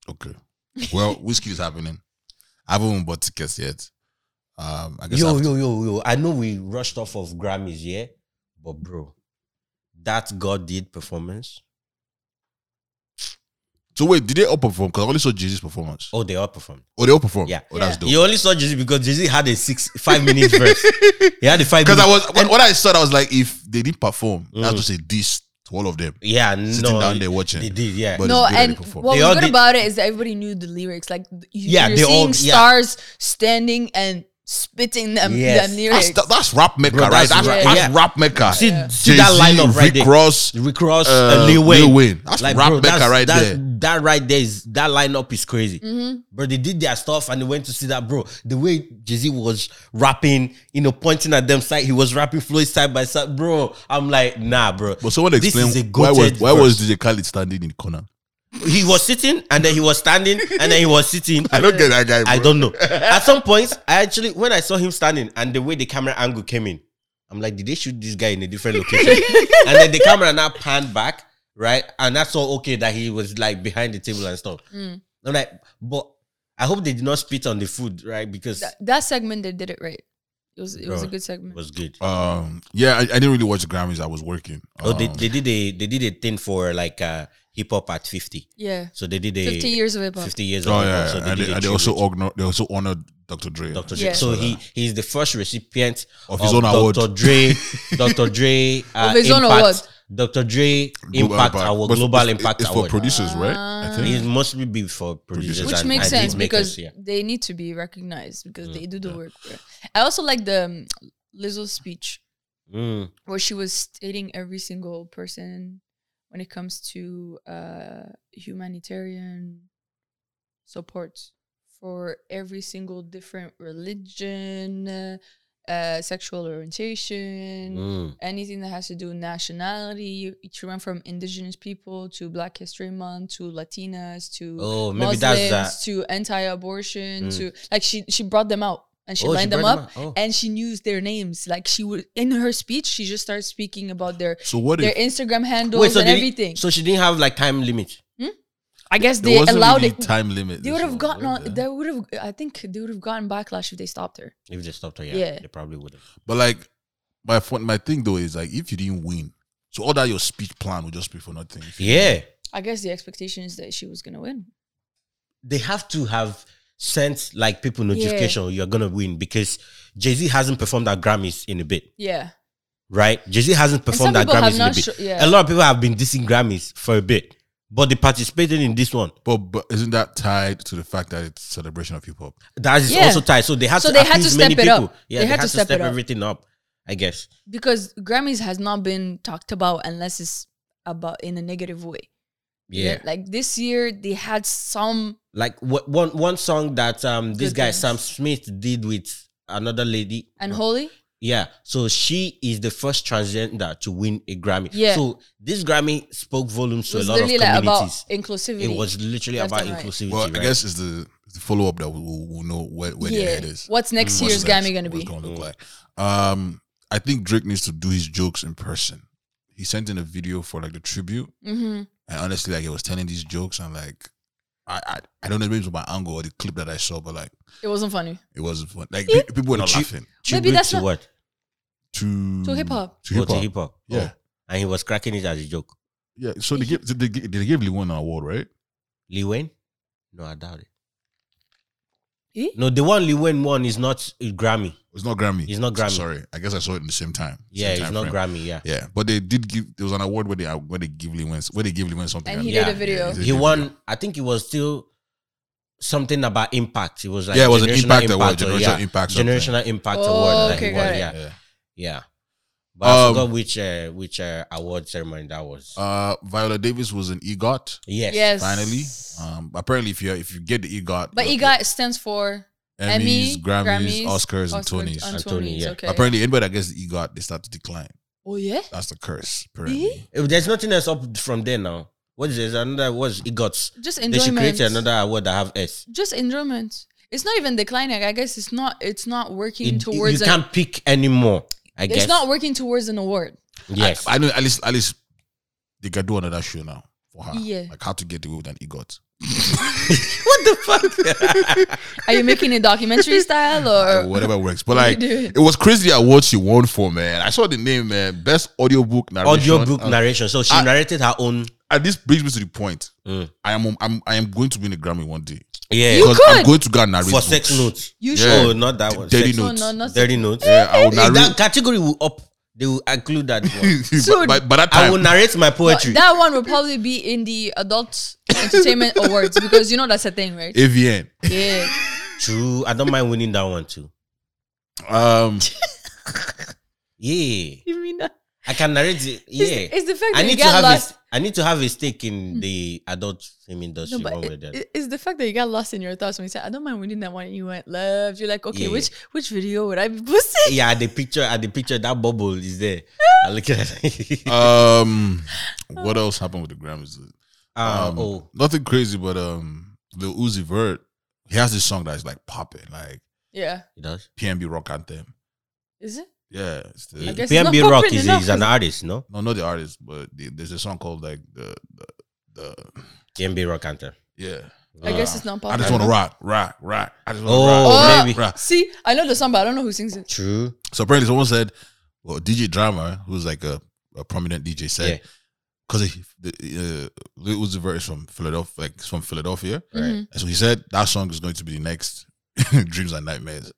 Speaker 4: ah, Okay. Well, whiskey is happening. I haven't even bought tickets yet. Um, I guess I
Speaker 3: Yo,
Speaker 4: have to-
Speaker 3: yo, yo, yo. I know we rushed off of Grammys, yeah? But bro, that God did performance.
Speaker 4: So wait, did they all perform? Because I only saw Jesus performance.
Speaker 3: Oh, they all performed.
Speaker 4: Oh, they all performed.
Speaker 3: Yeah.
Speaker 4: Oh, that's
Speaker 1: Yeah.
Speaker 4: dope.
Speaker 3: You only saw Jay-Z because Jay-Z had a six five minute verse. He had a five
Speaker 4: Because
Speaker 3: minute
Speaker 4: I was when, when I saw, that, I was like, if they didn't perform, that's
Speaker 3: Mm.
Speaker 4: just a diss to all of them
Speaker 3: Yeah,
Speaker 4: sitting
Speaker 3: no.
Speaker 4: down
Speaker 3: They
Speaker 4: there watching.
Speaker 3: did, yeah.
Speaker 4: But
Speaker 1: No,
Speaker 4: it's good that
Speaker 1: and
Speaker 4: they perform.
Speaker 1: what
Speaker 3: They
Speaker 1: was
Speaker 3: all
Speaker 1: good
Speaker 3: did-
Speaker 1: about it is that everybody knew the lyrics. Like you,
Speaker 3: Yeah,
Speaker 1: you're
Speaker 3: they
Speaker 1: seeing
Speaker 3: all- yeah.
Speaker 1: stars standing and spitting them,
Speaker 3: Yes.
Speaker 1: them
Speaker 4: That's,
Speaker 1: lyrics.
Speaker 4: that- that's rap mecca,
Speaker 3: Bro, that's
Speaker 4: right? That's,
Speaker 1: rap-
Speaker 4: that's
Speaker 3: yeah.
Speaker 4: rap mecca.
Speaker 3: see, see that
Speaker 4: Jay-Z,
Speaker 3: lineup right there.
Speaker 4: Rick Ross,
Speaker 3: Rick Ross,
Speaker 4: uh,
Speaker 3: uh, Lil Wayne.
Speaker 4: Lil Wayne. That's rap mecca
Speaker 3: that's-
Speaker 4: right
Speaker 3: that,
Speaker 4: there.
Speaker 3: That right there is that lineup is crazy. Bro, they did their stuff and they went to see that, bro. The way Jay-Z was rapping, you know, pointing at them side, he was rapping Floyd side by side. Bro, I'm like, nah, bro.
Speaker 4: But someone
Speaker 3: This
Speaker 4: explain
Speaker 3: is a
Speaker 4: why was
Speaker 3: goated
Speaker 4: why
Speaker 3: verse.
Speaker 4: was DJ Khaled standing in the corner?
Speaker 3: he was sitting and then he was standing and then he was sitting.
Speaker 4: I don't get that guy. Bro.
Speaker 3: I don't know. At some points, I actually when I saw him standing and the way the camera angle came in, I'm like, did they shoot this guy in a different location? and then the camera now panned back, right? And I saw okay that he was like behind the table and stuff.
Speaker 1: Mm.
Speaker 3: I'm like, but I hope they did not spit on the food, right? Because
Speaker 1: That, that segment they did it right. It was it was a
Speaker 3: Bro.
Speaker 1: good
Speaker 3: it
Speaker 1: segment.
Speaker 3: was good.
Speaker 4: Um, yeah, I, I didn't really watch the Grammys. I was working.
Speaker 3: oh, they,
Speaker 4: Um,
Speaker 3: they did a they did a thing for like uh hip hop at 50.
Speaker 1: yeah,
Speaker 3: So they did a
Speaker 1: fifty years of hip hop.
Speaker 3: 50 years
Speaker 4: oh
Speaker 3: old.
Speaker 4: yeah,
Speaker 3: so they
Speaker 4: and,
Speaker 3: did
Speaker 4: they,
Speaker 3: a
Speaker 4: and they also
Speaker 3: tribute.
Speaker 4: honor, they also honored Dr. Dre.
Speaker 3: Dr.
Speaker 1: Yeah.
Speaker 3: Dre. So he he's the first recipient
Speaker 4: Of his own award.
Speaker 3: Dr. Dre, Dr. Dre, uh,
Speaker 1: Of his own
Speaker 3: Impact-
Speaker 1: award.
Speaker 3: Dr. Dre
Speaker 4: Global
Speaker 3: Impact
Speaker 4: Impact.
Speaker 3: Award,
Speaker 4: But it's-
Speaker 3: Global
Speaker 4: it's-
Speaker 3: Impact
Speaker 4: It's for
Speaker 3: Award.
Speaker 4: producers, right?
Speaker 1: Ah.
Speaker 4: I think.
Speaker 3: It mostly be for producers,
Speaker 1: which
Speaker 3: and,
Speaker 1: makes
Speaker 3: and
Speaker 1: sense
Speaker 3: beatmakers,
Speaker 1: because
Speaker 3: yeah. Mm,
Speaker 1: they need to be recognized because they do the work. bro. I also like the um, Lizzo speech
Speaker 3: Mm.
Speaker 1: where she was stating every single person when it comes to uh, humanitarian support for every single different religion, uh, sexual orientation,
Speaker 3: Mm.
Speaker 1: anything that has to do with nationality. She went from indigenous people to Black History Month to Latinas to
Speaker 3: Oh, maybe
Speaker 1: Muslims
Speaker 3: that's that.
Speaker 1: to anti-abortion
Speaker 3: Mm.
Speaker 1: to like she she brought them out and she
Speaker 3: Oh, she
Speaker 1: lined them
Speaker 3: brought them
Speaker 1: up
Speaker 3: out. Oh.
Speaker 1: and she used their names like she would in her speech she just started speaking about their
Speaker 4: So what
Speaker 1: their
Speaker 4: if
Speaker 1: Instagram handles and
Speaker 3: they didn't-
Speaker 1: everything.
Speaker 3: so she didn't have like time limit.
Speaker 1: I guess
Speaker 4: there
Speaker 1: they
Speaker 4: wasn't
Speaker 1: allowed
Speaker 4: really
Speaker 1: it.
Speaker 4: time limit?
Speaker 1: They
Speaker 4: this
Speaker 1: would have
Speaker 4: one,
Speaker 1: gotten
Speaker 4: was
Speaker 1: on.
Speaker 4: there?
Speaker 1: They would have. I think they would have gotten backlash if they stopped her.
Speaker 3: If they stopped her, yeah,
Speaker 1: Yeah.
Speaker 3: they probably would have.
Speaker 4: But like my fun, my thing though is like if you didn't win, so all that your speech plan would just be for nothing. If you-
Speaker 3: Yeah,
Speaker 1: I guess the expectation is that she was gonna win.
Speaker 3: they have to have sent like people notification you're gonna win because Jay Z hasn't performed at Grammys in a bit.
Speaker 1: Yeah.
Speaker 3: right? Jay Z hasn't performed at
Speaker 1: people have
Speaker 3: Grammys in a
Speaker 1: not
Speaker 3: bit.
Speaker 1: sho- yeah.
Speaker 3: A lot of people have been dissing Grammys for a bit, but they participated in this one.
Speaker 4: But, but isn't that tied to the fact that it's celebration of hip hop?
Speaker 3: That is
Speaker 1: Yeah.
Speaker 3: also tied. So they had
Speaker 1: So
Speaker 3: to
Speaker 1: they had to
Speaker 3: appease many
Speaker 1: step it
Speaker 3: people.
Speaker 1: up.
Speaker 3: Yeah, they, had, to step,
Speaker 1: it up.
Speaker 3: everything up. I guess.
Speaker 1: because Grammys has not been talked about unless it's about in a negative way.
Speaker 3: Yeah.
Speaker 1: Like this year they had some
Speaker 3: Like wh- one one song that um this
Speaker 1: Good
Speaker 3: guy
Speaker 1: ones.
Speaker 3: Sam Smith did with another lady.
Speaker 1: unholy.
Speaker 3: Yeah. So she is the first transgender to win a Grammy.
Speaker 1: Yeah.
Speaker 3: So this Grammy spoke volumes
Speaker 1: It
Speaker 3: to a
Speaker 1: was
Speaker 3: lot of
Speaker 1: literally like about
Speaker 3: communities.
Speaker 1: inclusivity.
Speaker 3: it was literally
Speaker 1: Left
Speaker 3: about
Speaker 1: and right.
Speaker 3: inclusivity.
Speaker 4: Well, I
Speaker 3: right?
Speaker 4: guess it's the, it's the follow up that we'll, we'll know where, where their head is.
Speaker 1: What's next
Speaker 4: What's
Speaker 1: year's
Speaker 4: next?
Speaker 1: Grammy gonna be?
Speaker 4: What's gonna look like? Um, I think Drake needs to do his jokes in person. He sent in a video for like the tribute,
Speaker 1: hmm
Speaker 4: and honestly, like he was telling these jokes, and like I I, I don't know if it was my angle or the clip that I saw, but like
Speaker 1: It wasn't funny.
Speaker 4: it wasn't fun. Like pe- people were not
Speaker 3: Tri-
Speaker 4: laughing
Speaker 1: Maybe
Speaker 3: Tribute
Speaker 1: that's
Speaker 3: to
Speaker 1: not-
Speaker 3: what?
Speaker 4: to
Speaker 1: To hip hop.
Speaker 4: To
Speaker 3: Oh,
Speaker 4: hip
Speaker 3: to
Speaker 4: hop.
Speaker 3: hip hop.
Speaker 4: Yeah.
Speaker 3: Oh. And he was cracking it as a joke.
Speaker 4: Yeah. So they gave they, gave- they gave Lee one an award, right?
Speaker 3: Lee Wayne? No, I doubt it.
Speaker 1: Eh?
Speaker 3: No, the one Lee Wayne won is not a Grammy.
Speaker 4: It's not Grammy.
Speaker 3: It's not Grammy.
Speaker 4: Sorry, I guess I saw it in the same time.
Speaker 3: Yeah,
Speaker 4: same
Speaker 3: it's
Speaker 4: time
Speaker 3: not
Speaker 4: frame.
Speaker 3: Grammy. Yeah.
Speaker 4: Yeah, but they did give. There was an award where they where they give Lee Wayne where they give Lee Wayne something.
Speaker 1: And he
Speaker 3: Yeah,
Speaker 1: did a video.
Speaker 4: yeah,
Speaker 3: He won, I think it was still something about impact. It was like
Speaker 4: yeah, it was an
Speaker 3: generational
Speaker 4: impact, award,
Speaker 3: or-
Speaker 4: generational
Speaker 3: yeah,
Speaker 4: impact, something.
Speaker 3: generational impact
Speaker 1: Oh,
Speaker 3: award. that he
Speaker 1: okay,
Speaker 3: won,
Speaker 1: got it.
Speaker 3: Yeah.
Speaker 4: Yeah.
Speaker 3: Yeah. But I
Speaker 4: Um,
Speaker 3: forgot which uh, which uh, award ceremony that was.
Speaker 4: Uh, Viola Davis was an EGOT
Speaker 3: yes. Uh,
Speaker 1: Yes.
Speaker 4: finally. Um, apparently, if you if you get the EGOT,
Speaker 1: But
Speaker 4: you
Speaker 1: EGOT stands for
Speaker 4: Emmys,
Speaker 1: Emmy,
Speaker 4: Grammys,
Speaker 1: Grammys,
Speaker 4: Oscars, and
Speaker 1: Oscar-
Speaker 4: Tonys.
Speaker 1: and
Speaker 3: And Tony,
Speaker 1: Tonys,
Speaker 3: yeah.
Speaker 1: okay.
Speaker 4: Apparently, anybody that gets the EGOT, they start to decline.
Speaker 1: oh yeah.
Speaker 4: That's the curse. Apparently,
Speaker 3: If there's nothing else up from there now. What is there's another was EGOTs.
Speaker 1: Just
Speaker 3: They should
Speaker 1: enjoyment.
Speaker 3: create another award that have S.
Speaker 1: Just enjoyment. It's not even declining. I guess it's not. It's not working
Speaker 3: It- you
Speaker 1: towards. an,
Speaker 3: can't pick anymore. I
Speaker 1: it's
Speaker 3: guess
Speaker 1: not working towards an award.
Speaker 3: Yes,
Speaker 4: I, I know at least at least they can do another show now for her.
Speaker 1: Yeah.
Speaker 4: like how to get away with an EGOT.
Speaker 1: Are you making it documentary style
Speaker 4: or
Speaker 1: or
Speaker 4: whatever works. But
Speaker 1: Uh, What are
Speaker 4: like,
Speaker 1: you doing?
Speaker 4: it was crazy at what she won for, man. I saw the name, man. Best audiobook narration.
Speaker 3: audiobook
Speaker 4: Uh,
Speaker 3: narration. So she
Speaker 4: I-
Speaker 3: narrated her own.
Speaker 4: And this brings me to the point.
Speaker 3: Mm.
Speaker 4: I am I'm, I am going to win a Grammy one day
Speaker 3: Yeah,
Speaker 1: You
Speaker 4: because I'm
Speaker 1: could.
Speaker 4: going to go and narrate
Speaker 3: for sex
Speaker 4: books.
Speaker 3: notes.
Speaker 1: you
Speaker 4: Yeah.
Speaker 1: should?
Speaker 3: Oh, not that one.
Speaker 4: Dirty
Speaker 3: Sex-
Speaker 1: No,
Speaker 4: notes.
Speaker 1: no, not
Speaker 3: Dirty notes.
Speaker 4: Yeah, I will
Speaker 3: If that
Speaker 4: narrate.
Speaker 3: category will up. They will include that one.
Speaker 4: but, by, by that
Speaker 3: I will
Speaker 4: time,
Speaker 3: narrate my poetry.
Speaker 1: That one will probably be in the adult entertainment awards because you know that's a thing, right?
Speaker 4: AVN.
Speaker 1: Yeah.
Speaker 3: True. I don't mind winning that one too.
Speaker 4: Um,
Speaker 3: Yeah,
Speaker 1: You mean that?
Speaker 3: I can narrate it.
Speaker 1: It's,
Speaker 3: Yeah,
Speaker 1: it's the fact that
Speaker 3: I
Speaker 1: you
Speaker 3: need to
Speaker 1: got
Speaker 3: have a
Speaker 1: lost.
Speaker 3: s- I need to have a stake in the adult film industry.
Speaker 1: No, but
Speaker 3: one way or
Speaker 1: it,
Speaker 3: the other.
Speaker 1: it- it's the fact that you got lost in your thoughts when you said, "I don't mind winning that one." You went left. You're like, okay,
Speaker 3: Yeah.
Speaker 1: which which video would I be posting?
Speaker 3: yeah, at the picture, at the picture, that bubble is there. I look at it.
Speaker 4: um, what else happened with the Grammys?
Speaker 3: um,
Speaker 4: Um,
Speaker 3: oh,
Speaker 4: nothing crazy, but um, Lil Uzi Vert, he has this song that's like popping, like
Speaker 1: Yeah,
Speaker 3: it does.
Speaker 4: PNB Rock Anthem.
Speaker 1: is it?
Speaker 4: Yeah, it's the,
Speaker 1: I guess it's
Speaker 3: PNB
Speaker 1: not
Speaker 3: Rock
Speaker 1: popping
Speaker 3: is,
Speaker 1: enough,
Speaker 3: is an
Speaker 1: is it?
Speaker 3: artist, no?
Speaker 4: no, not the artist, but the, there's a song called like the the, the
Speaker 3: PNB Rock Anthem.
Speaker 4: yeah.
Speaker 1: I guess it's not
Speaker 4: I
Speaker 1: popular.
Speaker 4: just want to rock, rock, rock. I just want to rock,
Speaker 3: Oh,
Speaker 1: Oh.
Speaker 3: maybe.
Speaker 4: rock.
Speaker 1: See, I know the song, but I don't know who sings it.
Speaker 3: True.
Speaker 4: So apparently, someone said, "Well, DJ Drama, who's like a, a prominent DJ, said because the uh, Lil Uzi Vert is from Philadelphia, like he's from Philadelphia,
Speaker 1: Mhm.
Speaker 4: and so he said that song is going to be the next Dreams and Nightmares."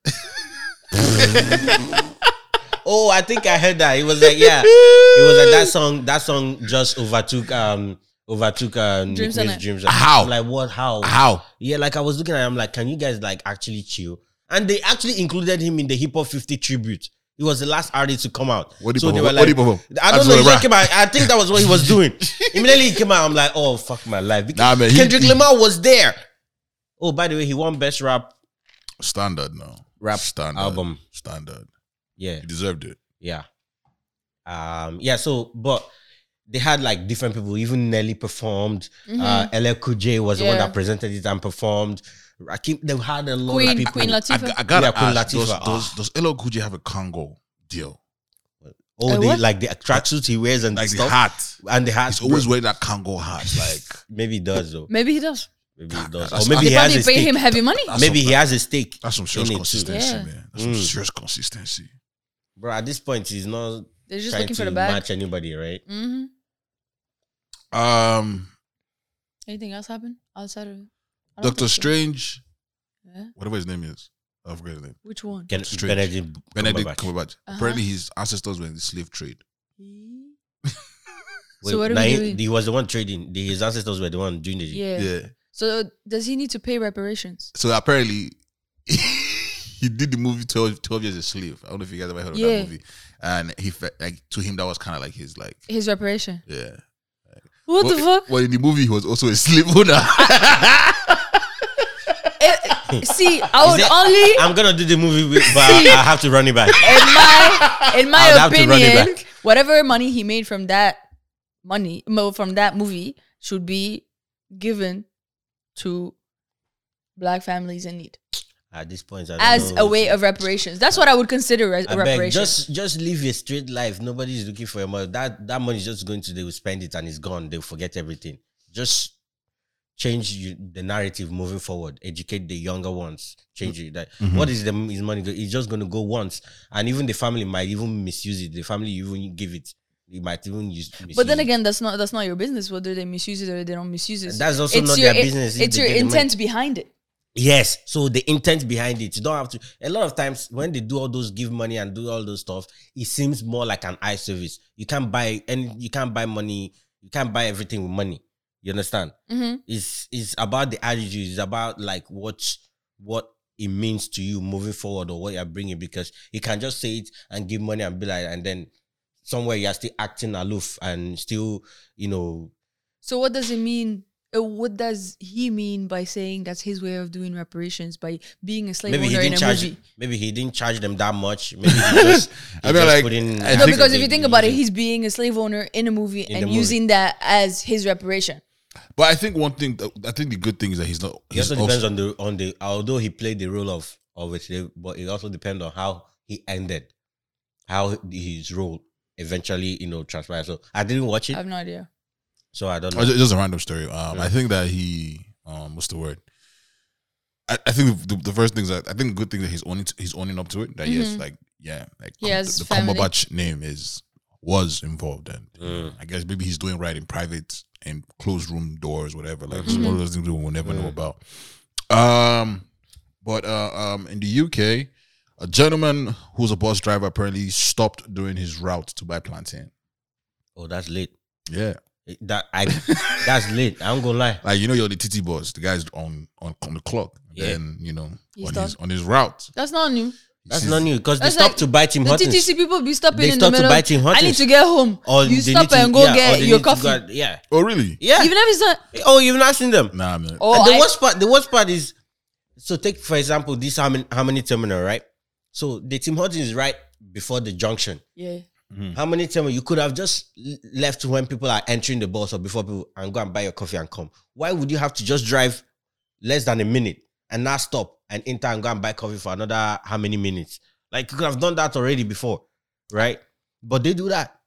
Speaker 3: Oh, I think I heard that. It was like, yeah, it was like that song. That song just overtook um overtook uh,
Speaker 1: Dreams and
Speaker 3: Dreams and
Speaker 1: Night-
Speaker 3: Dreams.
Speaker 4: How?
Speaker 3: I'm like what? How?
Speaker 4: How?
Speaker 3: Yeah, like I was looking at. Him, I'm like, can you guys like actually chill? And they actually included him in the Hip Hop 50 tribute. He was the last artist to come out.
Speaker 4: What do you
Speaker 3: so they
Speaker 4: perform?
Speaker 3: were
Speaker 4: What
Speaker 3: like,
Speaker 4: do you perform?
Speaker 3: I don't
Speaker 4: Absolute
Speaker 3: know. He just
Speaker 4: rap.
Speaker 3: came out. I think that was what he was doing. Immediately he came out. I'm like, oh fuck my life. Because
Speaker 4: Nah, man, he-
Speaker 3: Kendrick
Speaker 4: he-
Speaker 3: Lamar was there. Oh, by the way, he won best rap
Speaker 4: Standard no
Speaker 3: Rap
Speaker 4: standard
Speaker 3: album.
Speaker 4: standard.
Speaker 3: Yeah.
Speaker 4: He deserved it.
Speaker 3: Yeah. Um, yeah, so but they had like different people, even Nelly performed, uh LL Cool J was the one
Speaker 1: Mm-hmm. Yeah.
Speaker 3: that presented it and performed. Rakim, they had a lot of
Speaker 1: Queen,
Speaker 3: people.
Speaker 1: Queen
Speaker 4: I,
Speaker 1: Latifah.
Speaker 4: I gotta
Speaker 3: Yeah, Queen
Speaker 4: ask, does,
Speaker 3: Latifah.
Speaker 4: does, does LL Cool J have a Congo deal?
Speaker 3: oh,
Speaker 1: Uh,
Speaker 3: they
Speaker 1: what?
Speaker 3: like the tracksuits he wears and
Speaker 4: Like the
Speaker 3: stuff.
Speaker 4: hat.
Speaker 3: And the hat
Speaker 4: He's always wearing that Congo hat. Like
Speaker 3: maybe it does though.
Speaker 1: Maybe he does.
Speaker 3: Maybe it does.
Speaker 4: that's-
Speaker 3: Or maybe
Speaker 1: They
Speaker 3: he has
Speaker 1: probably
Speaker 3: a
Speaker 1: pay
Speaker 3: stake.
Speaker 1: him heavy money.
Speaker 4: That's
Speaker 3: Maybe
Speaker 4: some-
Speaker 3: he has a stake.
Speaker 4: that's some serious
Speaker 3: In it too.
Speaker 4: consistency,
Speaker 1: Yeah.
Speaker 4: man. That's some
Speaker 3: Mm.
Speaker 4: serious consistency.
Speaker 3: Bro, at this point he's not
Speaker 1: They're just
Speaker 3: trying
Speaker 1: looking for
Speaker 3: to
Speaker 1: the bag.
Speaker 3: match anybody, right?
Speaker 1: hmm
Speaker 4: Um,
Speaker 1: Anything else happen outside of I don't
Speaker 4: Doctor
Speaker 1: think so.
Speaker 4: Strange,
Speaker 1: Yeah.
Speaker 4: whatever his name is, Oh, I forget his name.
Speaker 1: Which one?
Speaker 3: Can,
Speaker 4: Strange.
Speaker 3: Benedict,
Speaker 4: Benedict
Speaker 3: Cumberbatch.
Speaker 4: Cumberbatch.
Speaker 1: Uh-huh.
Speaker 4: Apparently, his ancestors were in the slave trade.
Speaker 1: He- So what are we
Speaker 3: Naim-
Speaker 1: doing?
Speaker 3: He was the one trading. The- his ancestors were the one doing the.
Speaker 1: Yeah.
Speaker 4: Yeah.
Speaker 1: So does he need to pay reparations?
Speaker 4: So apparently, he did the movie 12, 12 Years a Slave. I don't know if you guys ever heard of
Speaker 1: Yeah.
Speaker 4: that movie. And he felt like to him that was kind of like his like
Speaker 1: His reparation.
Speaker 4: yeah.
Speaker 1: What the
Speaker 4: Well,
Speaker 1: fuck?
Speaker 4: Well, in the movie, he was also a slave owner.
Speaker 1: Eh, see, I would
Speaker 3: that-
Speaker 1: only
Speaker 3: I'm gonna do the movie, with, but I have to run it back.
Speaker 1: in my in
Speaker 3: I'd
Speaker 1: my
Speaker 3: have to run it
Speaker 1: opinion,
Speaker 3: back.
Speaker 1: whatever money he made from that money, mo- from that movie, should be given to black families in need
Speaker 3: At this point, I don't
Speaker 1: as
Speaker 3: know.
Speaker 1: a way of reparations. That's what I would consider as
Speaker 3: I beg,
Speaker 1: reparations.
Speaker 3: just just live a straight life. Nobody's looking for your money. That that money is just going to they will spend it and it's gone. They'll forget everything. Just change you, the narrative moving forward. Educate the younger ones. Change it. That what is the is money? go- It's just going to go once, and even the family might even misuse it. The family you even give it, you might even use.
Speaker 1: but then
Speaker 3: misuse it.
Speaker 1: again, that's not that's not your business whether they misuse it or they don't misuse it.
Speaker 3: That's also not their business if
Speaker 1: It's
Speaker 3: they
Speaker 1: your
Speaker 3: get the money.
Speaker 1: intent behind it.
Speaker 3: Yes. So the intent behind it, you don't have to. A lot of times when they do all those give money and do all those stuff, it seems more like an eye service. You can't buy any. You can't buy money. You can't buy everything with money. You understand?
Speaker 1: Mhm.
Speaker 3: It's it's about the attitude. It's about like what what it means to you moving forward or what you're bringing because you can just say it and give money and be like and then somewhere you're still acting aloof and still you know
Speaker 1: So what does it mean? uh, What does he mean by saying that's his way of doing reparations by being a slave
Speaker 3: maybe he
Speaker 1: owner in
Speaker 3: didn't
Speaker 1: a
Speaker 3: charge
Speaker 1: movie?
Speaker 3: maybe he didn't charge them that much maybe he just he
Speaker 4: I mean,
Speaker 3: just
Speaker 4: like,
Speaker 3: put in-
Speaker 4: I
Speaker 1: No,
Speaker 4: think-
Speaker 1: because if you think about it,
Speaker 3: using-
Speaker 1: he's being a slave owner in a movie
Speaker 3: In the
Speaker 1: and
Speaker 3: movie.
Speaker 1: using that as his reparation.
Speaker 4: but I think one thing, that- I think the good thing is that he's not.
Speaker 3: It
Speaker 4: He's
Speaker 3: also depends on the on the although he played the role of of it, but it also depends on how he ended, how his role eventually you know transpired. So I didn't watch
Speaker 1: I
Speaker 3: it,
Speaker 1: have no idea.
Speaker 3: so I don't
Speaker 4: Oh,
Speaker 3: know.
Speaker 4: ju- just a random story. Um, I think that he, um, what's the word? I, I think the, the, first things that I think the good thing that he's owning he's owning up to it. That yes, like yeah, like
Speaker 1: Mm-hmm. He has
Speaker 4: the, the
Speaker 1: family.
Speaker 4: Cumberbatch name is was involved, and I guess maybe he's doing right in private and closed room doors, whatever. Like
Speaker 1: Mm-hmm.
Speaker 4: it's one of those things we will never know about. Um, but uh, um, in the UK, a gentleman who's a bus driver apparently stopped during his route to buy plantain.
Speaker 3: Oh, that's late.
Speaker 4: Yeah,
Speaker 3: That I that's late. I'm gonna lie.
Speaker 4: Like you know, you're the TT boss. The guy's on on, on the clock.
Speaker 3: Yeah.
Speaker 4: Then you know
Speaker 1: He's
Speaker 4: on
Speaker 1: done.
Speaker 4: his on his route.
Speaker 1: That's not new.
Speaker 3: That's
Speaker 4: He's-
Speaker 3: not new because they
Speaker 1: That's
Speaker 3: stopped
Speaker 1: like
Speaker 3: to buy Tim
Speaker 1: The
Speaker 3: Hortons.
Speaker 1: TTC people be stopping
Speaker 3: They
Speaker 1: in the
Speaker 3: stop to
Speaker 1: middle.
Speaker 3: buy Tim
Speaker 1: I need
Speaker 3: Hortons.
Speaker 1: to get home.
Speaker 3: Or
Speaker 1: you
Speaker 3: they
Speaker 1: stop
Speaker 3: need to-
Speaker 1: and go
Speaker 3: yeah, or
Speaker 1: get
Speaker 3: they
Speaker 1: your
Speaker 3: need to go
Speaker 1: coffee.
Speaker 3: and- yeah.
Speaker 4: Oh really?
Speaker 3: Yeah.
Speaker 1: Even if it's not.
Speaker 3: oh, you've not seen them.
Speaker 4: Nah man.
Speaker 1: Oh,
Speaker 3: the
Speaker 1: I-
Speaker 3: worst part, the worst part is, so take for example this harmony, harmony terminal, right? So the Tim Hortons is right before the junction.
Speaker 1: Yeah.
Speaker 4: Hmm.
Speaker 3: How many times you could have just l- left when people are entering the bus or before people and go and buy your coffee and come? Why would you have to just drive less than a minute and now stop and enter and go and buy coffee for another how many minutes? Like you could have done that already before, right? But they do that.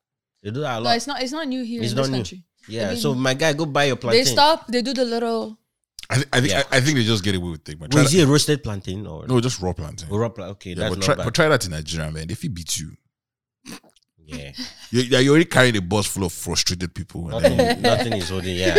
Speaker 3: They do that a
Speaker 1: No,
Speaker 3: lot.
Speaker 1: it's not. It's not new here
Speaker 3: It's
Speaker 1: in this
Speaker 3: not new.
Speaker 1: country.
Speaker 3: yeah.
Speaker 1: they-
Speaker 3: so my guy, go buy your
Speaker 1: They
Speaker 3: plantain.
Speaker 1: stop. They do the little.
Speaker 4: I, thi- I think
Speaker 3: Yeah.
Speaker 4: I, I think they just get away with it. But
Speaker 3: Wait,
Speaker 4: try
Speaker 3: is
Speaker 4: that,
Speaker 3: it a roasted plantain or
Speaker 4: no, just raw plantain.
Speaker 3: or raw pla- Okay,
Speaker 4: yeah,
Speaker 3: that's
Speaker 4: but
Speaker 3: not
Speaker 4: try
Speaker 3: bad.
Speaker 4: but try that in Nigeria, man. If he beat you,
Speaker 3: yeah,
Speaker 4: you yeah, you already carrying a bus full of frustrated people. And then,
Speaker 3: nothing, nothing is holding. Yeah.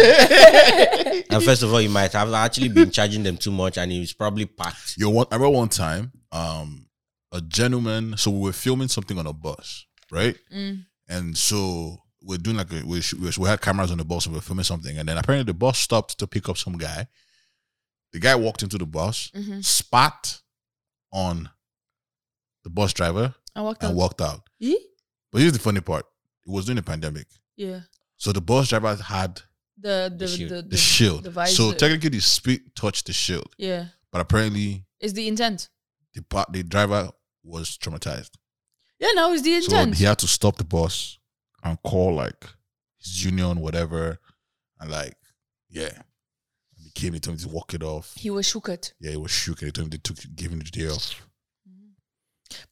Speaker 3: and first of all, you might have actually been charging them too much, and it was probably packed.
Speaker 4: you one I remember one time, um, a gentleman. So we were filming something on a bus, right?
Speaker 1: Mm.
Speaker 4: And so we're doing like a, we, sh- we sh- we had cameras on the bus and we are filming something. And then apparently the bus stopped to pick up some guy. The guy walked into the bus,
Speaker 1: Mhm.
Speaker 4: spat on the bus driver,
Speaker 1: I walked
Speaker 4: and
Speaker 1: out.
Speaker 4: walked out.
Speaker 1: Eh?
Speaker 4: But here's the funny part: it was during the pandemic,
Speaker 1: Yeah.
Speaker 4: so the bus driver had
Speaker 1: The the the
Speaker 3: shield.
Speaker 1: the,
Speaker 4: the, shield.
Speaker 1: the visor.
Speaker 4: so technically, the spit touched the shield,
Speaker 1: yeah.
Speaker 4: but apparently
Speaker 1: It's the intent.
Speaker 4: the part the driver was traumatized.
Speaker 1: Yeah. Now it's the
Speaker 4: So
Speaker 1: intent.
Speaker 4: he had to stop the bus and call like his union, whatever, and like, yeah. And they came, they told him to walk it off.
Speaker 1: He was shooked.
Speaker 4: Yeah, he was shook. and They told him they took, gave him the day off.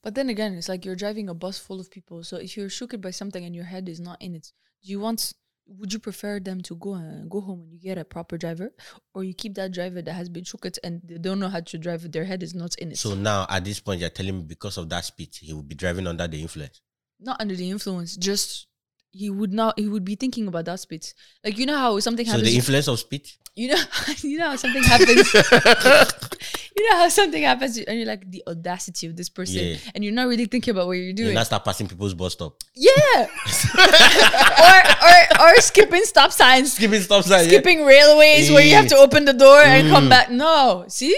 Speaker 1: But then again, it's like you're driving a bus full of people. So if you're shooked by something and your head is not in it, do you want? Would you prefer them to go and go home and you get a proper driver, or you keep that driver that has been shooked and they don't know how to drive? Their head is not in it.
Speaker 3: So now at this point, you're telling me because of that speed, he will be driving under the influence.
Speaker 1: not under the influence. Just he would not. He would be thinking about that spit. Like you know how something
Speaker 3: So
Speaker 1: happens.
Speaker 3: the influence of speed.
Speaker 1: you know, you know how something happens. you know how something happens, and you're like the audacity of this person,
Speaker 3: Yeah.
Speaker 1: and you're not really thinking about what you're
Speaker 3: You
Speaker 1: doing.
Speaker 3: now start passing people's bus stop.
Speaker 1: Yeah. or or or or skipping stop signs,
Speaker 3: skipping stop sign. yeah.
Speaker 1: skipping railways where you have to open the door and
Speaker 4: Mm.
Speaker 1: come back. No, see,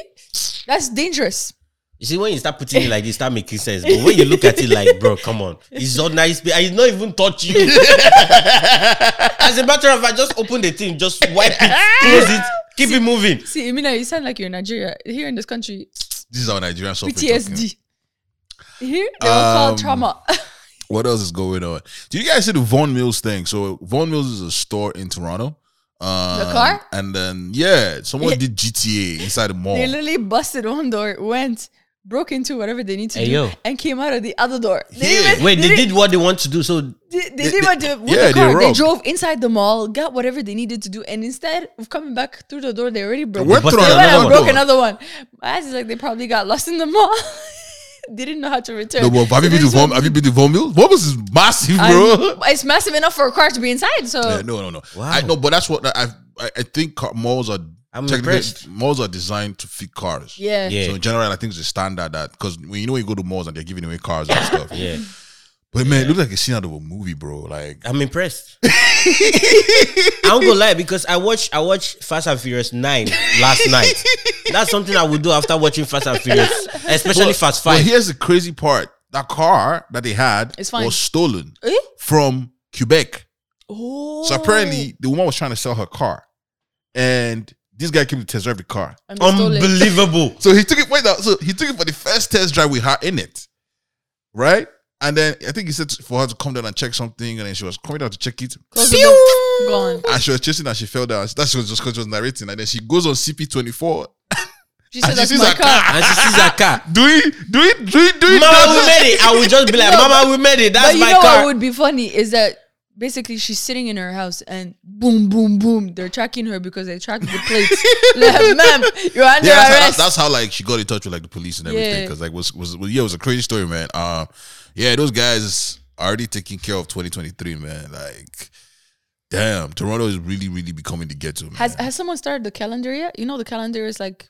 Speaker 1: that's dangerous.
Speaker 3: You see, when you start putting it like this, start making sense. But when you look at it like, bro, come on, it's not nice. but I not even touch you. As a matter of fact, just open the thing, just wipe it, close it, keep it moving.
Speaker 1: See, Emina, you sound like you're in Nigeria. Here in this country,
Speaker 4: This is our Nigerian software. talking.
Speaker 1: PTSD. Here they will call
Speaker 4: Um,
Speaker 1: trauma.
Speaker 4: What else is going on? Do you guys see the Von Mills thing? So Von Mills is a store in Toronto. Um,
Speaker 1: car?
Speaker 4: And then yeah, someone
Speaker 1: Yeah.
Speaker 4: did GTA inside the mall.
Speaker 1: they literally busted one door, went, broke into whatever they need to
Speaker 3: Hey,
Speaker 1: do,
Speaker 3: yo.
Speaker 1: and came out of the other door. They
Speaker 4: Yeah.
Speaker 1: didn't even-
Speaker 3: Wait,
Speaker 1: they
Speaker 3: they
Speaker 1: didn't-
Speaker 3: did what they want to do. So
Speaker 1: they, they didn't even do- with
Speaker 4: yeah,
Speaker 1: the
Speaker 4: they
Speaker 1: car. They
Speaker 4: robbed.
Speaker 1: drove inside the mall, got whatever they needed to do, and instead of coming back through the door, they already broke.
Speaker 4: went
Speaker 1: they
Speaker 3: busted
Speaker 1: went
Speaker 3: another
Speaker 1: and
Speaker 3: one.
Speaker 1: broke another one. My ass is like they probably got lost in the mall. they didn't know how to return.
Speaker 4: No, but have you
Speaker 1: So
Speaker 4: been to
Speaker 1: this
Speaker 4: Von?
Speaker 1: one-
Speaker 4: Have you been to Von Mills? Von Mills is massive,
Speaker 1: I'm-
Speaker 4: bro.
Speaker 1: It's massive enough for a car to be inside. So
Speaker 4: Yeah, no, no, no.
Speaker 3: Wow.
Speaker 4: I know, but that's what I I, I think car, malls are.
Speaker 3: I'm
Speaker 4: technically-
Speaker 3: impressed.
Speaker 4: Malls are designed to fit cars.
Speaker 1: yeah.
Speaker 3: yeah,
Speaker 4: So in general, I think it's a standard that because when you know you go to malls and they're giving away cars and stuff.
Speaker 3: yeah,
Speaker 4: But man, it looks like a scene out of a movie, bro. Like
Speaker 3: I'm impressed. I'm gonna lie because I watched I watched Fast and Furious Nine last night. That's something I would do after watching Fast and Furious, especially Fast
Speaker 4: But
Speaker 3: Five.
Speaker 4: here's the crazy part: that car that they had
Speaker 1: It's fine.
Speaker 4: was stolen
Speaker 1: Eh?
Speaker 4: from Quebec.
Speaker 1: Oh.
Speaker 4: So apparently, the woman was trying to sell her car, and this guy came to test drive the car.
Speaker 1: And they stole it.
Speaker 3: Unbelievable.
Speaker 4: So he took it. Wait, no, so he took it for the first test drive with her in it, right? And then I think he said for her to come down and check something, and then she was coming down to check it.
Speaker 1: Close the door. Gone.
Speaker 4: And she was chasing and she fell down. That she was just because she was narrating. And then she goes on
Speaker 1: She
Speaker 4: CP24 and
Speaker 1: said
Speaker 4: she
Speaker 1: that's
Speaker 4: sees
Speaker 1: my
Speaker 4: her
Speaker 1: car.
Speaker 4: car.
Speaker 3: And she sees a car.
Speaker 4: Do it, do it, do it, do it.
Speaker 3: Mama, we made it. I would just be like,
Speaker 1: No,
Speaker 3: Mama, we made it. That's
Speaker 1: but you
Speaker 3: my
Speaker 1: know
Speaker 3: car.
Speaker 1: what would be funny is that basically she's sitting in her house and boom, boom, boom. They're tracking her because they tracked the plates. like, ma'am, you're under
Speaker 4: yeah, that's, how,
Speaker 1: arrest.
Speaker 4: that's, that's how like she got in touch with like the police and everything
Speaker 1: Yeah.
Speaker 4: because like was was was- yeah, it was a crazy story, man. Uh, yeah, those guys are already taking care of 2023, man. Like, damn, Toronto is really, really becoming the ghetto. Man.
Speaker 1: has has someone started the calendar yet? You know, the calendar is like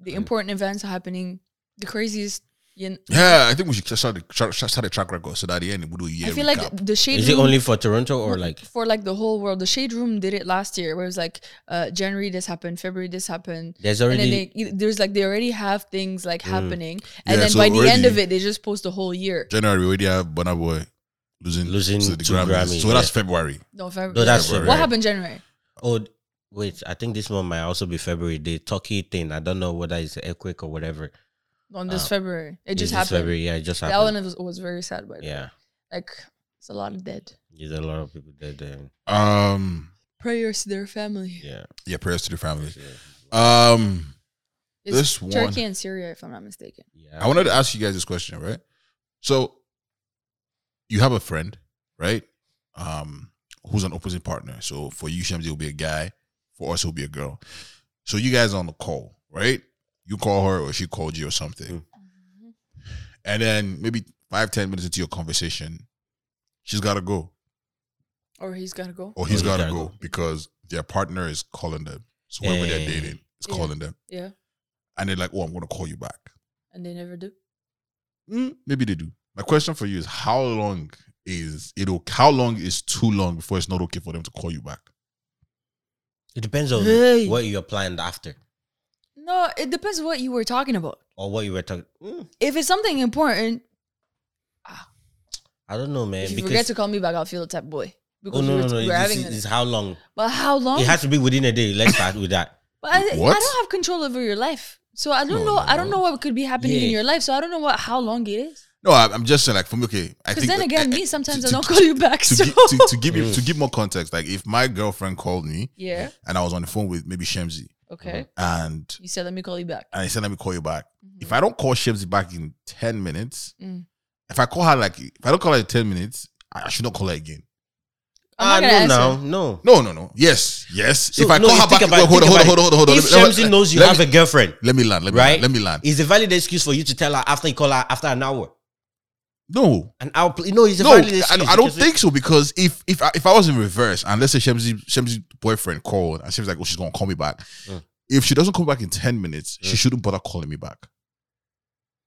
Speaker 1: the important events are happening, the craziest. You kn-
Speaker 4: yeah, I think we should start the tra- start a track record so that at the end we do a year.
Speaker 1: I feel
Speaker 4: recap.
Speaker 1: like the shade
Speaker 3: Is it
Speaker 1: room
Speaker 3: only for Toronto or like?
Speaker 1: for like the whole world. The shade room did it last year, where it was like uh, January this happened, February this happened,
Speaker 3: There's
Speaker 1: and then
Speaker 3: already. Mm.
Speaker 1: they, there's like they already have things like happening, and
Speaker 4: Yeah,
Speaker 1: then
Speaker 4: so
Speaker 1: by the end
Speaker 4: already-
Speaker 1: of it, they just post the whole year.
Speaker 4: January we already have Burna Boy losing
Speaker 3: Losing
Speaker 4: to the
Speaker 3: to
Speaker 4: Grammys,
Speaker 3: Grammy,
Speaker 4: so that's
Speaker 3: yeah.
Speaker 4: February.
Speaker 1: No, February.
Speaker 3: No, that's
Speaker 4: February.
Speaker 1: What
Speaker 3: February.
Speaker 1: happened January?
Speaker 3: Oh, d- wait. I think this one might also be February. The Turkey thing. I don't know whether it's an earthquake or whatever.
Speaker 1: On this
Speaker 3: Uh,
Speaker 1: February, it
Speaker 3: It's
Speaker 1: just
Speaker 3: this
Speaker 1: happened.
Speaker 3: February. Yeah, it just
Speaker 1: That
Speaker 3: happened.
Speaker 1: one was, was very sad, but
Speaker 3: Yeah,
Speaker 1: like it's a lot of dead.
Speaker 3: there's a lot of people there. there.
Speaker 4: Um,
Speaker 1: Prayers to their family.
Speaker 3: Yeah.
Speaker 4: yeah, prayers to the family.
Speaker 3: Yeah.
Speaker 4: Um,
Speaker 1: It's
Speaker 4: This one-
Speaker 1: Turkey and Syria, if I'm not mistaken.
Speaker 4: I wanted to ask you guys this question, right? So you have a friend, right? Um, who's an opposite partner. So for you, Shamsi will be a guy. For us, will be a girl. So you guys are on the call, right? You call her or she called you or something.
Speaker 1: Mm-hmm.
Speaker 4: And then maybe five, ten minutes into your conversation, she's gotta go.
Speaker 1: Or he's gotta go.
Speaker 4: Or
Speaker 3: Or
Speaker 4: he's
Speaker 3: he
Speaker 4: Oh, gotta
Speaker 3: gotta
Speaker 4: go
Speaker 3: go.
Speaker 4: because their partner is calling them. So whenever
Speaker 3: Yeah.
Speaker 4: they're dating, it's
Speaker 1: Yeah.
Speaker 4: calling them.
Speaker 1: Yeah,
Speaker 4: And they're like, Oh, I'm gonna call you back.
Speaker 1: and they never do.
Speaker 4: Mm, maybe they do. My question for you is how long is it o- how long is too long before it's not okay for them to call you back?
Speaker 3: It depends on
Speaker 1: Hey.
Speaker 3: what you planned after
Speaker 1: No, it depends what you were talking about.
Speaker 3: or what you were talking. Mm,
Speaker 1: If it's something important,
Speaker 3: I don't know, man.
Speaker 1: if you forget
Speaker 3: because
Speaker 1: to call me back, I'll feel the type boy because
Speaker 3: oh no,
Speaker 1: we
Speaker 3: no,
Speaker 1: were,
Speaker 3: no.
Speaker 1: we
Speaker 3: This
Speaker 1: were having
Speaker 3: is,
Speaker 1: it.
Speaker 3: is how long?
Speaker 1: But how
Speaker 4: Oh.
Speaker 1: long?
Speaker 3: It has to be within a day. Let's start with that.
Speaker 1: But I, I
Speaker 4: What?
Speaker 1: don't have control over your life, so I don't
Speaker 4: No,
Speaker 1: know.
Speaker 4: no,
Speaker 1: I don't
Speaker 4: no.
Speaker 1: know what could be happening in
Speaker 3: Yeah.
Speaker 1: your life, so I don't know what how long it is.
Speaker 4: No, I, I'm just saying like for me, okay.
Speaker 1: Because
Speaker 4: I think
Speaker 1: then
Speaker 4: that-
Speaker 1: again,
Speaker 4: I- I-
Speaker 1: me sometimes
Speaker 4: to-
Speaker 1: I
Speaker 4: to-
Speaker 1: don't call you back.
Speaker 4: to,
Speaker 1: so
Speaker 4: gi- to, to give you to give more context, like if my girlfriend called me
Speaker 1: yeah,
Speaker 4: and I was on the phone with maybe Shemzi
Speaker 1: okay.
Speaker 4: and
Speaker 1: You said let me call you back.
Speaker 4: and I said let me call you back.
Speaker 3: Mm-hmm.
Speaker 4: If I don't call Shemzi back in ten minutes,
Speaker 1: Mm.
Speaker 4: if I call her like if I don't call her in ten minutes, I, I should not call her again.
Speaker 1: I'm not
Speaker 3: Ah,
Speaker 1: gonna
Speaker 3: no,
Speaker 1: answer.
Speaker 3: no, no.
Speaker 4: No, no, no. Yes, yes.
Speaker 3: So,
Speaker 4: if I
Speaker 3: no,
Speaker 4: call
Speaker 3: you
Speaker 4: her
Speaker 3: think
Speaker 4: back,
Speaker 3: about it,
Speaker 4: wait, hold on,
Speaker 3: think
Speaker 4: hold on,
Speaker 3: about
Speaker 4: hold on,
Speaker 3: it.
Speaker 4: hold on, hold on.
Speaker 3: If
Speaker 4: Let me-
Speaker 3: Shamsi knows you
Speaker 4: let
Speaker 3: have
Speaker 4: me-
Speaker 3: a girlfriend,
Speaker 4: let me land. Let me
Speaker 3: Right?
Speaker 4: land. Let me land.
Speaker 3: It's a valid excuse for you to tell her after you call her after an hour.
Speaker 4: No,
Speaker 3: An hour, pl- no, it's a
Speaker 4: no,
Speaker 3: valid
Speaker 4: I,
Speaker 3: excuse.
Speaker 4: I don't
Speaker 3: because
Speaker 4: think so because if if I, if I was in reverse and let's say Shemzi Shemzi's boyfriend called and she was like, oh, she's gonna call me back.
Speaker 3: Mm.
Speaker 4: If she doesn't come back in ten minutes, she
Speaker 3: Mm.
Speaker 4: shouldn't bother calling me back.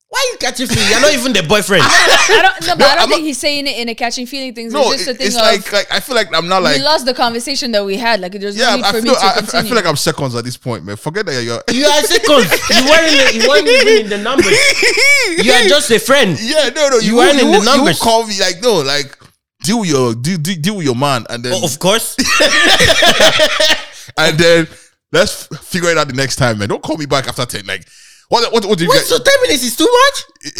Speaker 3: Why you catching feelings? You're not even the boyfriend.
Speaker 1: I don't, no, but
Speaker 4: No,
Speaker 1: I don't
Speaker 4: I'm
Speaker 1: think
Speaker 4: not-
Speaker 1: he's saying it in a catching feeling thing.
Speaker 4: No,
Speaker 1: it's just a
Speaker 4: it-
Speaker 1: thing
Speaker 4: it's
Speaker 1: of
Speaker 4: like like I feel like I'm not
Speaker 1: we
Speaker 4: like
Speaker 1: lost the conversation that we had. Like there's
Speaker 4: yeah.
Speaker 1: no need
Speaker 4: I
Speaker 1: for me
Speaker 4: feel,
Speaker 1: to
Speaker 4: I, I
Speaker 1: continue.
Speaker 4: feel like I'm seconds at this point, man. Forget that you're.
Speaker 3: you are seconds. You weren't. You weren't even in the numbers. You are just a friend.
Speaker 4: yeah, no, no. You,
Speaker 3: You
Speaker 4: won't-
Speaker 3: ain't
Speaker 4: you,
Speaker 3: in the
Speaker 4: won't- you
Speaker 3: numbers.
Speaker 4: won't call me like no, like deal with your deal, deal, deal with your man, and then
Speaker 3: Oh, of course.
Speaker 4: and then let's f- figure it out the next time, man. Don't call me back after ten. Like what what what do you
Speaker 3: Wait,
Speaker 4: get?
Speaker 3: so ten minutes is too much?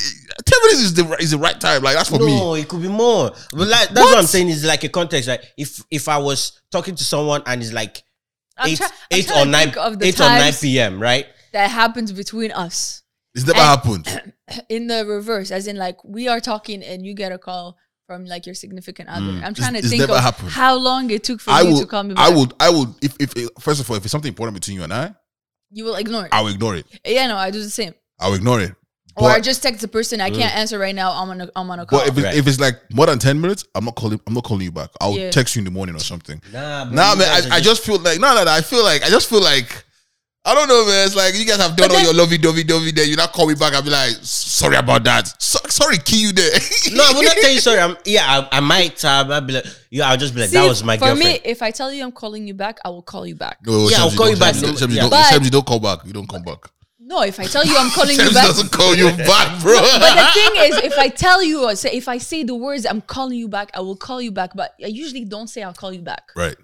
Speaker 4: ten minutes is the ri- is the right time. Like that's for me.
Speaker 3: No, it could be more. But like that's what? I'm saying is like a context. Like if if I was talking to someone and it's like
Speaker 1: I'm
Speaker 3: eight
Speaker 1: try- I'm
Speaker 3: eight
Speaker 1: trying
Speaker 3: or
Speaker 1: to
Speaker 3: nine
Speaker 1: think of the
Speaker 3: eight or nine
Speaker 1: times
Speaker 3: p.m. Right?
Speaker 1: that happens between us
Speaker 4: It's never
Speaker 1: I-
Speaker 4: happened.
Speaker 1: in the reverse, as in like we are talking and you get a call from like your significant other. I'm trying to
Speaker 4: it's
Speaker 1: think
Speaker 4: Mm. never
Speaker 1: of
Speaker 4: happened.
Speaker 1: how long it took for
Speaker 4: I
Speaker 1: you
Speaker 4: will.
Speaker 1: to call me back.
Speaker 4: I will. I will. If if if- first of all, if it's something important between you and I,
Speaker 1: You will ignore it.
Speaker 4: I will ignore it.
Speaker 1: yeah, no, I do the same.
Speaker 4: I will ignore it.
Speaker 1: or I
Speaker 4: But, Mm.
Speaker 1: just text the person I can't answer right now. I'm on a, I'm on a call.
Speaker 4: but if, it's
Speaker 3: Right.
Speaker 4: if it's like more than ten minutes, I'm not calling. I'm not calling you back. I'll
Speaker 1: Yeah.
Speaker 4: text you in the morning or something.
Speaker 3: Nah, but
Speaker 4: Nah,
Speaker 3: you
Speaker 4: man.
Speaker 3: guys are
Speaker 4: I, I just feel like no, no, no. I feel like I just feel like I don't know, man. It's like you guys have done
Speaker 1: But
Speaker 4: all
Speaker 1: then-
Speaker 4: your lovey dovey dovey. Then you not call me back. I'll be like, sorry about that. So, sorry, kill you there.
Speaker 3: No, I will not tell you sorry. I'm, yeah, I, I might. Uh, I'll be like, yeah, I'll just be like,
Speaker 1: See,
Speaker 3: that was my
Speaker 1: for
Speaker 3: girlfriend.
Speaker 1: me, if I tell you I'm calling you back, I will call you back.
Speaker 4: No,
Speaker 3: Yeah, I'll
Speaker 4: Shamsi,
Speaker 3: call you
Speaker 4: don't-
Speaker 3: back.
Speaker 4: Shamsi, Shamsi,
Speaker 3: Yeah.
Speaker 4: don't-
Speaker 1: But-
Speaker 4: Shamsi, don't call back. You don't come back.
Speaker 1: No, if I tell you I'm calling you
Speaker 4: Shamsi
Speaker 1: back.
Speaker 4: doesn't call you back, bro.
Speaker 1: But the thing is, if I tell you, or say, if I say the words, I'm calling you back, I will call you back. But I usually don't say I'll call you back.
Speaker 4: right.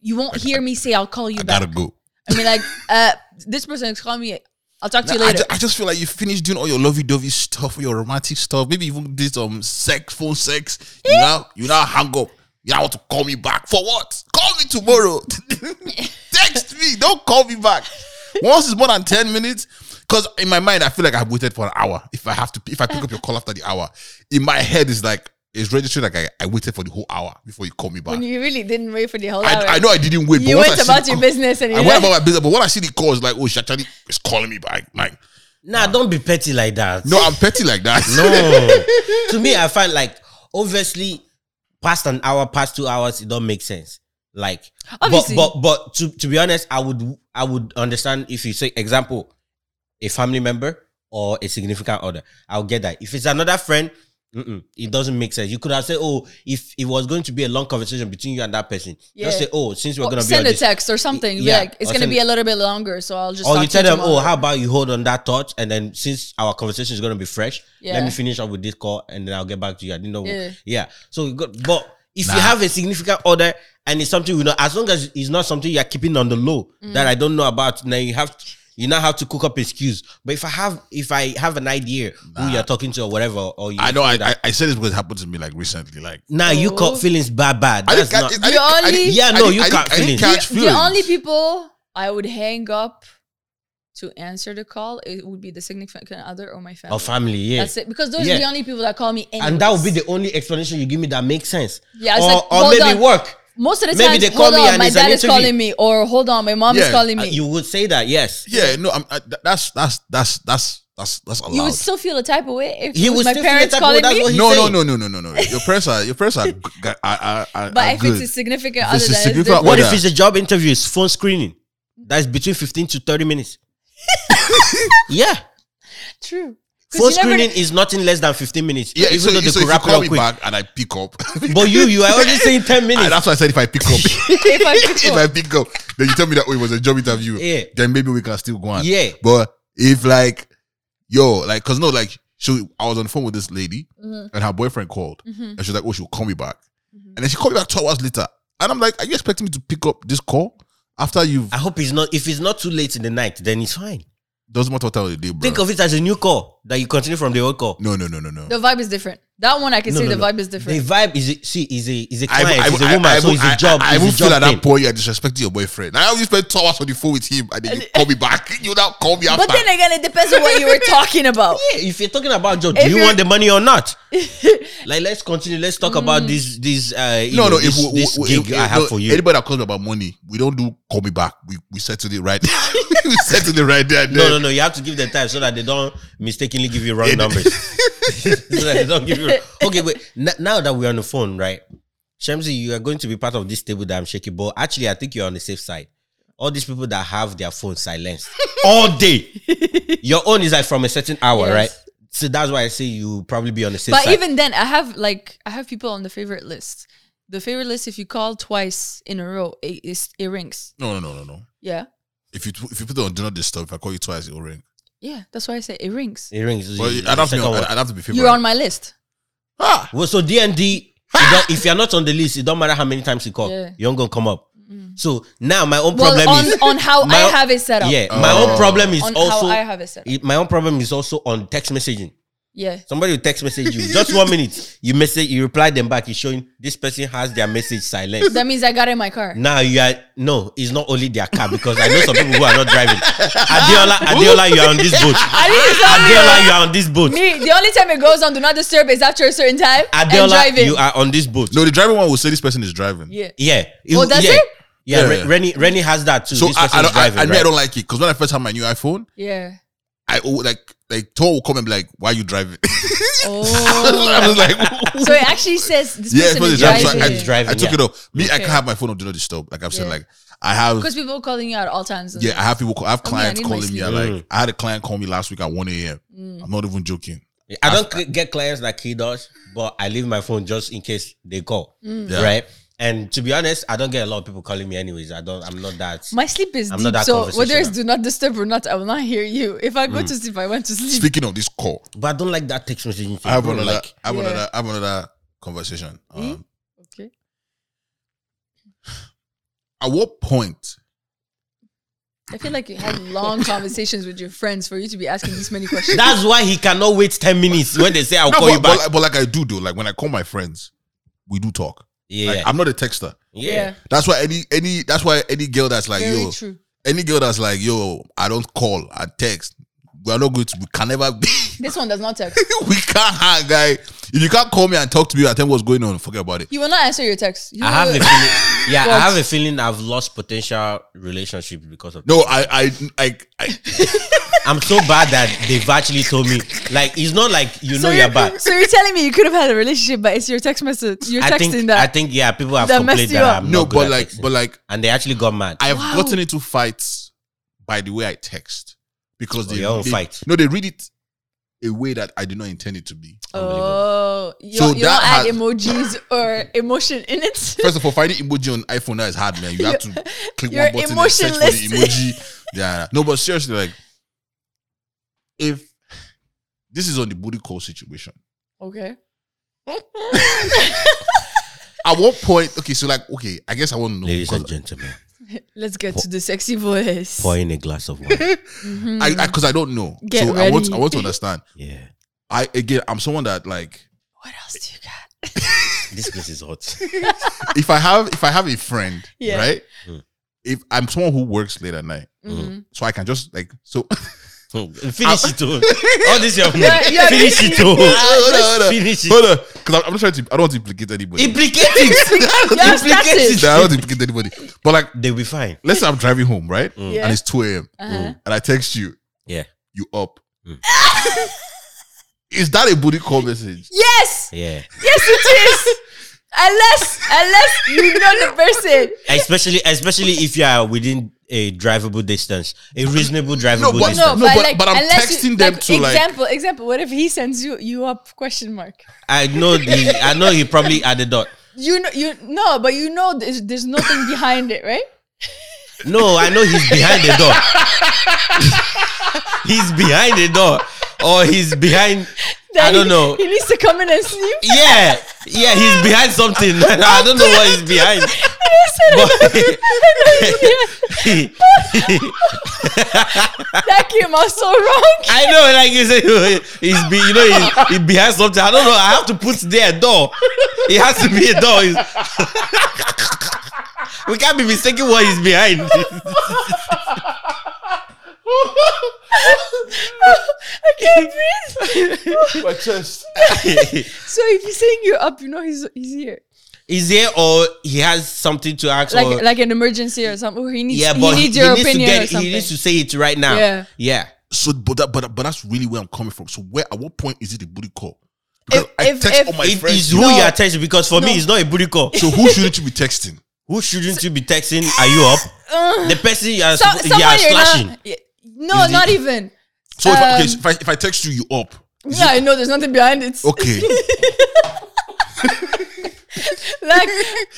Speaker 1: You won't hear me say I'll call you
Speaker 4: I
Speaker 1: back.
Speaker 4: gotta go.
Speaker 1: I mean, like, uh, this person is calling me. I'll talk to you
Speaker 4: I
Speaker 1: later.
Speaker 4: just, I just feel like you finished doing all your lovey dovey stuff, all your romantic stuff, maybe even did some sex, phone sex. You now you now hang up. You now want to call me back. For what? Call me tomorrow. Text me. Don't call me back. Once it's more than 10 minutes. Because in my mind, I feel like I've waited for an hour. If I have to if I pick up your call after the hour, in my head it's like it's registered like I, I waited for the whole hour before you call me back.
Speaker 1: when you really didn't wait for the whole hour.
Speaker 4: I, I know I didn't wait,
Speaker 1: you
Speaker 4: but once
Speaker 1: went
Speaker 4: I see
Speaker 1: about
Speaker 4: the
Speaker 1: your
Speaker 4: call-
Speaker 1: business and you
Speaker 4: I went
Speaker 1: left.
Speaker 4: about my business, but when I see the call, it's like, oh, she actually is calling me back. Like,
Speaker 3: nah, don't be petty like that.
Speaker 4: no, I'm petty like that.
Speaker 3: No. to me, I find like obviously past an hour, past two hours, it don't make sense. Like,
Speaker 1: Obviously.
Speaker 3: but but but to to be honest, I would I would understand if you say example, a family member or a significant other. I'll get that. If it's another friend. Mm-mm, it doesn't make sense. You could have said, "Oh, if it was going to be a long conversation between you and that person,
Speaker 1: Yeah.
Speaker 3: just say, oh, since we're
Speaker 1: Or
Speaker 3: going to be on
Speaker 1: send a
Speaker 3: this,
Speaker 1: text or something. Be
Speaker 3: Yeah,
Speaker 1: like, it's
Speaker 3: or
Speaker 1: gonna
Speaker 3: send-
Speaker 1: be a little bit longer, so I'll just.
Speaker 3: or
Speaker 1: talk
Speaker 3: you
Speaker 1: to
Speaker 3: tell them,
Speaker 1: tomorrow.
Speaker 3: oh, how about you hold on that thought, and then since our conversation is gonna be fresh,
Speaker 1: Yeah.
Speaker 3: let me finish up with this call, and then I'll get back to you. I didn't know.
Speaker 1: Yeah.
Speaker 3: Yeah. So, you got, but if you have a significant order and it's something we know, as long as it's not something you're keeping on the low
Speaker 1: Mm.
Speaker 3: that I don't know about, now you have. you now have to cook up excuse. But if I have, if I have an idea who you're talking to or whatever, or you,
Speaker 4: I know. I, I I said this because it happened to me like recently. Like
Speaker 3: now you
Speaker 1: Oh.
Speaker 3: caught feelings bad, bad.
Speaker 4: I
Speaker 3: That's
Speaker 4: didn't,
Speaker 3: not.
Speaker 4: catch- I,
Speaker 1: The
Speaker 4: didn't, I
Speaker 1: only-
Speaker 4: didn't-
Speaker 3: Yeah,
Speaker 4: I
Speaker 3: no,
Speaker 4: didn't-
Speaker 3: you
Speaker 4: I didn't-
Speaker 3: can't
Speaker 4: I didn't
Speaker 3: feel it.
Speaker 4: catch
Speaker 1: the
Speaker 4: feelings.
Speaker 1: only people I would hang up to answer the call it would be the significant other or my family.
Speaker 3: or family, yeah.
Speaker 1: That's it. Because those are
Speaker 3: Yeah.
Speaker 1: the only people that call me. Anyways.
Speaker 3: and that would be the only explanation you give me that makes sense.
Speaker 1: Yeah, it's
Speaker 3: or,
Speaker 1: like,
Speaker 3: or
Speaker 1: hold
Speaker 3: maybe
Speaker 1: on.
Speaker 3: work.
Speaker 1: most of the
Speaker 3: maybe
Speaker 1: time.
Speaker 3: they
Speaker 1: Hold
Speaker 3: call me
Speaker 1: on,
Speaker 3: and
Speaker 1: my
Speaker 3: it's an
Speaker 1: dad is
Speaker 3: interview.
Speaker 1: calling me, or hold on, my mom is
Speaker 4: Yeah,
Speaker 1: calling
Speaker 3: Uh,
Speaker 1: me.
Speaker 3: You would say that, yes.
Speaker 4: Yeah, no, I'm, I, th- that's that's that's that's that's that's
Speaker 1: you
Speaker 4: allowed.
Speaker 1: would still feel the type of way if
Speaker 3: He
Speaker 1: it was
Speaker 3: would
Speaker 1: my
Speaker 3: still feel
Speaker 1: parents
Speaker 3: the type of way,
Speaker 1: calling
Speaker 3: that's
Speaker 1: me.
Speaker 3: what he-
Speaker 4: no, no,
Speaker 3: saying.
Speaker 4: no, no, no, no, no. Your parents are your parents are, g- are, are, are,
Speaker 1: But
Speaker 4: are
Speaker 1: if
Speaker 4: good.
Speaker 1: it's a significant
Speaker 4: If
Speaker 1: other,
Speaker 4: it's a
Speaker 1: that is
Speaker 4: significant
Speaker 1: different.
Speaker 3: What
Speaker 4: Order.
Speaker 3: if it's a job interview, it's phone screening? That's between 15 to 30 minutes. yeah.
Speaker 1: True. 'Cause
Speaker 3: Phone
Speaker 1: you never-
Speaker 3: screening is nothing less than 15 minutes.
Speaker 4: yeah,
Speaker 3: even
Speaker 4: so,
Speaker 3: though
Speaker 4: so
Speaker 3: they
Speaker 4: if
Speaker 3: could
Speaker 4: you
Speaker 3: wrap it
Speaker 4: call
Speaker 3: up
Speaker 4: me
Speaker 3: quick.
Speaker 4: back and I pick up,
Speaker 3: But you, you are already saying 10
Speaker 4: Ah,
Speaker 3: minutes.
Speaker 4: that's why I said if I pick up,
Speaker 1: if I pick
Speaker 4: if
Speaker 1: up-
Speaker 4: I pick up, then you tell me that oh, it was a job interview.
Speaker 3: Yeah.
Speaker 4: Then maybe we can still go on.
Speaker 3: Yeah.
Speaker 4: But if like, yo, like, cause no, like, so I was on the phone with this lady
Speaker 3: Mm-hmm.
Speaker 4: and her boyfriend called and she's like, oh, she'll call me back, and then she called me back two hours later, and I'm like, are you expecting me to pick up this call after you?
Speaker 3: I hope it's not, if it's not too late in the night, then it's fine.
Speaker 4: Doesn't matter what time of the day, bro.
Speaker 3: Think of it as a new call that you continue from the old call.
Speaker 4: no, no, no, no, no.
Speaker 1: the vibe is different. That one I can
Speaker 3: No,
Speaker 1: say
Speaker 3: no,
Speaker 1: the
Speaker 3: no.
Speaker 1: vibe is
Speaker 3: The
Speaker 1: different.
Speaker 3: vibe is, a- see, is a, is a
Speaker 4: I-
Speaker 3: client,
Speaker 4: I-
Speaker 3: is
Speaker 4: I-
Speaker 3: a woman,
Speaker 4: I-
Speaker 3: so it's
Speaker 4: I-
Speaker 3: a job.
Speaker 4: I, I
Speaker 3: it's a
Speaker 4: won't feel
Speaker 3: job
Speaker 4: at that
Speaker 3: thing.
Speaker 4: point you're disrespecting your boyfriend. Now you spend two hours on the phone with him and then you call me back. You now call me after.
Speaker 1: But then again, it depends on what you were talking about.
Speaker 3: Yeah, if you're talking about job,
Speaker 1: If
Speaker 3: do you
Speaker 1: you're-
Speaker 3: want the money or not? like, let's continue. Let's talk
Speaker 1: Mm.
Speaker 3: about this. This uh, you
Speaker 4: no,
Speaker 3: know,
Speaker 4: no,
Speaker 3: this,
Speaker 4: if we,
Speaker 3: this
Speaker 4: we-
Speaker 3: gig
Speaker 4: if-
Speaker 3: I have
Speaker 4: no,
Speaker 3: for you.
Speaker 4: Anybody that calls me about money, we don't do call me back. We we settle it right. we settle it right there. and
Speaker 3: No,
Speaker 4: then.
Speaker 3: no, no. You have to give them time so that they don't mistakenly give you wrong numbers. so that they don't give you. Okay, wait. N- now that we're on the phone, right? Shamsi, you are going to be part of this table that I'm shaking. But actually, I think you're on the safe side. All these people that have their phone silenced all day. Your own is like from a certain hour,
Speaker 1: Yes.
Speaker 3: right? So that's why I say you probably be on the safe
Speaker 1: but
Speaker 3: side.
Speaker 1: even then, I have like I have people on the favorite list. The favorite list, if you call twice in a row, it, it's, it rings.
Speaker 4: No, no, no, no, no.
Speaker 1: Yeah,
Speaker 4: If you if you put it on do not disturb, if I call you twice, it'll ring.
Speaker 1: yeah. That's why I say it rings.
Speaker 3: it rings.
Speaker 4: Well, I'd have to know. I'd, I'd have to be.
Speaker 1: You're on my list.
Speaker 4: Ah,
Speaker 3: Well, so D and D, if you're not on the list, it don't matter how many times you call,
Speaker 1: Yeah. Mm.
Speaker 3: you don't gonna come up. So now my own
Speaker 1: Well,
Speaker 3: problem
Speaker 1: on,
Speaker 3: is
Speaker 1: on how
Speaker 3: my
Speaker 1: I
Speaker 3: own-
Speaker 1: have it set up.
Speaker 3: yeah. My
Speaker 4: Oh.
Speaker 3: own problem is
Speaker 1: on
Speaker 3: also
Speaker 1: how I have it set up.
Speaker 3: it- my own problem is also on text messaging.
Speaker 1: Yeah,
Speaker 3: Somebody will text message you just one minute. You message, you reply them back. It's showing this person has their message silent.
Speaker 1: that means I got it in my car.
Speaker 3: Now you are no, it's not only their car because I know some people who are not driving. Adiola, Adiola, you are on this boat.
Speaker 1: I didn't tell you.
Speaker 3: Adiola, you are on this boat.
Speaker 1: Me, the only time it goes on Do Not Disturb is after a certain time and
Speaker 3: Adiola,
Speaker 1: driving.
Speaker 3: you are on this boat.
Speaker 4: no, the driver one will say this person is driving.
Speaker 1: yeah.
Speaker 3: Yeah.
Speaker 1: Oh, that's
Speaker 3: yeah.
Speaker 1: it?
Speaker 3: Yeah,
Speaker 4: Yeah.
Speaker 3: Re- Rennie, Rennie has that too.
Speaker 4: So
Speaker 3: this
Speaker 4: I,
Speaker 3: person
Speaker 4: I,
Speaker 3: is
Speaker 4: don't,
Speaker 3: driving,
Speaker 4: I, I, knew I
Speaker 3: right?
Speaker 4: don't like it because when I first had my new iPhone,
Speaker 1: Yeah.
Speaker 4: I oh, like like Tor will come and be like, "Why are you driving?"
Speaker 1: Oh.
Speaker 4: I was like,
Speaker 1: so it actually says this
Speaker 4: "Yeah,
Speaker 1: person is
Speaker 3: driving, so I-
Speaker 1: driving.
Speaker 3: It's driving,
Speaker 4: I took
Speaker 3: yeah.
Speaker 4: it off. Me, I
Speaker 1: Okay.
Speaker 4: can't have my phone on do not disturb. Like I've said,
Speaker 1: Yeah.
Speaker 4: like I have
Speaker 1: Because people calling you at all times.
Speaker 4: Yeah, I have people. Call, I have
Speaker 1: Oh, yeah, I
Speaker 4: clients
Speaker 1: need my Mm.
Speaker 4: calling me.
Speaker 1: sleep.
Speaker 4: I Like I had a client call me last week at one a.m. I'm not even joking.
Speaker 3: I don't cl- get clients like he does, but I leave my phone just in case they call,
Speaker 1: Mm.
Speaker 4: Yeah.
Speaker 3: right? And to be honest, I don't get a lot of people calling me anyways. I don't. I'm not that.
Speaker 1: My sleep is
Speaker 3: I'm not
Speaker 1: deep,
Speaker 3: that
Speaker 1: so whether it's
Speaker 3: conversational.
Speaker 1: do not disturb or not, I will not hear you. If I go
Speaker 4: Mm.
Speaker 1: to sleep, I went to sleep.
Speaker 4: Speaking of this call,
Speaker 3: but I don't like that text messaging thing.
Speaker 4: I have
Speaker 3: bro,
Speaker 4: another.
Speaker 3: like,
Speaker 4: I have
Speaker 1: Yeah. Hmm?
Speaker 4: another. I have another conversation. Um,
Speaker 1: Okay.
Speaker 4: At what point?
Speaker 1: I feel like you had long conversations with your friends for you to be asking these many questions.
Speaker 3: that's why he cannot wait ten minutes when they say I'll
Speaker 4: No,
Speaker 3: call
Speaker 4: but,
Speaker 3: you back.
Speaker 4: But, but like I do though. Like when I call my friends, we do talk.
Speaker 3: yeah,
Speaker 4: Like, I'm not a texter.
Speaker 3: yeah,
Speaker 4: That's why any any. That's why any girl that's like
Speaker 1: Very
Speaker 4: yo.
Speaker 1: true.
Speaker 4: Any girl that's like yo. I don't call. I text. We are not going to. We can never be.
Speaker 1: This one does not text.
Speaker 4: we can't hang, guy. If you can't call me and talk to me, I tell me what's going on. Forget about it.
Speaker 1: You will not answer your text. You
Speaker 3: I have a
Speaker 1: will-
Speaker 3: feeling. Yeah, I
Speaker 1: What?
Speaker 3: have a feeling I've lost potential relationships because of.
Speaker 4: No, I, I, I, I
Speaker 3: I'm so bad that they've actually told me. Like, it's not like you know you're bad.
Speaker 1: so you're telling me you could have had a relationship, but it's your text message. You're
Speaker 3: I
Speaker 1: texting
Speaker 3: think.
Speaker 1: that.
Speaker 3: I think. Yeah, people have
Speaker 1: that
Speaker 3: complained
Speaker 1: messed you
Speaker 3: that
Speaker 1: up.
Speaker 3: I'm
Speaker 4: no,
Speaker 3: not good
Speaker 4: but
Speaker 3: at
Speaker 4: like,
Speaker 3: texting.
Speaker 4: but like,
Speaker 3: and they actually got mad.
Speaker 4: I have
Speaker 1: Wow.
Speaker 4: gotten into fights by the way I text because
Speaker 3: Oh,
Speaker 4: they,
Speaker 3: your own
Speaker 4: they-
Speaker 3: fight.
Speaker 4: No, they read it a way that I did not intend it to be.
Speaker 1: oh, you,
Speaker 4: So
Speaker 1: don't- you don't
Speaker 4: that
Speaker 1: add
Speaker 4: has-
Speaker 1: emojis or emotion in it.
Speaker 4: First of all, finding emoji on iPhone now is hard, man. You have to click
Speaker 1: you're
Speaker 4: one button and search for the
Speaker 1: emotionless.
Speaker 4: emoji. Yeah, no, but seriously, like, if this is on the booty call situation,
Speaker 1: okay.
Speaker 4: at what point? Okay, so like, okay, I guess I want to know.
Speaker 3: Ladies and
Speaker 4: Because
Speaker 3: gentlemen,
Speaker 1: Let's get to the sexy voice.
Speaker 3: pour in a glass of wine.
Speaker 4: I, I, 'cause I don't know.
Speaker 1: Get
Speaker 4: so I want,
Speaker 1: ready.
Speaker 4: I want to understand.
Speaker 3: Yeah.
Speaker 4: I again, I'm someone that like
Speaker 1: What else do you got?
Speaker 3: This place is hot.
Speaker 4: if I have if I have a friend,
Speaker 1: Yeah.
Speaker 4: right?
Speaker 3: Mm.
Speaker 4: If I'm someone who works late at night,
Speaker 1: Mhm.
Speaker 4: so I can just like so.
Speaker 3: Finish it all. All this your money.
Speaker 1: Yeah, yeah.
Speaker 3: Finish it all.
Speaker 4: hold on, hold on,
Speaker 3: Finish it.
Speaker 4: hold on, because I'm, I'm not trying to. I don't want to implicate anybody.
Speaker 3: Implicate it.
Speaker 1: Mm-hmm. Yes, that's
Speaker 3: Implicate
Speaker 1: it.
Speaker 4: Nah, I don't want to implicate anybody. But like,
Speaker 3: They'll be fine.
Speaker 4: let's say I'm driving home, right?
Speaker 1: Yeah.
Speaker 4: And it's two a.m.
Speaker 1: Uh-huh.
Speaker 4: and I text you,
Speaker 3: Yeah.
Speaker 4: you up.
Speaker 3: Mm.
Speaker 4: Hmm. Is that a booty call message?
Speaker 1: Yes,
Speaker 3: Yeah.
Speaker 1: yes, it is. unless, unless you know the person.
Speaker 3: Especially especially if you are within a drivable distance. A reasonable drivable
Speaker 4: but-
Speaker 1: No,
Speaker 3: distance.
Speaker 4: No,
Speaker 1: but,
Speaker 4: but-
Speaker 1: like,
Speaker 4: but I'm
Speaker 1: unless you-
Speaker 4: texting them to, like-
Speaker 1: example, example. What if he sends you you up question mark?
Speaker 3: I know the I know he probably added dot.
Speaker 1: You know, you no, but you know, there's, there's nothing behind it, right?
Speaker 3: No, I know he's behind the door. he's behind the door. Or he's behind I
Speaker 1: That
Speaker 3: don't
Speaker 1: he-
Speaker 3: know.
Speaker 1: He needs to come in and sleep.
Speaker 3: Yeah, yeah, he's behind something. I don't know what he's behind. But-
Speaker 1: that came out so wrong.
Speaker 3: I know, like you say, he's be, you know, he's, he's behind something. I don't know. I have to put there a door. It has to be a door. It's- we can't be mistaken what he's behind.
Speaker 1: I can't breathe.
Speaker 4: My chest.
Speaker 1: So if he's saying you're up, you know he's he's here,
Speaker 3: Is there or he has something to ask?
Speaker 1: like
Speaker 3: or,
Speaker 1: like an emergency or something. Or he needs
Speaker 3: yeah,
Speaker 1: he
Speaker 3: but he,
Speaker 1: needs
Speaker 3: he
Speaker 1: your
Speaker 3: needs
Speaker 1: opinion
Speaker 3: to
Speaker 1: or
Speaker 3: get.
Speaker 1: something.
Speaker 3: He needs to say it right now.
Speaker 1: Yeah.
Speaker 3: yeah.
Speaker 4: So, but that, but but that's really where I'm coming from. So, where at what point is it a booty call? Because I
Speaker 1: if-
Speaker 4: text
Speaker 1: if-
Speaker 4: all my
Speaker 3: It
Speaker 4: friends.
Speaker 3: is who you are texting because for me,
Speaker 1: No.
Speaker 3: it's not a booty call.
Speaker 4: so who shouldn't you be texting?
Speaker 3: Who shouldn't you be texting? Are you up? the person you are,
Speaker 1: Uh, So,
Speaker 3: suppo- you
Speaker 1: someone
Speaker 3: are
Speaker 1: you're
Speaker 3: slashing.
Speaker 1: not. Yeah, No,
Speaker 3: Is it-
Speaker 1: not even.
Speaker 4: So if, I, okay,
Speaker 1: Um,
Speaker 4: so if I if I text you, you up.
Speaker 1: Yeah, I know. There's nothing behind it.
Speaker 4: Okay.
Speaker 1: Like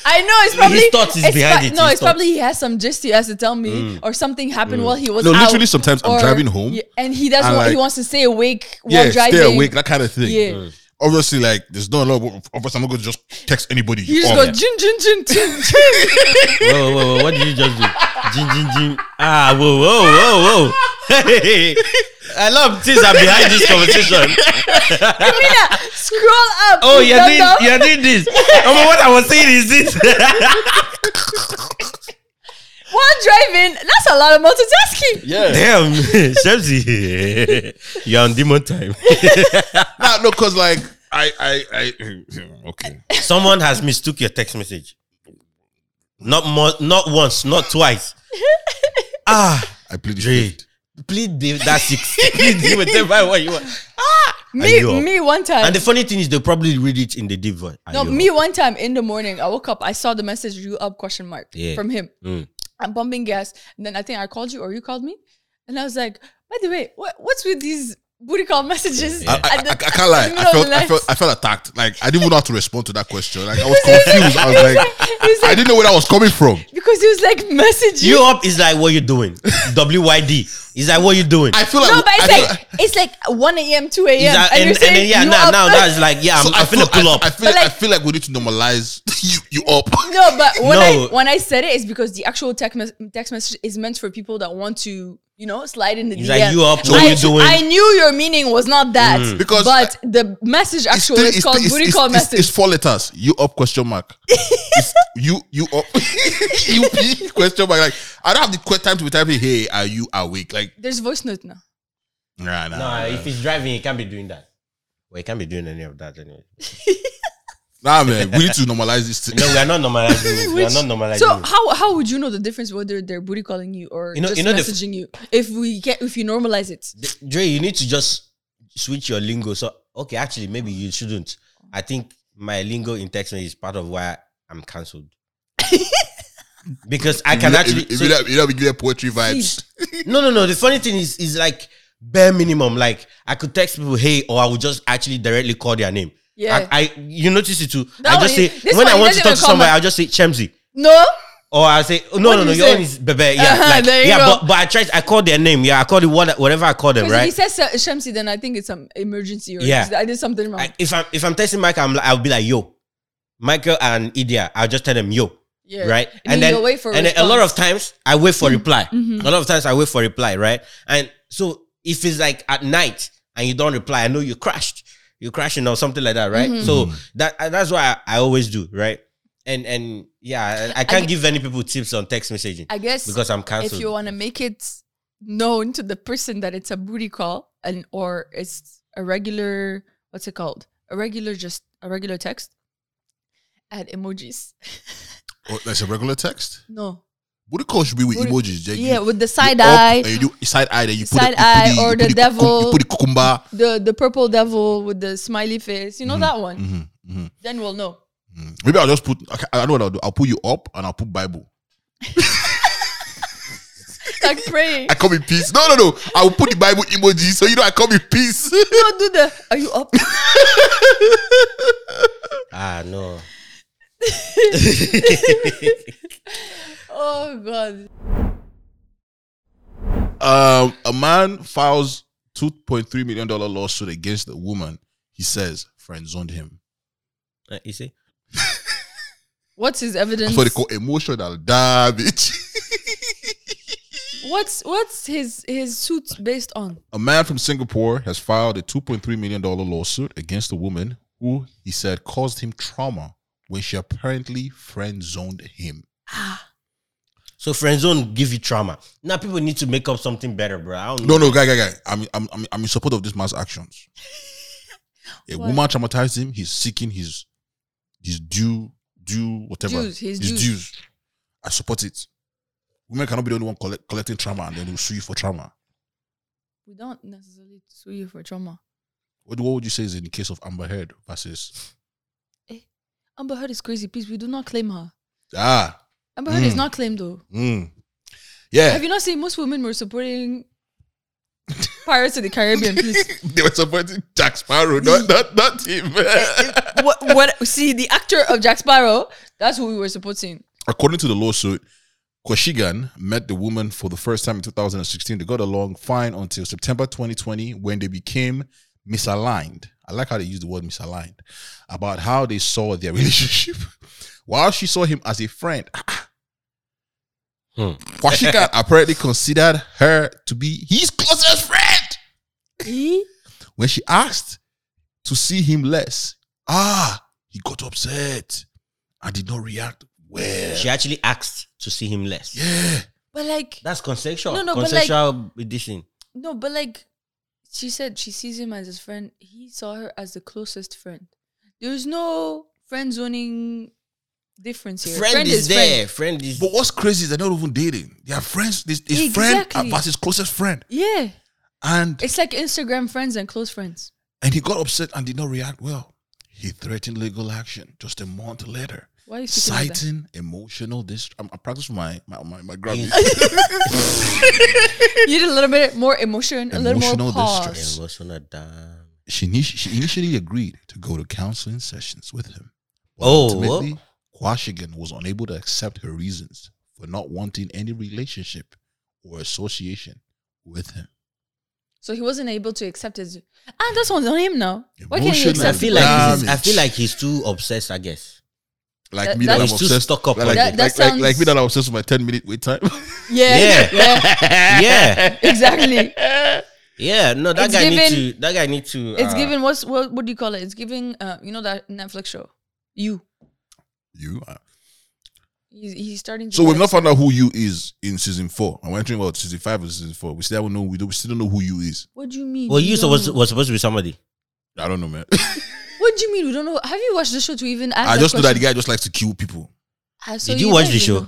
Speaker 1: I know it's probably
Speaker 3: thoughts is
Speaker 1: it's
Speaker 3: behind
Speaker 1: pro-
Speaker 3: it,
Speaker 1: No,
Speaker 3: his Mm.
Speaker 1: it's probably he has some gist he has to tell me, or something happened while he was
Speaker 4: No,
Speaker 1: out,
Speaker 4: literally sometimes I'm
Speaker 1: or-
Speaker 4: driving home
Speaker 1: yeah, and he doesn't.
Speaker 4: and
Speaker 1: want, he
Speaker 4: like-
Speaker 1: wants to stay awake while
Speaker 4: yeah,
Speaker 1: driving.
Speaker 4: stay awake, that kind of thing.
Speaker 1: Yeah.
Speaker 4: Obviously, like there's no law. but Obviously, I'm not going to just text anybody.
Speaker 1: You just go
Speaker 4: off.
Speaker 1: jin jin jin jin. jin.
Speaker 3: whoa, whoa, whoa, what did you just do? Jin, jin, jin. Ah, whoa, whoa, whoa, whoa. Hey, I love things that are behind this conversation.
Speaker 1: Mina, scroll up.
Speaker 3: Oh,
Speaker 1: you
Speaker 3: you're
Speaker 1: dumb
Speaker 3: doing,
Speaker 1: dumb.
Speaker 3: you're doing this. Oh, but what I was saying is this.
Speaker 1: While driving, that's a lot of multitasking.
Speaker 4: Yeah.
Speaker 3: Damn, Shepsy, you're on demon time.
Speaker 4: Nah, no, because like I, I, I. Okay.
Speaker 3: Someone has mistook your text message. Not more, not once, not twice. ah,
Speaker 4: I plead the
Speaker 3: Dre,
Speaker 4: fifth.
Speaker 3: plead the, that's six. Plead the, whatever what you want.
Speaker 1: Me,
Speaker 3: you up?
Speaker 1: me one time.
Speaker 3: And the funny thing is, they probably read it in the deep voice. Are
Speaker 1: no,
Speaker 3: you
Speaker 1: me one time in the morning. I woke up. I saw the message you up question mark
Speaker 3: Yeah.
Speaker 1: from him.
Speaker 3: Mm.
Speaker 1: I'm pumping gas. And then I think I called you or you called me, and I was like, by the way, what, what's with these booty call messages?
Speaker 4: I, I,
Speaker 1: at the-
Speaker 4: I, I can't lie.
Speaker 1: in the
Speaker 4: I
Speaker 1: middle
Speaker 4: felt,
Speaker 1: of the
Speaker 4: I
Speaker 1: night?
Speaker 4: felt, I felt attacked. Like I didn't even know how to respond to that question. Like I was confused. I was like,
Speaker 1: He was
Speaker 4: I
Speaker 1: like-
Speaker 4: didn't know where that was coming from.
Speaker 1: because he was like message
Speaker 3: You up is like what you doing. WYD is like what you doing.
Speaker 4: I feel like
Speaker 1: No, but
Speaker 4: I
Speaker 1: it's
Speaker 4: feel
Speaker 1: like it's like 1 a.m., 2 a.m.
Speaker 3: Is that-
Speaker 1: and,
Speaker 3: and,
Speaker 1: you're
Speaker 3: and
Speaker 1: saying
Speaker 3: then yeah,
Speaker 1: you
Speaker 3: now
Speaker 1: up
Speaker 3: now
Speaker 1: early.
Speaker 3: that's like yeah, I'm,
Speaker 4: So
Speaker 3: I finna
Speaker 4: feel-
Speaker 3: pull up.
Speaker 4: I, I feel,
Speaker 1: But
Speaker 4: like, I
Speaker 1: like-
Speaker 4: feel like we need to normalize you, you up.
Speaker 1: No, but when
Speaker 3: No.
Speaker 1: I when I said it is because the actual text mes- text message is meant for people that want to you know slide in the
Speaker 3: He's
Speaker 1: DM.
Speaker 3: like, you up,
Speaker 4: what
Speaker 1: I,
Speaker 4: you
Speaker 3: doing? Mm.
Speaker 1: I knew your meaning was not that
Speaker 4: Because
Speaker 1: but the message actually is called booty call
Speaker 4: it's,
Speaker 1: message.
Speaker 4: it's four letters. You up question mark. it's you you up you P question mark. Like I don't have the quick time to be typing. Hey, are you awake? Like
Speaker 1: There's voice note now.
Speaker 4: nah
Speaker 3: Nah,
Speaker 4: nah. Nah,
Speaker 3: if he's driving, he can't be doing that. Well, he can't be doing any of that anyway.
Speaker 4: man. We need to normalize this. Thing.
Speaker 3: No, we are not normalizing it. We are
Speaker 1: Which-
Speaker 3: not normalizing
Speaker 1: So
Speaker 3: it.
Speaker 1: how how would you know the difference whether they're booty calling you or
Speaker 3: You know-
Speaker 1: just
Speaker 3: you know the f-
Speaker 1: messaging you if we get if you normalize it?
Speaker 3: D- Dre, you need to just switch your lingo. So okay, actually, maybe you shouldn't. I think my lingo in text message is part of why I'm cancelled. because I can
Speaker 4: You know,
Speaker 3: actually
Speaker 4: if- if
Speaker 3: so-
Speaker 4: you don't- you don't be giving poetry vibes.
Speaker 3: No, no, no. The funny thing is, is like bare minimum. Like I could text people, hey, or I would just actually directly call their name.
Speaker 1: Yeah.
Speaker 3: I, I you notice it too.
Speaker 1: That
Speaker 3: I just
Speaker 1: one,
Speaker 3: say
Speaker 1: this
Speaker 3: when
Speaker 1: one,
Speaker 3: I
Speaker 1: he
Speaker 3: want to
Speaker 1: doesn't even
Speaker 3: talk to
Speaker 1: call
Speaker 3: somebody,
Speaker 1: my-
Speaker 3: I'll just say Chemzi.
Speaker 1: No,
Speaker 3: Or I'll say, oh, no,
Speaker 1: What
Speaker 3: no,
Speaker 1: did
Speaker 3: no,
Speaker 1: you
Speaker 3: your
Speaker 1: say?
Speaker 3: own is Bebe. Yeah,
Speaker 1: Uh-huh,
Speaker 3: like,
Speaker 1: there you
Speaker 3: yeah,
Speaker 1: go.
Speaker 3: but but I tried. I called their name. Yeah, I called it what, whatever I call them,
Speaker 1: because if he
Speaker 3: right?
Speaker 1: says uh, Shamsi, then I think it's some emergency or
Speaker 3: Yeah.
Speaker 1: I did something wrong.
Speaker 3: I, if I'm if I'm texting Michael, I'm like, I'll be like, yo, Michael and Idia. I'll just tell them, yo,
Speaker 1: yeah,
Speaker 3: right?
Speaker 1: And, then, you wait for
Speaker 3: and then
Speaker 1: response.
Speaker 3: a
Speaker 1: Mm-hmm.
Speaker 3: lot of times I wait for reply. A lot of times I wait for reply, right? And so if it's like at night and you don't reply, I know you crashed, you crashing or something like that, right?
Speaker 1: Mm-hmm.
Speaker 3: So that uh, that's why I, I always do, right? And and yeah, I, I can't
Speaker 1: I-
Speaker 3: give any people tips on text messaging
Speaker 1: I guess
Speaker 3: because I'm
Speaker 1: if you
Speaker 3: cancelled.
Speaker 1: want to make it known to the person that it's a booty call and or it's a regular what's it called a regular just a regular text add emojis
Speaker 4: Oh, that's a regular text.
Speaker 1: no
Speaker 4: Booty call should be with
Speaker 1: Booty-
Speaker 4: emojis. Yeah, you-
Speaker 1: yeah with the side
Speaker 4: you up,
Speaker 1: eye
Speaker 4: and you do side eye. Then you put
Speaker 1: Side
Speaker 4: the, you
Speaker 1: eye
Speaker 4: put the,
Speaker 1: or
Speaker 4: you
Speaker 1: the
Speaker 4: put cucum-
Speaker 1: devil.
Speaker 4: You put the cucumber.
Speaker 1: the the purple devil with the smiley face you know that one
Speaker 4: Mhm, mhm,
Speaker 1: then we'll know
Speaker 4: mhm. Maybe I'll just put. okay, I know what I'll do. I'll put you up and I'll put Bible.
Speaker 1: like praying
Speaker 4: I come in peace. No, no, no. I will put the Bible emoji so you know I come in peace.
Speaker 1: don't do the are you up
Speaker 3: ah no.
Speaker 1: oh god
Speaker 4: um, a man files two point three million dollar lawsuit against a woman. He says friend zoned him.
Speaker 3: Uh, You see,
Speaker 1: what's his evidence
Speaker 4: That's what they call emotional damage.
Speaker 1: what's what's his his suit based on
Speaker 4: a man from Singapore has filed a two point three million dollar lawsuit against a woman who he said caused him trauma when she apparently friend zoned him.
Speaker 1: Ah,
Speaker 3: so friend zone give you trauma. Now people need to make up something better, bro. I don't know.
Speaker 4: No, no, guy, guy, guy. I'm, I'm, I'm, I'm in support of this man's actions. A
Speaker 1: What?
Speaker 4: woman traumatized him. He's seeking his, his due, due, whatever.
Speaker 1: Dues, his dues.
Speaker 4: I support it. Women cannot be the only one collect, collecting trauma and then they'll sue you for trauma.
Speaker 1: we don't necessarily sue you for trauma
Speaker 4: What, what would you say is in the case of Amber Heard versus
Speaker 1: Amber Heard is crazy. Please, we do not claim her.
Speaker 4: ah,
Speaker 1: Amber Heard is not claimed though.
Speaker 4: mm. yeah,
Speaker 1: Have you not seen most women were supporting Pirates of the Caribbean, please.
Speaker 4: they were supporting Jack Sparrow, not not, not him.
Speaker 1: what, what? See, the actor of Jack Sparrow, that's who we were supporting.
Speaker 4: According to the lawsuit, Koshigan met the woman for the first time in 2016. They got along fine until September 2020 when they became misaligned. I like how they use the word misaligned about how they saw their relationship. While she saw him as a friend, ah,
Speaker 3: Hmm.
Speaker 4: Kwashikan apparently considered her to be his closest friend.
Speaker 1: He?
Speaker 4: When she asked to see him less, ah, he got upset and did not react well.
Speaker 3: She actually asked to see him less.
Speaker 4: yeah.
Speaker 1: But like,
Speaker 3: That's consensual.
Speaker 1: No, no, but like-
Speaker 3: consensual edition.
Speaker 1: no, but like, she said she sees him as his friend. He saw her as the closest friend. There's no friend zoning difference here.
Speaker 3: Friend, is, there. Friend, is
Speaker 4: But what's crazy is they're not even dating. They are friends. This, this
Speaker 1: Exactly.
Speaker 4: friend versus closest friend.
Speaker 1: Yeah.
Speaker 4: And
Speaker 1: It's like Instagram friends and close friends.
Speaker 4: and he got upset and did not react well. He threatened legal action just a month later.
Speaker 1: Why are you speaking like that?
Speaker 4: Citing emotional distress. I'm, I practice my my my, my grammar.
Speaker 1: You need a little bit more emotion, a little more
Speaker 4: Emotional
Speaker 1: pause.
Speaker 4: distress.
Speaker 3: emotional damn.
Speaker 4: she, ini- she initially agreed to go to counseling sessions with him. But
Speaker 3: Oh,
Speaker 4: ultimately, Kwashigan was unable to accept her reasons for not wanting any relationship or association with him.
Speaker 1: So he wasn't able to accept his. Ah, that's on on him now. Why can't he
Speaker 4: Emotional
Speaker 3: I
Speaker 1: accept?
Speaker 3: feel like he's, I
Speaker 4: Damage.
Speaker 3: feel like he's too obsessed. I guess.
Speaker 4: Like
Speaker 1: That-
Speaker 4: me,
Speaker 1: that-
Speaker 4: that I'm
Speaker 3: He's too
Speaker 4: obsessed.
Speaker 3: stuck up
Speaker 4: Like,
Speaker 3: on
Speaker 4: like,
Speaker 1: it. That-
Speaker 4: like,
Speaker 1: that
Speaker 4: like- like me,
Speaker 1: sounds-
Speaker 4: that I'm obsessed with my 10 minute wait time.
Speaker 1: Yeah,
Speaker 3: Yeah.
Speaker 1: yeah, yeah,
Speaker 3: yeah,
Speaker 1: exactly.
Speaker 3: yeah. No, that
Speaker 1: It's
Speaker 3: guy
Speaker 1: given-
Speaker 3: need to. That guy need to.
Speaker 1: It's
Speaker 3: uh,
Speaker 1: giving what's what? What do you call it? It's giving. Uh, you know that Netflix show, you.
Speaker 4: you. are-
Speaker 1: He's, he's starting. To
Speaker 4: So we've
Speaker 1: get-
Speaker 4: not found out who you is in season four. I'm wondering about season five or season four. We still don't know. We, don't, we still don't know who you is.
Speaker 1: What do you mean?
Speaker 3: Well,
Speaker 1: we
Speaker 3: you
Speaker 1: don't
Speaker 3: supposed
Speaker 1: know?
Speaker 3: was supposed to be somebody.
Speaker 4: I don't know, man.
Speaker 1: What do you mean? We don't know. Have you watched the show to even ask? Ah,
Speaker 4: I just know that the guy just likes to kill people.
Speaker 1: guy.
Speaker 3: Did you watch the show?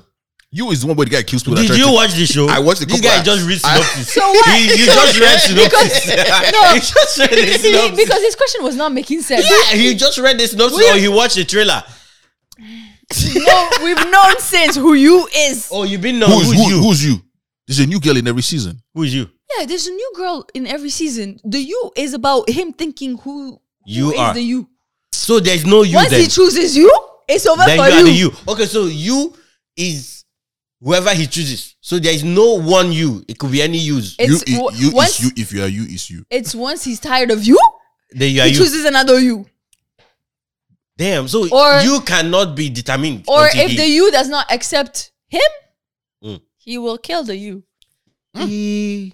Speaker 4: You is the one where the guy kills people. that
Speaker 3: Did
Speaker 4: try
Speaker 3: you
Speaker 4: to-
Speaker 3: watch the show?
Speaker 4: I watched a
Speaker 3: This
Speaker 4: couple
Speaker 3: guy
Speaker 4: of-
Speaker 3: just read
Speaker 4: I-
Speaker 3: synopsis.
Speaker 1: So what?
Speaker 3: He, you just read synopsis.
Speaker 1: no.
Speaker 3: he just read the
Speaker 1: See,
Speaker 3: synopsis.
Speaker 1: because his question was not making sense.
Speaker 3: yeah, he just read the synopsis
Speaker 1: We-
Speaker 3: or he watched the trailer.
Speaker 1: no, we've known since who you is.
Speaker 3: Oh, you been know
Speaker 4: Who's,
Speaker 3: who's,
Speaker 4: who-
Speaker 3: you?
Speaker 4: Who's you? There's a new girl in every season.
Speaker 3: who's you?
Speaker 1: Yeah, there's a new girl in every season. The you is about him thinking who, who
Speaker 3: You
Speaker 1: is
Speaker 3: are.
Speaker 1: the you.
Speaker 3: So there's no you
Speaker 1: Once
Speaker 3: then.
Speaker 1: he chooses you, it's over
Speaker 3: then you
Speaker 1: for
Speaker 3: are the
Speaker 1: you.
Speaker 3: you. Okay, so you is whoever he chooses. So there is no one you. It could be any use.
Speaker 1: It's
Speaker 4: you, i-
Speaker 1: w-
Speaker 4: you
Speaker 1: once
Speaker 4: is you. If you are you, is you.
Speaker 1: it's once he's tired of you,
Speaker 3: Then you are
Speaker 1: he
Speaker 3: you.
Speaker 1: chooses another you.
Speaker 3: Damn. So
Speaker 1: Or-
Speaker 3: you cannot be determined.
Speaker 1: Or
Speaker 3: until
Speaker 1: if
Speaker 3: he-
Speaker 1: the you does not accept him,
Speaker 3: Mm.
Speaker 1: he will kill the you. Hmm?
Speaker 3: Eh.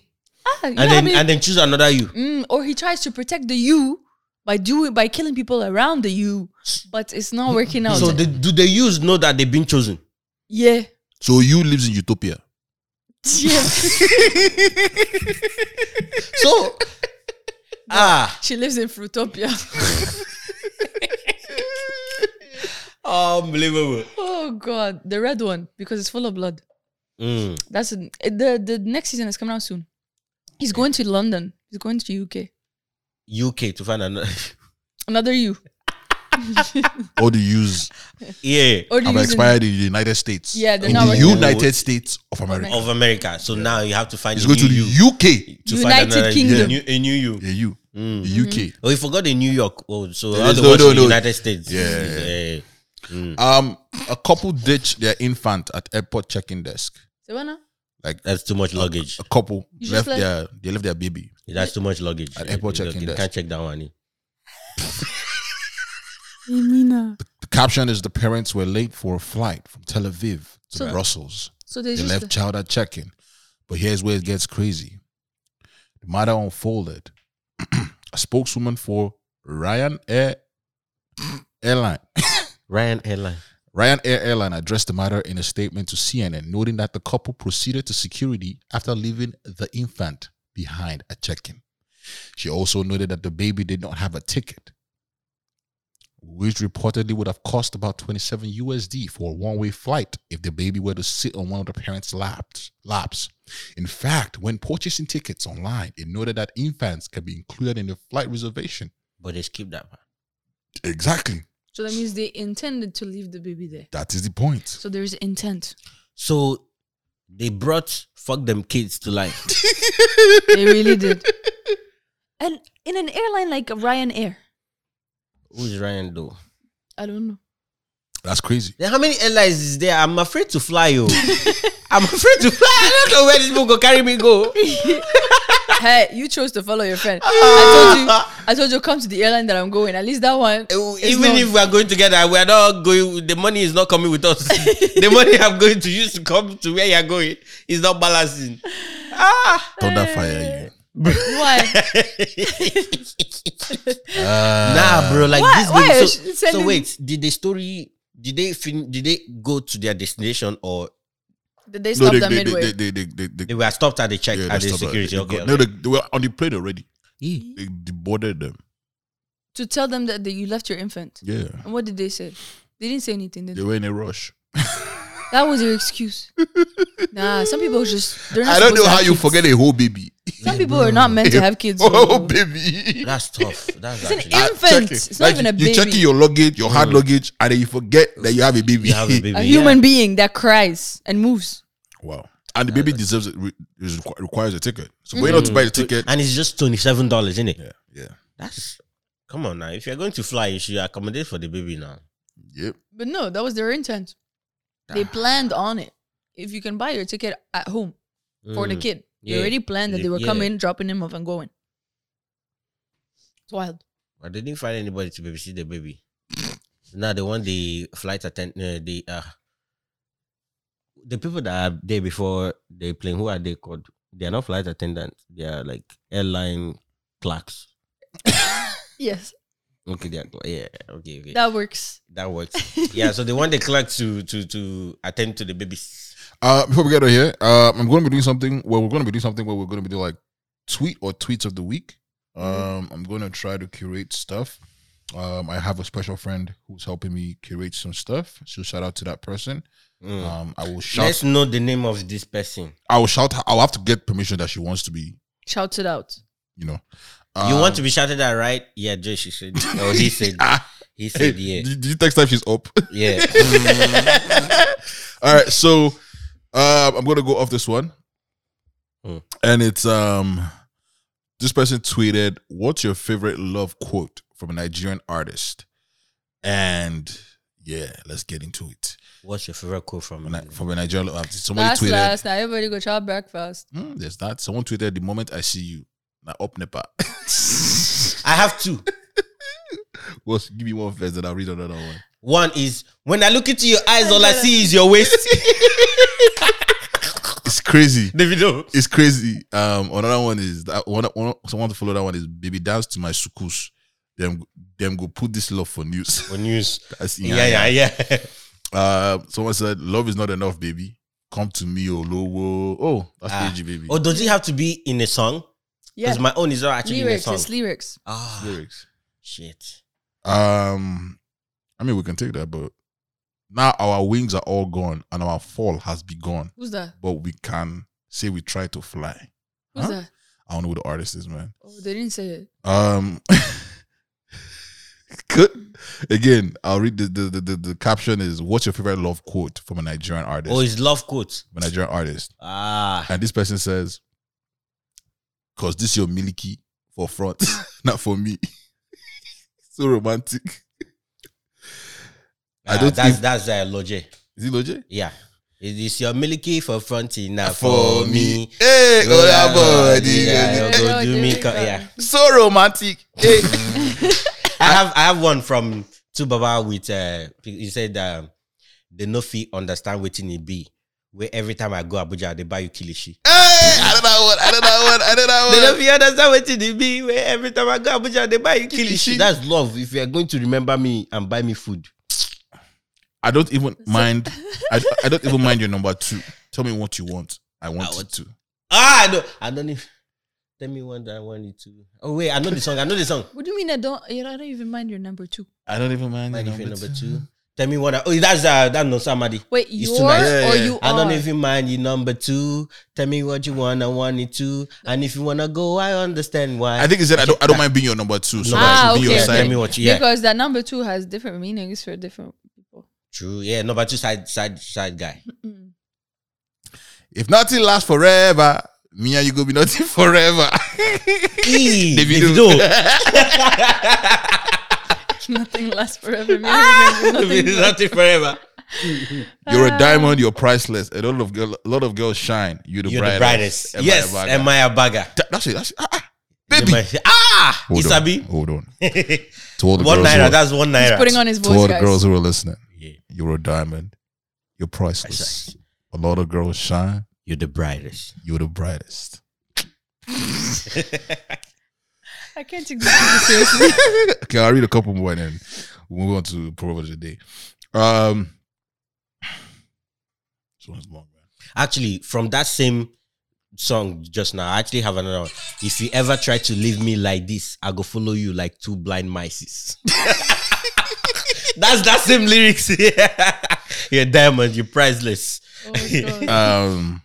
Speaker 1: Ah, you know
Speaker 3: and
Speaker 1: how
Speaker 3: then
Speaker 1: many-
Speaker 3: and then choose another you.
Speaker 1: Mm, or he tries to protect the you by doing by killing people around the you, but it's not working out.
Speaker 3: Mm. So the, do the yous know that they've been chosen?
Speaker 1: yeah,
Speaker 4: So you lives in utopia.
Speaker 1: yeah.
Speaker 3: So ah
Speaker 1: she lives in Fruitopia.
Speaker 3: unbelievable.
Speaker 1: oh God, the red one because it's full of blood.
Speaker 3: Mm.
Speaker 1: That's an, the the next season is coming out soon. He's going to London. He's going to UK.
Speaker 3: UK to find another.
Speaker 1: Another you.
Speaker 4: All the yous
Speaker 3: yeah.
Speaker 1: Or do
Speaker 4: have
Speaker 1: you use an-
Speaker 4: expired in the United States.
Speaker 1: Yeah, they're
Speaker 4: in
Speaker 1: not Oh,
Speaker 4: the
Speaker 1: working.
Speaker 4: United States of America.
Speaker 3: Of America. So now you have to find
Speaker 4: It's
Speaker 3: a
Speaker 4: going
Speaker 3: new
Speaker 4: to
Speaker 3: you.
Speaker 4: the UK.
Speaker 3: to
Speaker 1: United
Speaker 3: find another
Speaker 1: Kingdom.
Speaker 3: You, a new you.
Speaker 4: Yeah, you.
Speaker 3: Mm.
Speaker 4: The UK.
Speaker 3: Oh, you forgot in New York. Oh, so
Speaker 4: There
Speaker 3: all
Speaker 4: is
Speaker 3: the
Speaker 4: no-
Speaker 3: ones
Speaker 4: no,
Speaker 3: in
Speaker 4: no.
Speaker 3: the United States.
Speaker 4: Yeah.
Speaker 3: Eh,
Speaker 4: Um, a couple ditched their infant at airport check-in desk.
Speaker 1: Savannah?
Speaker 3: That's too much luggage.
Speaker 4: A couple
Speaker 1: You just
Speaker 4: left
Speaker 1: like-
Speaker 4: their they left their baby.
Speaker 3: That's too much luggage.
Speaker 4: At airport
Speaker 3: You- you-
Speaker 4: check-in
Speaker 3: You
Speaker 4: desk.
Speaker 3: can't check that one. eh? in.
Speaker 4: The caption is the parents were late for a flight from Tel Aviv to
Speaker 1: So-
Speaker 4: Brussels.
Speaker 1: So they
Speaker 4: They
Speaker 1: just
Speaker 4: left child at check-in. But here's where it gets crazy. The matter unfolded. a spokeswoman for Ryanair Airline.
Speaker 3: Ryan Airline.
Speaker 4: Ryanair Airline addressed the matter in a statement to CNN, noting that the couple proceeded to security after leaving the infant behind at check-in. She also noted that the baby did not have a ticket, which reportedly would have cost about 27 USD for a one-way flight if the baby were to sit on one of the parents' laps. laps. In fact, when purchasing tickets online, it noted that infants can be included in the flight reservation.
Speaker 3: But they skipped that one.
Speaker 4: Exactly.
Speaker 1: so that means they intended to leave the baby there.
Speaker 4: That is the point.
Speaker 1: So there is intent.
Speaker 3: So they brought fuck them kids to life.
Speaker 1: They really did. And in an airline like Ryanair,
Speaker 3: Who's Ryan though?
Speaker 1: I don't know.
Speaker 4: That's crazy.
Speaker 3: Then how many airlines is there? I'm afraid to fly, yo. I'm afraid to fly. I don't know where this book will carry me go.
Speaker 1: hey, you chose to follow your friend. I told you, I told you, come to the airline that I'm going. At least that one. is
Speaker 3: Even
Speaker 1: known.
Speaker 3: if we are going together, we are not going. The money is not coming with us. the money I'm going to use to come to where you are going is not balancing.
Speaker 4: Don't that fire
Speaker 1: why,
Speaker 4: you. Uh,
Speaker 3: nah, bro. Like
Speaker 1: Why-
Speaker 3: this
Speaker 1: why
Speaker 3: game.
Speaker 1: are
Speaker 3: So,
Speaker 1: you sending-
Speaker 3: so wait, did the story? Did they fin- Did they go to their destination or
Speaker 1: did they
Speaker 4: no,
Speaker 1: stop
Speaker 4: they,
Speaker 1: that
Speaker 4: they,
Speaker 1: midway?
Speaker 4: they, they, they, they, they,
Speaker 3: they were stopped at the check
Speaker 4: yeah,
Speaker 3: at
Speaker 4: they
Speaker 3: the
Speaker 4: stopped at-
Speaker 3: security?
Speaker 4: they-
Speaker 3: okay.
Speaker 4: No,
Speaker 3: okay.
Speaker 4: they, they were on the plane already.
Speaker 3: Yeah.
Speaker 4: They, they boarded them.
Speaker 1: to tell them that, that you left your infant.
Speaker 4: Yeah.
Speaker 1: And what did they say? They didn't say anything. Did
Speaker 4: They
Speaker 1: they?
Speaker 4: were in a rush.
Speaker 1: That was your excuse. nah, some people just. They're not
Speaker 4: I don't
Speaker 1: supposed
Speaker 4: know
Speaker 1: to
Speaker 4: how
Speaker 1: have
Speaker 4: you
Speaker 1: kids.
Speaker 4: forget a whole baby.
Speaker 1: Some people are not meant to have kids.
Speaker 4: Oh,
Speaker 1: so-
Speaker 4: baby.
Speaker 3: That's tough. That's
Speaker 1: It's an
Speaker 3: actually-
Speaker 4: Ah,
Speaker 1: infant.
Speaker 4: check it.
Speaker 1: It's not
Speaker 4: Like,
Speaker 1: even a baby.
Speaker 4: You're checking your luggage, your hard luggage, and then you forget that you have a baby.
Speaker 3: you have a baby.
Speaker 1: a
Speaker 3: yeah.
Speaker 1: human being that cries and moves.
Speaker 4: wow. And the baby deserves it, re- is requ- requires a ticket. So going
Speaker 1: Mm.
Speaker 4: out to buy the ticket.
Speaker 3: and it's just twenty seven dollars, isn't it?
Speaker 4: Yeah, yeah,
Speaker 3: That's come on now. If you're going to fly, you should accommodate for the baby now.
Speaker 4: yep.
Speaker 1: But no, that was their intent.
Speaker 4: Ah.
Speaker 1: They planned on it. If you can buy your ticket at home for the
Speaker 3: Mm.
Speaker 1: kid,
Speaker 3: Yeah.
Speaker 1: they already planned that they were
Speaker 3: Yeah.
Speaker 1: coming, dropping him off, and going. It's wild.
Speaker 3: But they didn't find anybody to babysit the baby. now they want the flight attendant, uh, the uh, the people that are there before the plane. Who are they called? They are not flight attendants. They are like airline clerks.
Speaker 1: Yes,
Speaker 3: Okay, they are cl- yeah. Okay, okay, that,
Speaker 1: that works.
Speaker 3: works. yeah, so they want the clerk to to to attend to the babies.
Speaker 4: Uh, before we get out of here, uh, I'm going to be doing something. Well, we're going to be doing something where we're going to be doing like tweet or tweets of the week.
Speaker 3: Mm-hmm.
Speaker 4: Um, I'm going to try to curate stuff. Um, I have a special friend who's helping me curate some stuff. So shout out to that person.
Speaker 3: Mm.
Speaker 4: Um, I will shout.
Speaker 3: Let's know the name of this person.
Speaker 4: I will shout. I'll have to get permission that she wants to be.
Speaker 1: Shout it out.
Speaker 4: You know.
Speaker 3: you want
Speaker 4: Um,
Speaker 3: to be shouted at, right? Yeah, Jay, she said. Oh, he said.
Speaker 4: Ah.
Speaker 3: He
Speaker 4: Hey,
Speaker 3: said, yeah,
Speaker 4: did, did you text time she's up?
Speaker 3: yeah.
Speaker 4: All right, so uh, I'm gonna go off this one,
Speaker 3: Mm.
Speaker 4: and it's um, this person tweeted, "What's your favorite love quote from a Nigerian artist?" And yeah, let's get into it.
Speaker 3: What's your favorite quote from?
Speaker 4: From a-
Speaker 3: Nigeria?
Speaker 4: From a Nigerian love artist, somebody
Speaker 1: Last,
Speaker 4: tweeted,
Speaker 1: last night, everybody go child breakfast.
Speaker 4: Hmm, "There's that." Someone tweeted, "The moment I see you, now up nepa."
Speaker 3: I have two.
Speaker 4: well, give me one verse, and I'll read another one.
Speaker 3: One is when I look into your eyes, all I see is your waist.
Speaker 4: It's crazy.
Speaker 3: the video.
Speaker 4: it's crazy. Um, another one is that one, one someone to follow that one is baby dance to my sukus. Them them go put this love for Oh, news.
Speaker 3: For news.
Speaker 4: That's-
Speaker 3: Yeah, yeah, yeah.
Speaker 4: Uh, someone said love is not enough, baby. Come to me, Olowo. Oh, that's
Speaker 3: Ah.
Speaker 4: ah. baby.
Speaker 3: or does it have to be in a song?
Speaker 1: Yeah,
Speaker 3: Because my own is not actually
Speaker 1: lyrics.
Speaker 3: in a
Speaker 1: It's
Speaker 3: song.
Speaker 1: lyrics.
Speaker 3: Ah,
Speaker 4: lyrics.
Speaker 3: shit.
Speaker 4: Um, I mean we can take that, but now our wings are all gone and our fall has begun.
Speaker 1: Who's that?
Speaker 4: But we can say we try to fly.
Speaker 1: Who's
Speaker 4: Huh?
Speaker 1: that?
Speaker 4: I don't know who the artist is, man.
Speaker 1: Oh, they didn't say it.
Speaker 4: Um, good. Again, I'll read the the, the, the the caption is "What's your favorite love quote from a Nigerian artist?"
Speaker 3: Oh, it's love quotes.
Speaker 4: From a Nigerian artist,
Speaker 3: Ah,
Speaker 4: and this person says, "Cause this your milky for front, not for me." so romantic. I
Speaker 3: Ah,
Speaker 4: don't
Speaker 3: that's
Speaker 4: think-
Speaker 3: that's uh, Loje.
Speaker 4: Is it Loje?
Speaker 3: Yeah, it is your milky for fronting now
Speaker 4: For
Speaker 3: for
Speaker 4: me,
Speaker 3: me.
Speaker 4: hey,
Speaker 3: Yeah,
Speaker 4: Ola body.
Speaker 3: yeah,
Speaker 1: yeah.
Speaker 3: go do me
Speaker 1: Yeah.
Speaker 3: co- yeah.
Speaker 4: so romantic. Hey.
Speaker 3: I have I have one from Tubaba with uh he said um the no fee understand waiting it be. Where every time I go Abuja, they buy you kilishi.
Speaker 4: hey, I don't know what, I don't know what, I don't
Speaker 3: They
Speaker 4: know
Speaker 3: don't
Speaker 4: what.
Speaker 3: be understand wetin it be. Where every time I go Abuja, they buy you kilishi.
Speaker 4: Kilishi.
Speaker 3: That's love. If you are going to remember me and buy me food,
Speaker 4: I don't even mind. I, I don't even mind your number two. Tell me what you want. I want,
Speaker 3: I want-
Speaker 4: to.
Speaker 3: ah, I don't. I don't even. Tell me one that I want you to. Oh wait, I know the song. I know the song.
Speaker 1: What do you mean? I don't. I don't even mind your number two.
Speaker 4: I don't even mind.
Speaker 3: Mind if you're number two. Tell me what. I, oh, that's uh, that no Samadi.
Speaker 1: Wait,
Speaker 3: It's
Speaker 1: you're
Speaker 3: too nice.
Speaker 4: Yeah,
Speaker 1: or
Speaker 4: yeah.
Speaker 1: you
Speaker 3: I
Speaker 1: are.
Speaker 3: don't even mind you number two. Tell me what you want, I want it to. And if you wanna go, I understand why.
Speaker 4: I think he said I don't. I don't mind being your number two. So
Speaker 3: No,
Speaker 4: that
Speaker 1: Ah,
Speaker 4: should
Speaker 1: okay,
Speaker 4: be your
Speaker 1: okay.
Speaker 3: Tell
Speaker 4: side.
Speaker 3: me what you yeah.
Speaker 1: Because that number two has different meanings for different people.
Speaker 3: True. Yeah, number two side side side guy.
Speaker 4: If nothing lasts forever, Mia, you gonna be nothing forever.
Speaker 3: Eee,
Speaker 4: Davido.
Speaker 1: Nothing lasts forever. Me, I remember nothing
Speaker 3: Davido, nothing forever.
Speaker 4: you're a diamond. You're priceless. A lot of girl, a lot of girls shine. You're the
Speaker 3: You're the
Speaker 4: brightest.
Speaker 3: brightest. Yes, um,
Speaker 4: am
Speaker 3: Emma Abaga.
Speaker 4: That's it. That's it. Ah, ah. Baby.
Speaker 3: Ah,
Speaker 4: Hold
Speaker 3: Isabi.
Speaker 4: on. Hold on. To all the
Speaker 3: one
Speaker 4: girls who
Speaker 3: naira.
Speaker 4: are-
Speaker 3: That's one naira.
Speaker 1: putting on his
Speaker 4: to all
Speaker 1: voice,
Speaker 4: the
Speaker 1: guys.
Speaker 4: girls who are listening,
Speaker 3: Yeah.
Speaker 4: you're a diamond. You're priceless.
Speaker 3: Priceless.
Speaker 4: A lot of girls shine.
Speaker 3: You're the brightest.
Speaker 4: You're the brightest.
Speaker 1: I can't take this seriously.
Speaker 4: okay, I'll read a couple more and then we'll move on to proverb of the day. Um, this one's long, man.
Speaker 3: Actually, from that same song just now, I actually have another one. If you ever try to leave me like this, I go follow you like two blind mice. That's that same lyrics. you're diamond. You're priceless.
Speaker 1: Oh my God.
Speaker 4: Um,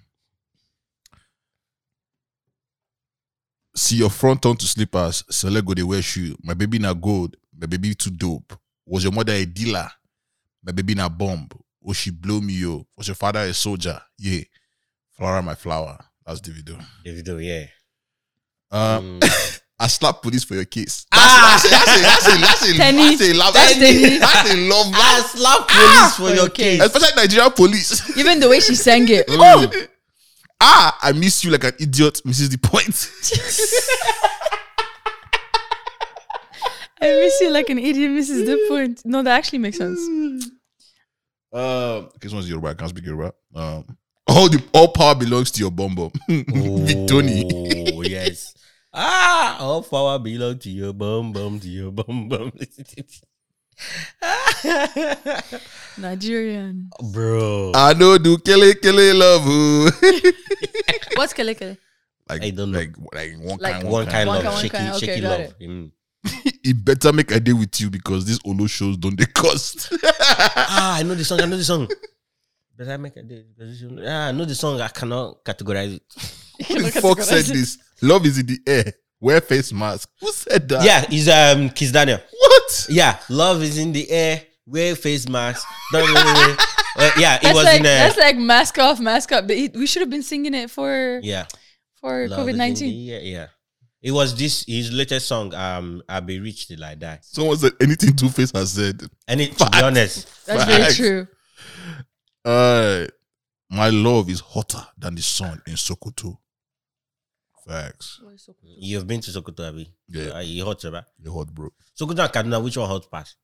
Speaker 4: see your front on to slippers. Select go they wear shoe. My baby na gold. My baby too dope. Was your mother a dealer? My baby na bomb. Oh, she blow me yo. Was your father a soldier? Yeah. Flower my flower. That's the video.
Speaker 3: Davido, yeah.
Speaker 4: Um,
Speaker 3: Mm.
Speaker 4: I slap police for your kiss.
Speaker 3: Ah!
Speaker 4: That's, that's, that's, a, that's, a, that's, a,
Speaker 1: Tenny.
Speaker 4: that's a love.
Speaker 1: That's
Speaker 4: That's,
Speaker 1: Tenny.
Speaker 4: a, that's a love.
Speaker 3: I
Speaker 4: That's,
Speaker 3: slap police
Speaker 4: Ah,
Speaker 3: for your
Speaker 1: okay.
Speaker 3: case.
Speaker 4: especially Nigerian police.
Speaker 1: Even the way she sang it.
Speaker 4: Oh. Ah, I miss you like an idiot. Misses the point.
Speaker 1: I miss you like an idiot misses the point. No, that actually makes sense.
Speaker 4: Um, this one's Yoruba. I can't speak Yoruba. Um, all the all power belongs to your bombo, Big Tony.
Speaker 3: Oh, yes. Ah, all power belong to your bum bum, to your bum bum.
Speaker 1: Nigerian.
Speaker 3: Bro,
Speaker 4: I know do kele kele love. oh.
Speaker 1: What's kele kele?
Speaker 4: like
Speaker 3: I don't know.
Speaker 4: Like like one
Speaker 1: Like
Speaker 4: kind
Speaker 3: one kind
Speaker 1: One
Speaker 3: love,
Speaker 1: kind, one
Speaker 3: shaky,
Speaker 1: kind. Okay,
Speaker 3: shaky
Speaker 1: got
Speaker 3: love.
Speaker 1: it.
Speaker 3: Mm.
Speaker 4: It better make a day with you because these Olo shows don't they cost.
Speaker 3: Ah, I know the song. I know the song. Does that make a day? Does it- Ah, I know the song. I cannot categorize it.
Speaker 4: Who the fuck said this? Love is in the air. Wear face mask. Who said that?
Speaker 3: Yeah, it's um Kiss Daniel.
Speaker 4: What?
Speaker 3: Yeah, love is in the air. Wear face mask. Don't worry. Uh, yeah, it
Speaker 1: That's
Speaker 3: was
Speaker 1: like
Speaker 3: in
Speaker 1: that's
Speaker 3: a
Speaker 1: like mask off, mask up. But it, we should have been singing it for
Speaker 3: yeah.
Speaker 1: for
Speaker 3: Love is
Speaker 1: COVID
Speaker 3: in
Speaker 1: nineteen.
Speaker 3: the air, Yeah, it was this his latest song. Um, I'll be rich till I die.
Speaker 4: Someone said anything Two Face has said.
Speaker 3: And it, to be honest,
Speaker 1: That's very
Speaker 4: Facts.
Speaker 1: true.
Speaker 4: Uh, my love is hotter than the sun in Sokoto. Facts.
Speaker 3: You've been to Sokoto, Abi.
Speaker 4: Yeah.
Speaker 3: Uh, you hot, right?
Speaker 4: You're hot, bro.
Speaker 3: Sokoto and Kaduna, which one hot pass?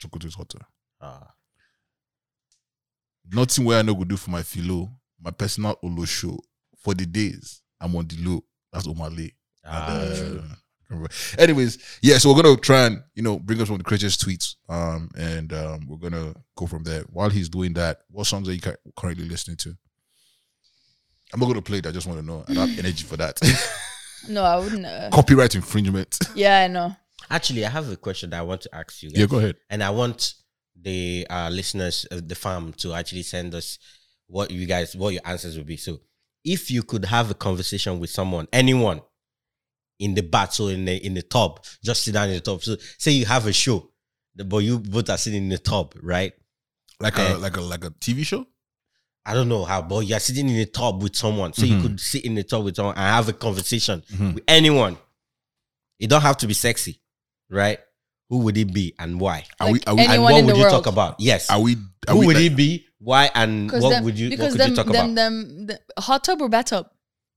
Speaker 4: Sokoto is hotter.
Speaker 3: Ah.
Speaker 4: Nothing where I know go do for my philo, my personal Olo show. For the days, I'm on the low. That's Omale.
Speaker 3: Ah,
Speaker 4: And, uh,
Speaker 3: true.
Speaker 4: I remember. Anyways, yeah, so we're gonna try and you know bring up some of the craziest tweets, um, and um, we're gonna go from there. While he's doing that, what songs are you cu- currently listening to? I'm not gonna play it. I just want to know. I don't have energy for that.
Speaker 1: No, I wouldn't. Uh,
Speaker 4: Copyright infringement.
Speaker 1: yeah, I know.
Speaker 3: Actually, I have a question that I want to ask you. guys.
Speaker 4: yeah, go ahead.
Speaker 3: And I want the uh, listeners of the farm to actually send us what you guys, what your answers would be. So, if you could have a conversation with someone, anyone in the bath, so in the in the tub, just sit down in the tub. So, say you have a show, the- but you both are sitting in the tub, right?
Speaker 4: Like
Speaker 3: Eh.
Speaker 4: a like a like a TV show.
Speaker 3: I don't know how, but you're sitting in a tub with someone. So you
Speaker 4: Mhm.
Speaker 3: could sit in the tub with someone and have a conversation
Speaker 4: Mhm.
Speaker 3: with anyone. It don't have to be sexy, right? Who would it be and why?
Speaker 4: Are
Speaker 1: Like
Speaker 4: we are we
Speaker 1: any-
Speaker 3: And
Speaker 1: Anyone
Speaker 3: what
Speaker 1: in
Speaker 3: would
Speaker 1: the
Speaker 3: you
Speaker 1: world.
Speaker 3: talk about? Yes.
Speaker 4: are we are
Speaker 3: Who
Speaker 4: we
Speaker 3: would
Speaker 4: like-
Speaker 3: it be? Why and what
Speaker 1: them-
Speaker 3: would you what
Speaker 1: because
Speaker 3: could
Speaker 1: them,
Speaker 3: you talk
Speaker 1: them,
Speaker 3: about?
Speaker 1: them, the- hot tub or bathtub?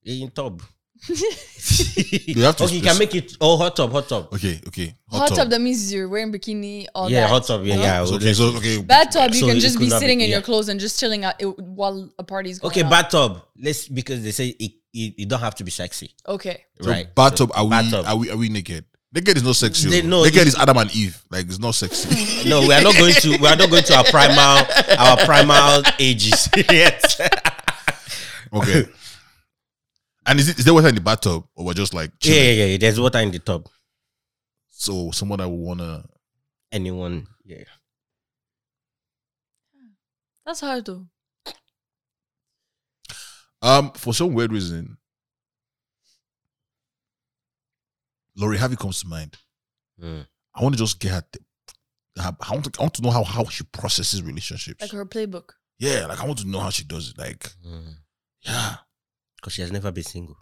Speaker 3: In tub.
Speaker 4: You have to
Speaker 3: okay, you can
Speaker 4: spec-
Speaker 3: make it oh hot tub, hot tub.
Speaker 4: Okay, okay.
Speaker 1: Hot, tub. That means you're wearing bikini. All
Speaker 3: yeah,
Speaker 1: Oh, that.
Speaker 3: hot tub, yeah, yeah. I
Speaker 4: Oh, So,
Speaker 3: would-
Speaker 4: okay, so okay.
Speaker 1: Bathtub, you
Speaker 3: So
Speaker 1: can
Speaker 3: it
Speaker 1: just
Speaker 3: could
Speaker 1: be
Speaker 3: not
Speaker 1: sitting
Speaker 3: be-
Speaker 1: in your
Speaker 3: yeah.
Speaker 1: clothes and just chilling out it, while a party's going
Speaker 3: Okay,
Speaker 1: on.
Speaker 3: bathtub. Let's because they say it, it, it don't have to be sexy.
Speaker 1: Okay.
Speaker 4: So
Speaker 3: right.
Speaker 4: bathtub, are we
Speaker 3: bathtub.
Speaker 4: are we are we naked? Naked is not sexy.
Speaker 3: They-
Speaker 4: oh.
Speaker 3: no,
Speaker 4: naked
Speaker 3: you-
Speaker 4: is Adam and Eve. Like it's not sexy.
Speaker 3: No, we are not going to. We are not going to our primal, our primal ages. yes.
Speaker 4: Okay. and is it is there water in the bathtub or we're just like
Speaker 3: Yeah,
Speaker 4: chilling?
Speaker 3: yeah, yeah, yeah. There's water in the tub.
Speaker 4: So someone that would wanna
Speaker 3: Anyone? Yeah.
Speaker 1: That's hard though.
Speaker 4: um for some weird reason. Laurie Harvey comes to mind.
Speaker 3: Mm.
Speaker 4: I want to just get her. her- I want to, I want to know how, how she processes relationships.
Speaker 1: Like her playbook.
Speaker 4: yeah, like I want to know how she does it. Like, yeah,
Speaker 3: because mm. she has never been single.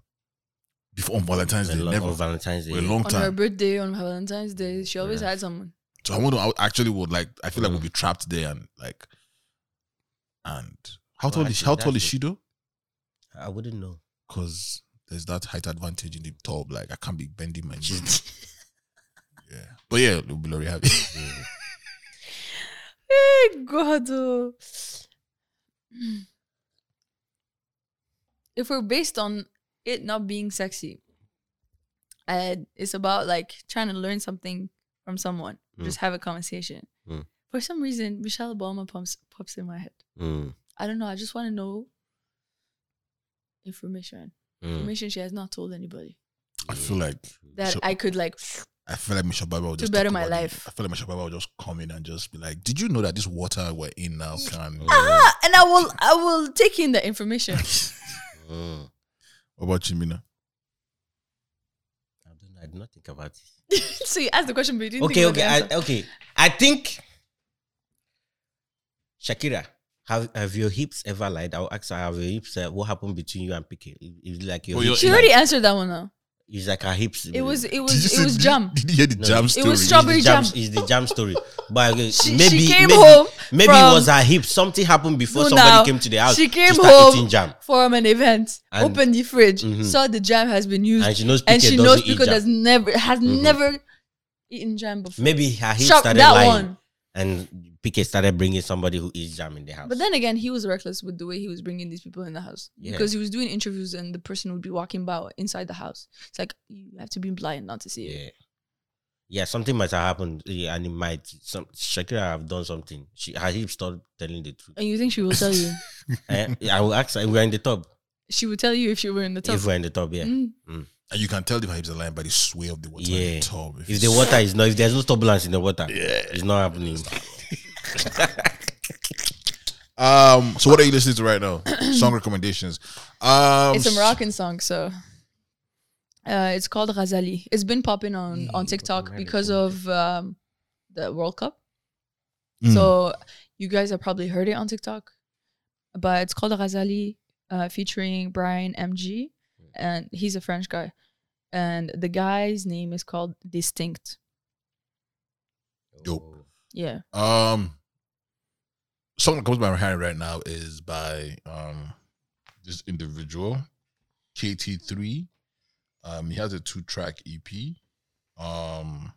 Speaker 4: before on Valentine's Day.
Speaker 3: On lo-
Speaker 4: Never
Speaker 3: on Valentine's Day.
Speaker 4: for a long
Speaker 1: on her
Speaker 4: time.
Speaker 1: birthday, on her Valentine's Day, she always had someone.
Speaker 4: So I want to. I actually would like. I feel like
Speaker 3: Mm.
Speaker 4: we'll be trapped there and like. And how
Speaker 3: Well,
Speaker 4: tall is
Speaker 3: actually,
Speaker 4: how tall
Speaker 3: that's
Speaker 4: is she though?
Speaker 3: I wouldn't know.
Speaker 4: Because there's that height advantage in the tall. Like I can't be bending my knees. yeah, but yeah, it'll be very happy.
Speaker 1: Eh, God. oh. If we're based on it not being sexy, and it's about like trying to learn something from someone,
Speaker 3: Mm.
Speaker 1: just have a conversation.
Speaker 3: Mm.
Speaker 1: For some reason, Michelle Obama pops, pops in my head.
Speaker 3: Mm,
Speaker 1: I don't know. I just want to know information.
Speaker 3: mm.
Speaker 1: Information she has not told anybody
Speaker 4: I feel like
Speaker 1: that
Speaker 4: So-
Speaker 1: I could like.
Speaker 4: I feel like Michelle Baba will
Speaker 1: To
Speaker 4: just
Speaker 1: better
Speaker 4: talk
Speaker 1: my
Speaker 4: about it.
Speaker 1: life.
Speaker 4: I feel like Michelle Baba will just come in and just be like, "Did you know that this water we're in now can?"
Speaker 3: Oh.
Speaker 1: Ah, and I will. I will take in the information.
Speaker 3: Mm.
Speaker 4: What about you, Mina?
Speaker 3: I don't know. I did not think about it.
Speaker 1: so you asked the question, but you didn't.
Speaker 3: okay,
Speaker 1: think about
Speaker 3: okay,
Speaker 1: the
Speaker 3: I,
Speaker 1: answer.
Speaker 3: okay. I think Shakira, have have your hips ever lied? I'll ask her. Have your hips? Uh, what happened between you and Piquet? It's like your
Speaker 4: Oh, you're-
Speaker 3: hips,
Speaker 1: she
Speaker 3: like-
Speaker 1: already answered that one now.
Speaker 3: It's like her hips.
Speaker 1: It was. It
Speaker 4: Did you
Speaker 1: was.
Speaker 4: see-
Speaker 1: It was
Speaker 4: did you-
Speaker 1: jam.
Speaker 4: Did you hear the
Speaker 3: No.
Speaker 4: jam
Speaker 3: It
Speaker 4: story?
Speaker 1: was strawberry-
Speaker 3: the jam,
Speaker 1: jam.
Speaker 3: is the jam story. But okay,
Speaker 1: She,
Speaker 3: maybe
Speaker 1: she came
Speaker 3: maybe,
Speaker 1: home.
Speaker 3: maybe
Speaker 1: from,
Speaker 3: it was her hips. Something happened before
Speaker 1: No,
Speaker 3: somebody
Speaker 1: now,
Speaker 3: came to the house.
Speaker 1: She came
Speaker 3: started
Speaker 1: home
Speaker 3: eating jam,
Speaker 1: from an event.
Speaker 3: And-
Speaker 1: opened the fridge.
Speaker 3: Mhm.
Speaker 1: Saw the jam has been used,
Speaker 3: and she knows Piquet
Speaker 1: and she
Speaker 3: doesn't
Speaker 1: knows
Speaker 3: eat
Speaker 1: because
Speaker 3: jam.
Speaker 1: has never has
Speaker 3: Mhm.
Speaker 1: never eaten jam before.
Speaker 3: Maybe her hips
Speaker 1: Shock
Speaker 3: started
Speaker 1: that
Speaker 3: lying,
Speaker 1: one.
Speaker 3: and Piquet started bringing somebody who eats jam in the house.
Speaker 1: But then again, he was reckless with the way he was bringing these people in the house
Speaker 3: Yeah.
Speaker 1: because he was doing interviews and the person would be walking by inside the house. It's like you have to be blind not to see it.
Speaker 3: Yeah. Yeah, something might have happened, yeah, and it might. Some Shakira have done something. She her hips stopped telling the truth.
Speaker 1: And you think she will tell you?
Speaker 3: Eh, I will ask. her, We're in the top.
Speaker 1: she would tell you if she were in the tub.
Speaker 3: If we're in the top, yeah.
Speaker 1: Mm.
Speaker 4: And you can tell the vibes are lying by the sway of the water in
Speaker 3: Yeah.
Speaker 4: the tub.
Speaker 3: If the water is not, if there's no turbulence in the water,
Speaker 4: Yeah.
Speaker 3: it's not happening.
Speaker 4: Um, so what are you listening to right now? Song recommendations. Um,
Speaker 1: It's a Moroccan song, so uh, it's called Ghazali. It's been popping on
Speaker 4: Mm,
Speaker 1: on TikTok because of um, the World Cup.
Speaker 4: Mm.
Speaker 1: So you guys have probably heard it on TikTok, but it's called Ghazali, uh, featuring Brian MG, and he's a French guy, and the guy's name is called Distinct.
Speaker 4: Dope.
Speaker 1: Yeah,
Speaker 4: Um, song that comes by my hand right now is by um this individual, KT3. Um, he has a two track EP. Um,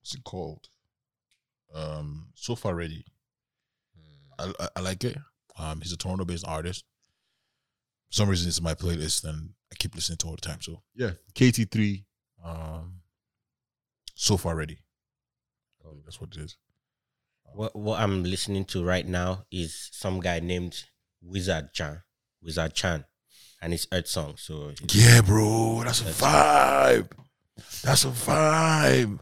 Speaker 4: what's it called? Um, so far ready.
Speaker 3: Hmm.
Speaker 4: I, I, I like it. Um, he's a Toronto based artist. For some reason, it's in my playlist, and I keep listening to it all the time. So yeah, KT3. Um, so far ready. I think That's what it is.
Speaker 3: What what I'm listening to right now is some guy named Wizard Chan, Wizard Chan, and it's Earth song. So it's-
Speaker 4: Yeah, bro, that's a
Speaker 3: That's-
Speaker 4: vibe. That's a vibe.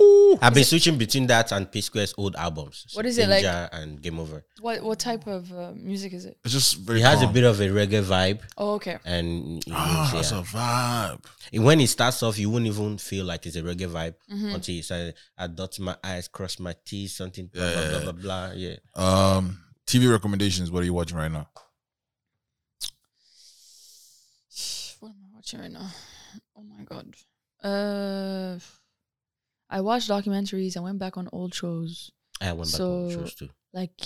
Speaker 4: Ooh.
Speaker 3: I've been switching between that and P Square's old albums.
Speaker 1: What is it like?
Speaker 3: Danger And Game Over.
Speaker 1: what what type of uh, music is it?
Speaker 4: It's just very.
Speaker 3: It has a
Speaker 4: calm.
Speaker 3: bit of a reggae vibe,
Speaker 1: Oh, okay.
Speaker 3: and you know,
Speaker 4: Ah,
Speaker 3: yeah.
Speaker 4: that's a vibe.
Speaker 3: And when it starts off, you won't even feel like it's a reggae vibe
Speaker 1: Mhm.
Speaker 3: until you say, I dot my eyes, cross my T's, something, blah,
Speaker 4: Yeah,
Speaker 3: blah,
Speaker 4: yeah,
Speaker 3: blah,
Speaker 4: yeah.
Speaker 3: blah, blah. Yeah.
Speaker 4: Um, TV recommendations. What are you watching right now?
Speaker 1: What am I watching right now? Oh my god. Uh, I watched documentaries. I went back on old shows.
Speaker 3: I went back
Speaker 1: So-
Speaker 3: on shows too.
Speaker 1: Like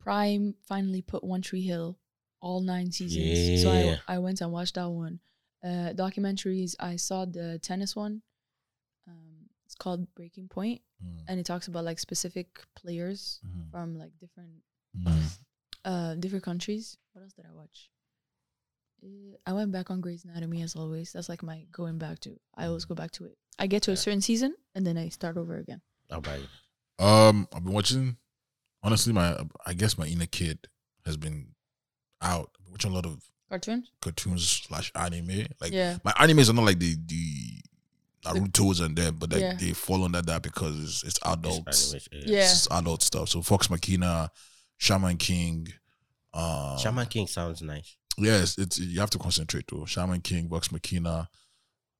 Speaker 1: Prime finally put One Tree Hill, all nine seasons. So
Speaker 3: Yeah.
Speaker 1: I, I went and watched that one. Uh, documentaries. I saw the tennis one. Um, it's called Breaking Point,
Speaker 4: Mm,
Speaker 1: and it talks about like specific players
Speaker 4: mm,
Speaker 1: from like different
Speaker 4: mm.
Speaker 1: uh different countries. What else did I watch? Uh, I went back on Grey's Anatomy as always. That's like my going back to. I always go back to it. I get to a
Speaker 3: Yeah.
Speaker 1: certain season and then I start over again.
Speaker 3: How about you?
Speaker 4: Um, I've been watching. Honestly, my I guess my inner kid has been out. I've been watching a lot of
Speaker 1: Cartoons.
Speaker 4: cartoons slash anime. Like
Speaker 1: yeah.
Speaker 4: my animes are not like the the Naruto's and them, but like
Speaker 1: Yeah.
Speaker 4: they fall under that because it's, it's adults.
Speaker 3: It's animation, yeah.
Speaker 1: Yeah.
Speaker 4: It's adult stuff. So Fox Machina, Shaman King. Um,
Speaker 3: Shaman King sounds nice.
Speaker 4: Yes, it's you have to concentrate though. Shaman King, Fox Machina.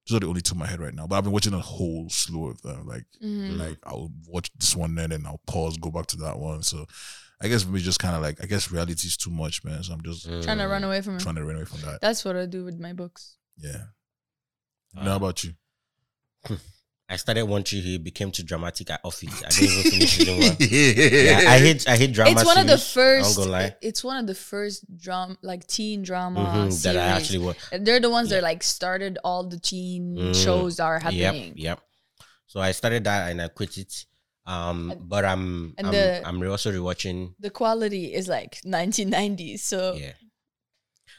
Speaker 4: Those are the only two in my head right now. But I've been watching a whole slew of them. Like
Speaker 1: Mhm.
Speaker 4: like I'll watch this one then and I'll pause, go back to that one. So
Speaker 5: I guess for me, just kind of like I guess reality is too much, man. So I'm just
Speaker 1: trying to run away from it.
Speaker 5: trying to run away from that.
Speaker 1: That's what I do with my books.
Speaker 5: Yeah.
Speaker 3: Uh,
Speaker 5: Now about you?
Speaker 3: I started one tree hill, became too dramatic. I off it. I didn't even finish season one. Yeah, I hate I hate drama.
Speaker 1: it's one of the
Speaker 3: series, I won't
Speaker 1: first.
Speaker 3: go lie.
Speaker 1: it- it's one of the first drama, like teen drama
Speaker 3: Mhm, that I
Speaker 1: series.
Speaker 3: actually watch.
Speaker 1: They're the ones that like started all the teen
Speaker 3: Mm,
Speaker 1: shows that are
Speaker 3: Yep,
Speaker 1: happening.
Speaker 3: yep. So I started that and I quit it. Um, but I'm
Speaker 1: and
Speaker 3: I'm,
Speaker 1: the-
Speaker 3: I'm re- also rewatching.
Speaker 1: The quality is like 1990s. So
Speaker 3: Yeah.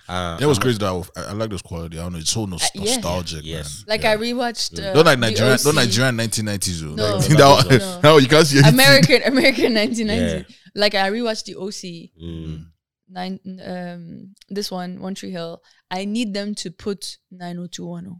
Speaker 1: Oh.
Speaker 3: Uh,
Speaker 5: That was
Speaker 3: I'm-
Speaker 5: crazy. Though I, I like this quality. I don't know. It's so nos-
Speaker 1: Uh, yeah.
Speaker 5: nostalgic, man.
Speaker 3: Yes.
Speaker 1: like I rewatched.
Speaker 3: Mm.
Speaker 1: Uh,
Speaker 5: don't like
Speaker 1: The
Speaker 5: Nigerian. Don't
Speaker 1: OC.
Speaker 5: Nigerian 1990s. though.
Speaker 1: No.
Speaker 5: Like, that one-
Speaker 1: No.
Speaker 5: no, you can't see anything.
Speaker 1: American American 1990. Like I rewatched the OC
Speaker 3: Mm,
Speaker 1: nine um this one One Tree Hill. I need them to put 90210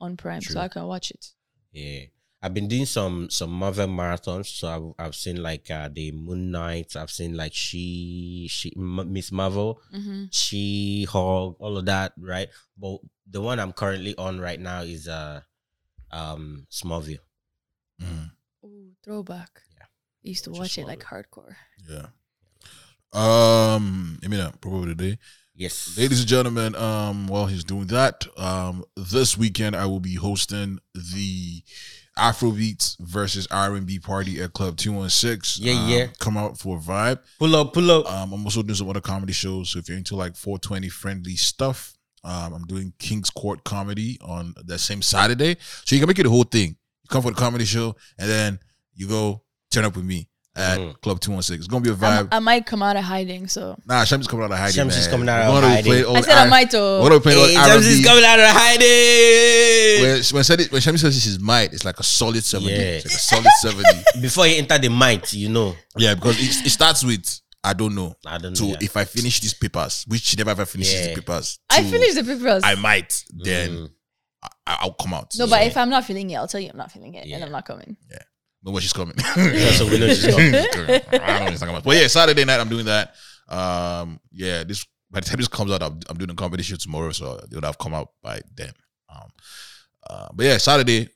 Speaker 1: on Prime so
Speaker 3: True.
Speaker 1: I can watch it.
Speaker 3: yeah. I've been doing some some Marvel marathons, so I've, I've seen like uh, the Moon Knight. I've seen like she she M- Miss Marvel,
Speaker 1: Mm-hmm.
Speaker 3: she Hulk, all of that, right? But the one I'm currently on right now is uh um Smallville.
Speaker 5: Mm,
Speaker 1: Ooh, throwback.
Speaker 3: Yeah.
Speaker 1: I used to
Speaker 3: Just
Speaker 1: watch it
Speaker 3: love
Speaker 1: like
Speaker 3: it.
Speaker 1: hardcore.
Speaker 5: yeah. Um, Emina, probably today.
Speaker 3: Yes,
Speaker 5: Ladies and gentlemen, um, while he's doing that, um, this weekend I will be hosting the Afrobeats versus R&B party at Club 216.
Speaker 3: Yeah,
Speaker 5: Um,
Speaker 3: yeah.
Speaker 5: Come out for a vibe.
Speaker 3: pull up, pull up.
Speaker 5: Um, I'm also doing some other comedy shows. So if you're into like 420 friendly stuff, um, I'm doing King's Court comedy on that same Saturday. So you can make it a whole thing. You come for the comedy show and then you go turn up with me at
Speaker 3: Mhm.
Speaker 5: Club 216. It's gonna be a vibe.
Speaker 1: I'm- I might come out of hiding, so
Speaker 5: nah, Shem's coming out of hiding.
Speaker 3: Shams is
Speaker 5: man.
Speaker 3: coming out of
Speaker 5: We're gonna be
Speaker 3: hiding.
Speaker 5: playing all
Speaker 1: I said I
Speaker 5: R-
Speaker 1: might.
Speaker 5: We're gonna be playing all
Speaker 3: Hey, James is
Speaker 5: R&B.
Speaker 3: coming out of hiding.
Speaker 5: When, when, said it, when Shami says this is might, it's like a solid 70.
Speaker 3: Yeah.
Speaker 5: It's like a solid 70.
Speaker 3: Before you enter the might, you know.
Speaker 5: yeah, because it, it starts with, I don't know.
Speaker 3: I don't
Speaker 5: So
Speaker 3: know. Mm, yeah.
Speaker 5: if I finish these papers, which she never ever finishes
Speaker 3: Yeah.
Speaker 5: the papers.
Speaker 1: I
Speaker 5: to
Speaker 1: finished the papers.
Speaker 5: I might, then
Speaker 3: Mm.
Speaker 5: I, I'll come out.
Speaker 1: no, but if I'm not feeling it, I'll tell you I'm not feeling it, and
Speaker 3: Yeah.
Speaker 1: I'm not coming.
Speaker 5: No, but she's coming.
Speaker 3: so we know she's coming.
Speaker 5: I don't know what she's talking about. But yeah, Saturday night, I'm doing that. Um, yeah, this by the time this comes out, I'm, I'm doing a competition tomorrow, so it would have come out by then. Um, uh, but yeah, Saturday,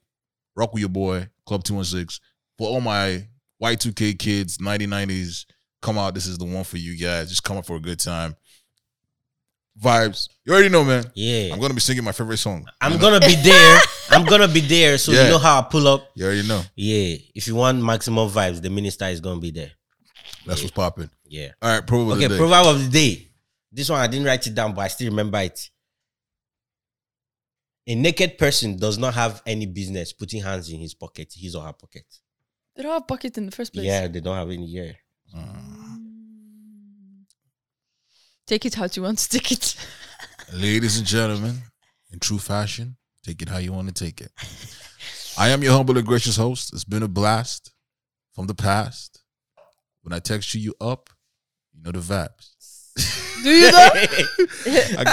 Speaker 5: rock with your boy, Club 216. For all my Y2K kids, 1990s, come out. This is the one for you guys. Just come out for a good time. Vibes. You already know, man.
Speaker 3: yeah.
Speaker 5: I'm going to be singing my favorite song.
Speaker 3: I'm gonna be there. I'm gonna be there. So
Speaker 5: Yeah.
Speaker 3: you know how I pull up.
Speaker 5: You already know.
Speaker 3: Yeah. If you want maximum vibes, the minister is gonna be there.
Speaker 5: That's what's popping.
Speaker 3: Yeah.
Speaker 5: All right, proverb
Speaker 3: Okay,
Speaker 5: of the day.
Speaker 3: proverb of the day. This one I didn't write it down, but I still remember it. A naked person does not have any business putting hands in his pocket, his or her pocket.
Speaker 1: They don't have pockets in the first place.
Speaker 3: Yeah, they don't have any. Yeah.
Speaker 1: Take it how you want to take it.
Speaker 5: Ladies and gentlemen, in true fashion, take it how you want to take it. I am your humble and gracious host. It's been a blast from the past. When I text you, you up, you know the vibes.
Speaker 1: Do you know?
Speaker 5: I go,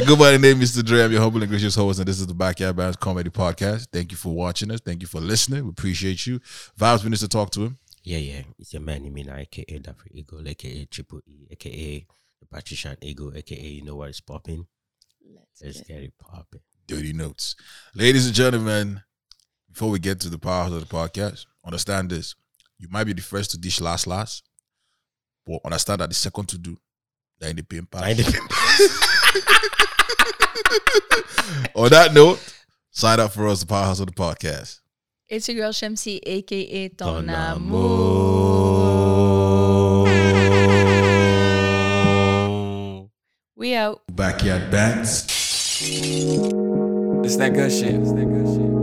Speaker 5: I go by the name Mr. Dre. I'm your humble and gracious host, and this is the Backyard Bounds Comedy Podcast. Thank you for watching us. Thank you for listening. We appreciate you. Vibes Minister, talk to him.
Speaker 3: Yeah, yeah. It's your man, Imina, aka Dapper Eagle, aka Triple E, aka the Patrician Eagle, aka you know what is popping. Let's
Speaker 1: Let's get
Speaker 3: get it popping.
Speaker 5: Dirty Notes. Ladies and gentlemen, before we get to the powerhouse of the podcast, understand this. You might be the first to dish last last, but understand that the second to do, they're in the pin
Speaker 3: I
Speaker 5: pass.
Speaker 3: did-
Speaker 5: On that note, sign up for us, the powerhouse of the podcast.
Speaker 1: It's your girl Shamsi, aka Ton
Speaker 3: Ton
Speaker 1: We out.
Speaker 5: Backyard Bands.
Speaker 6: It's that good shit. It's that good shit.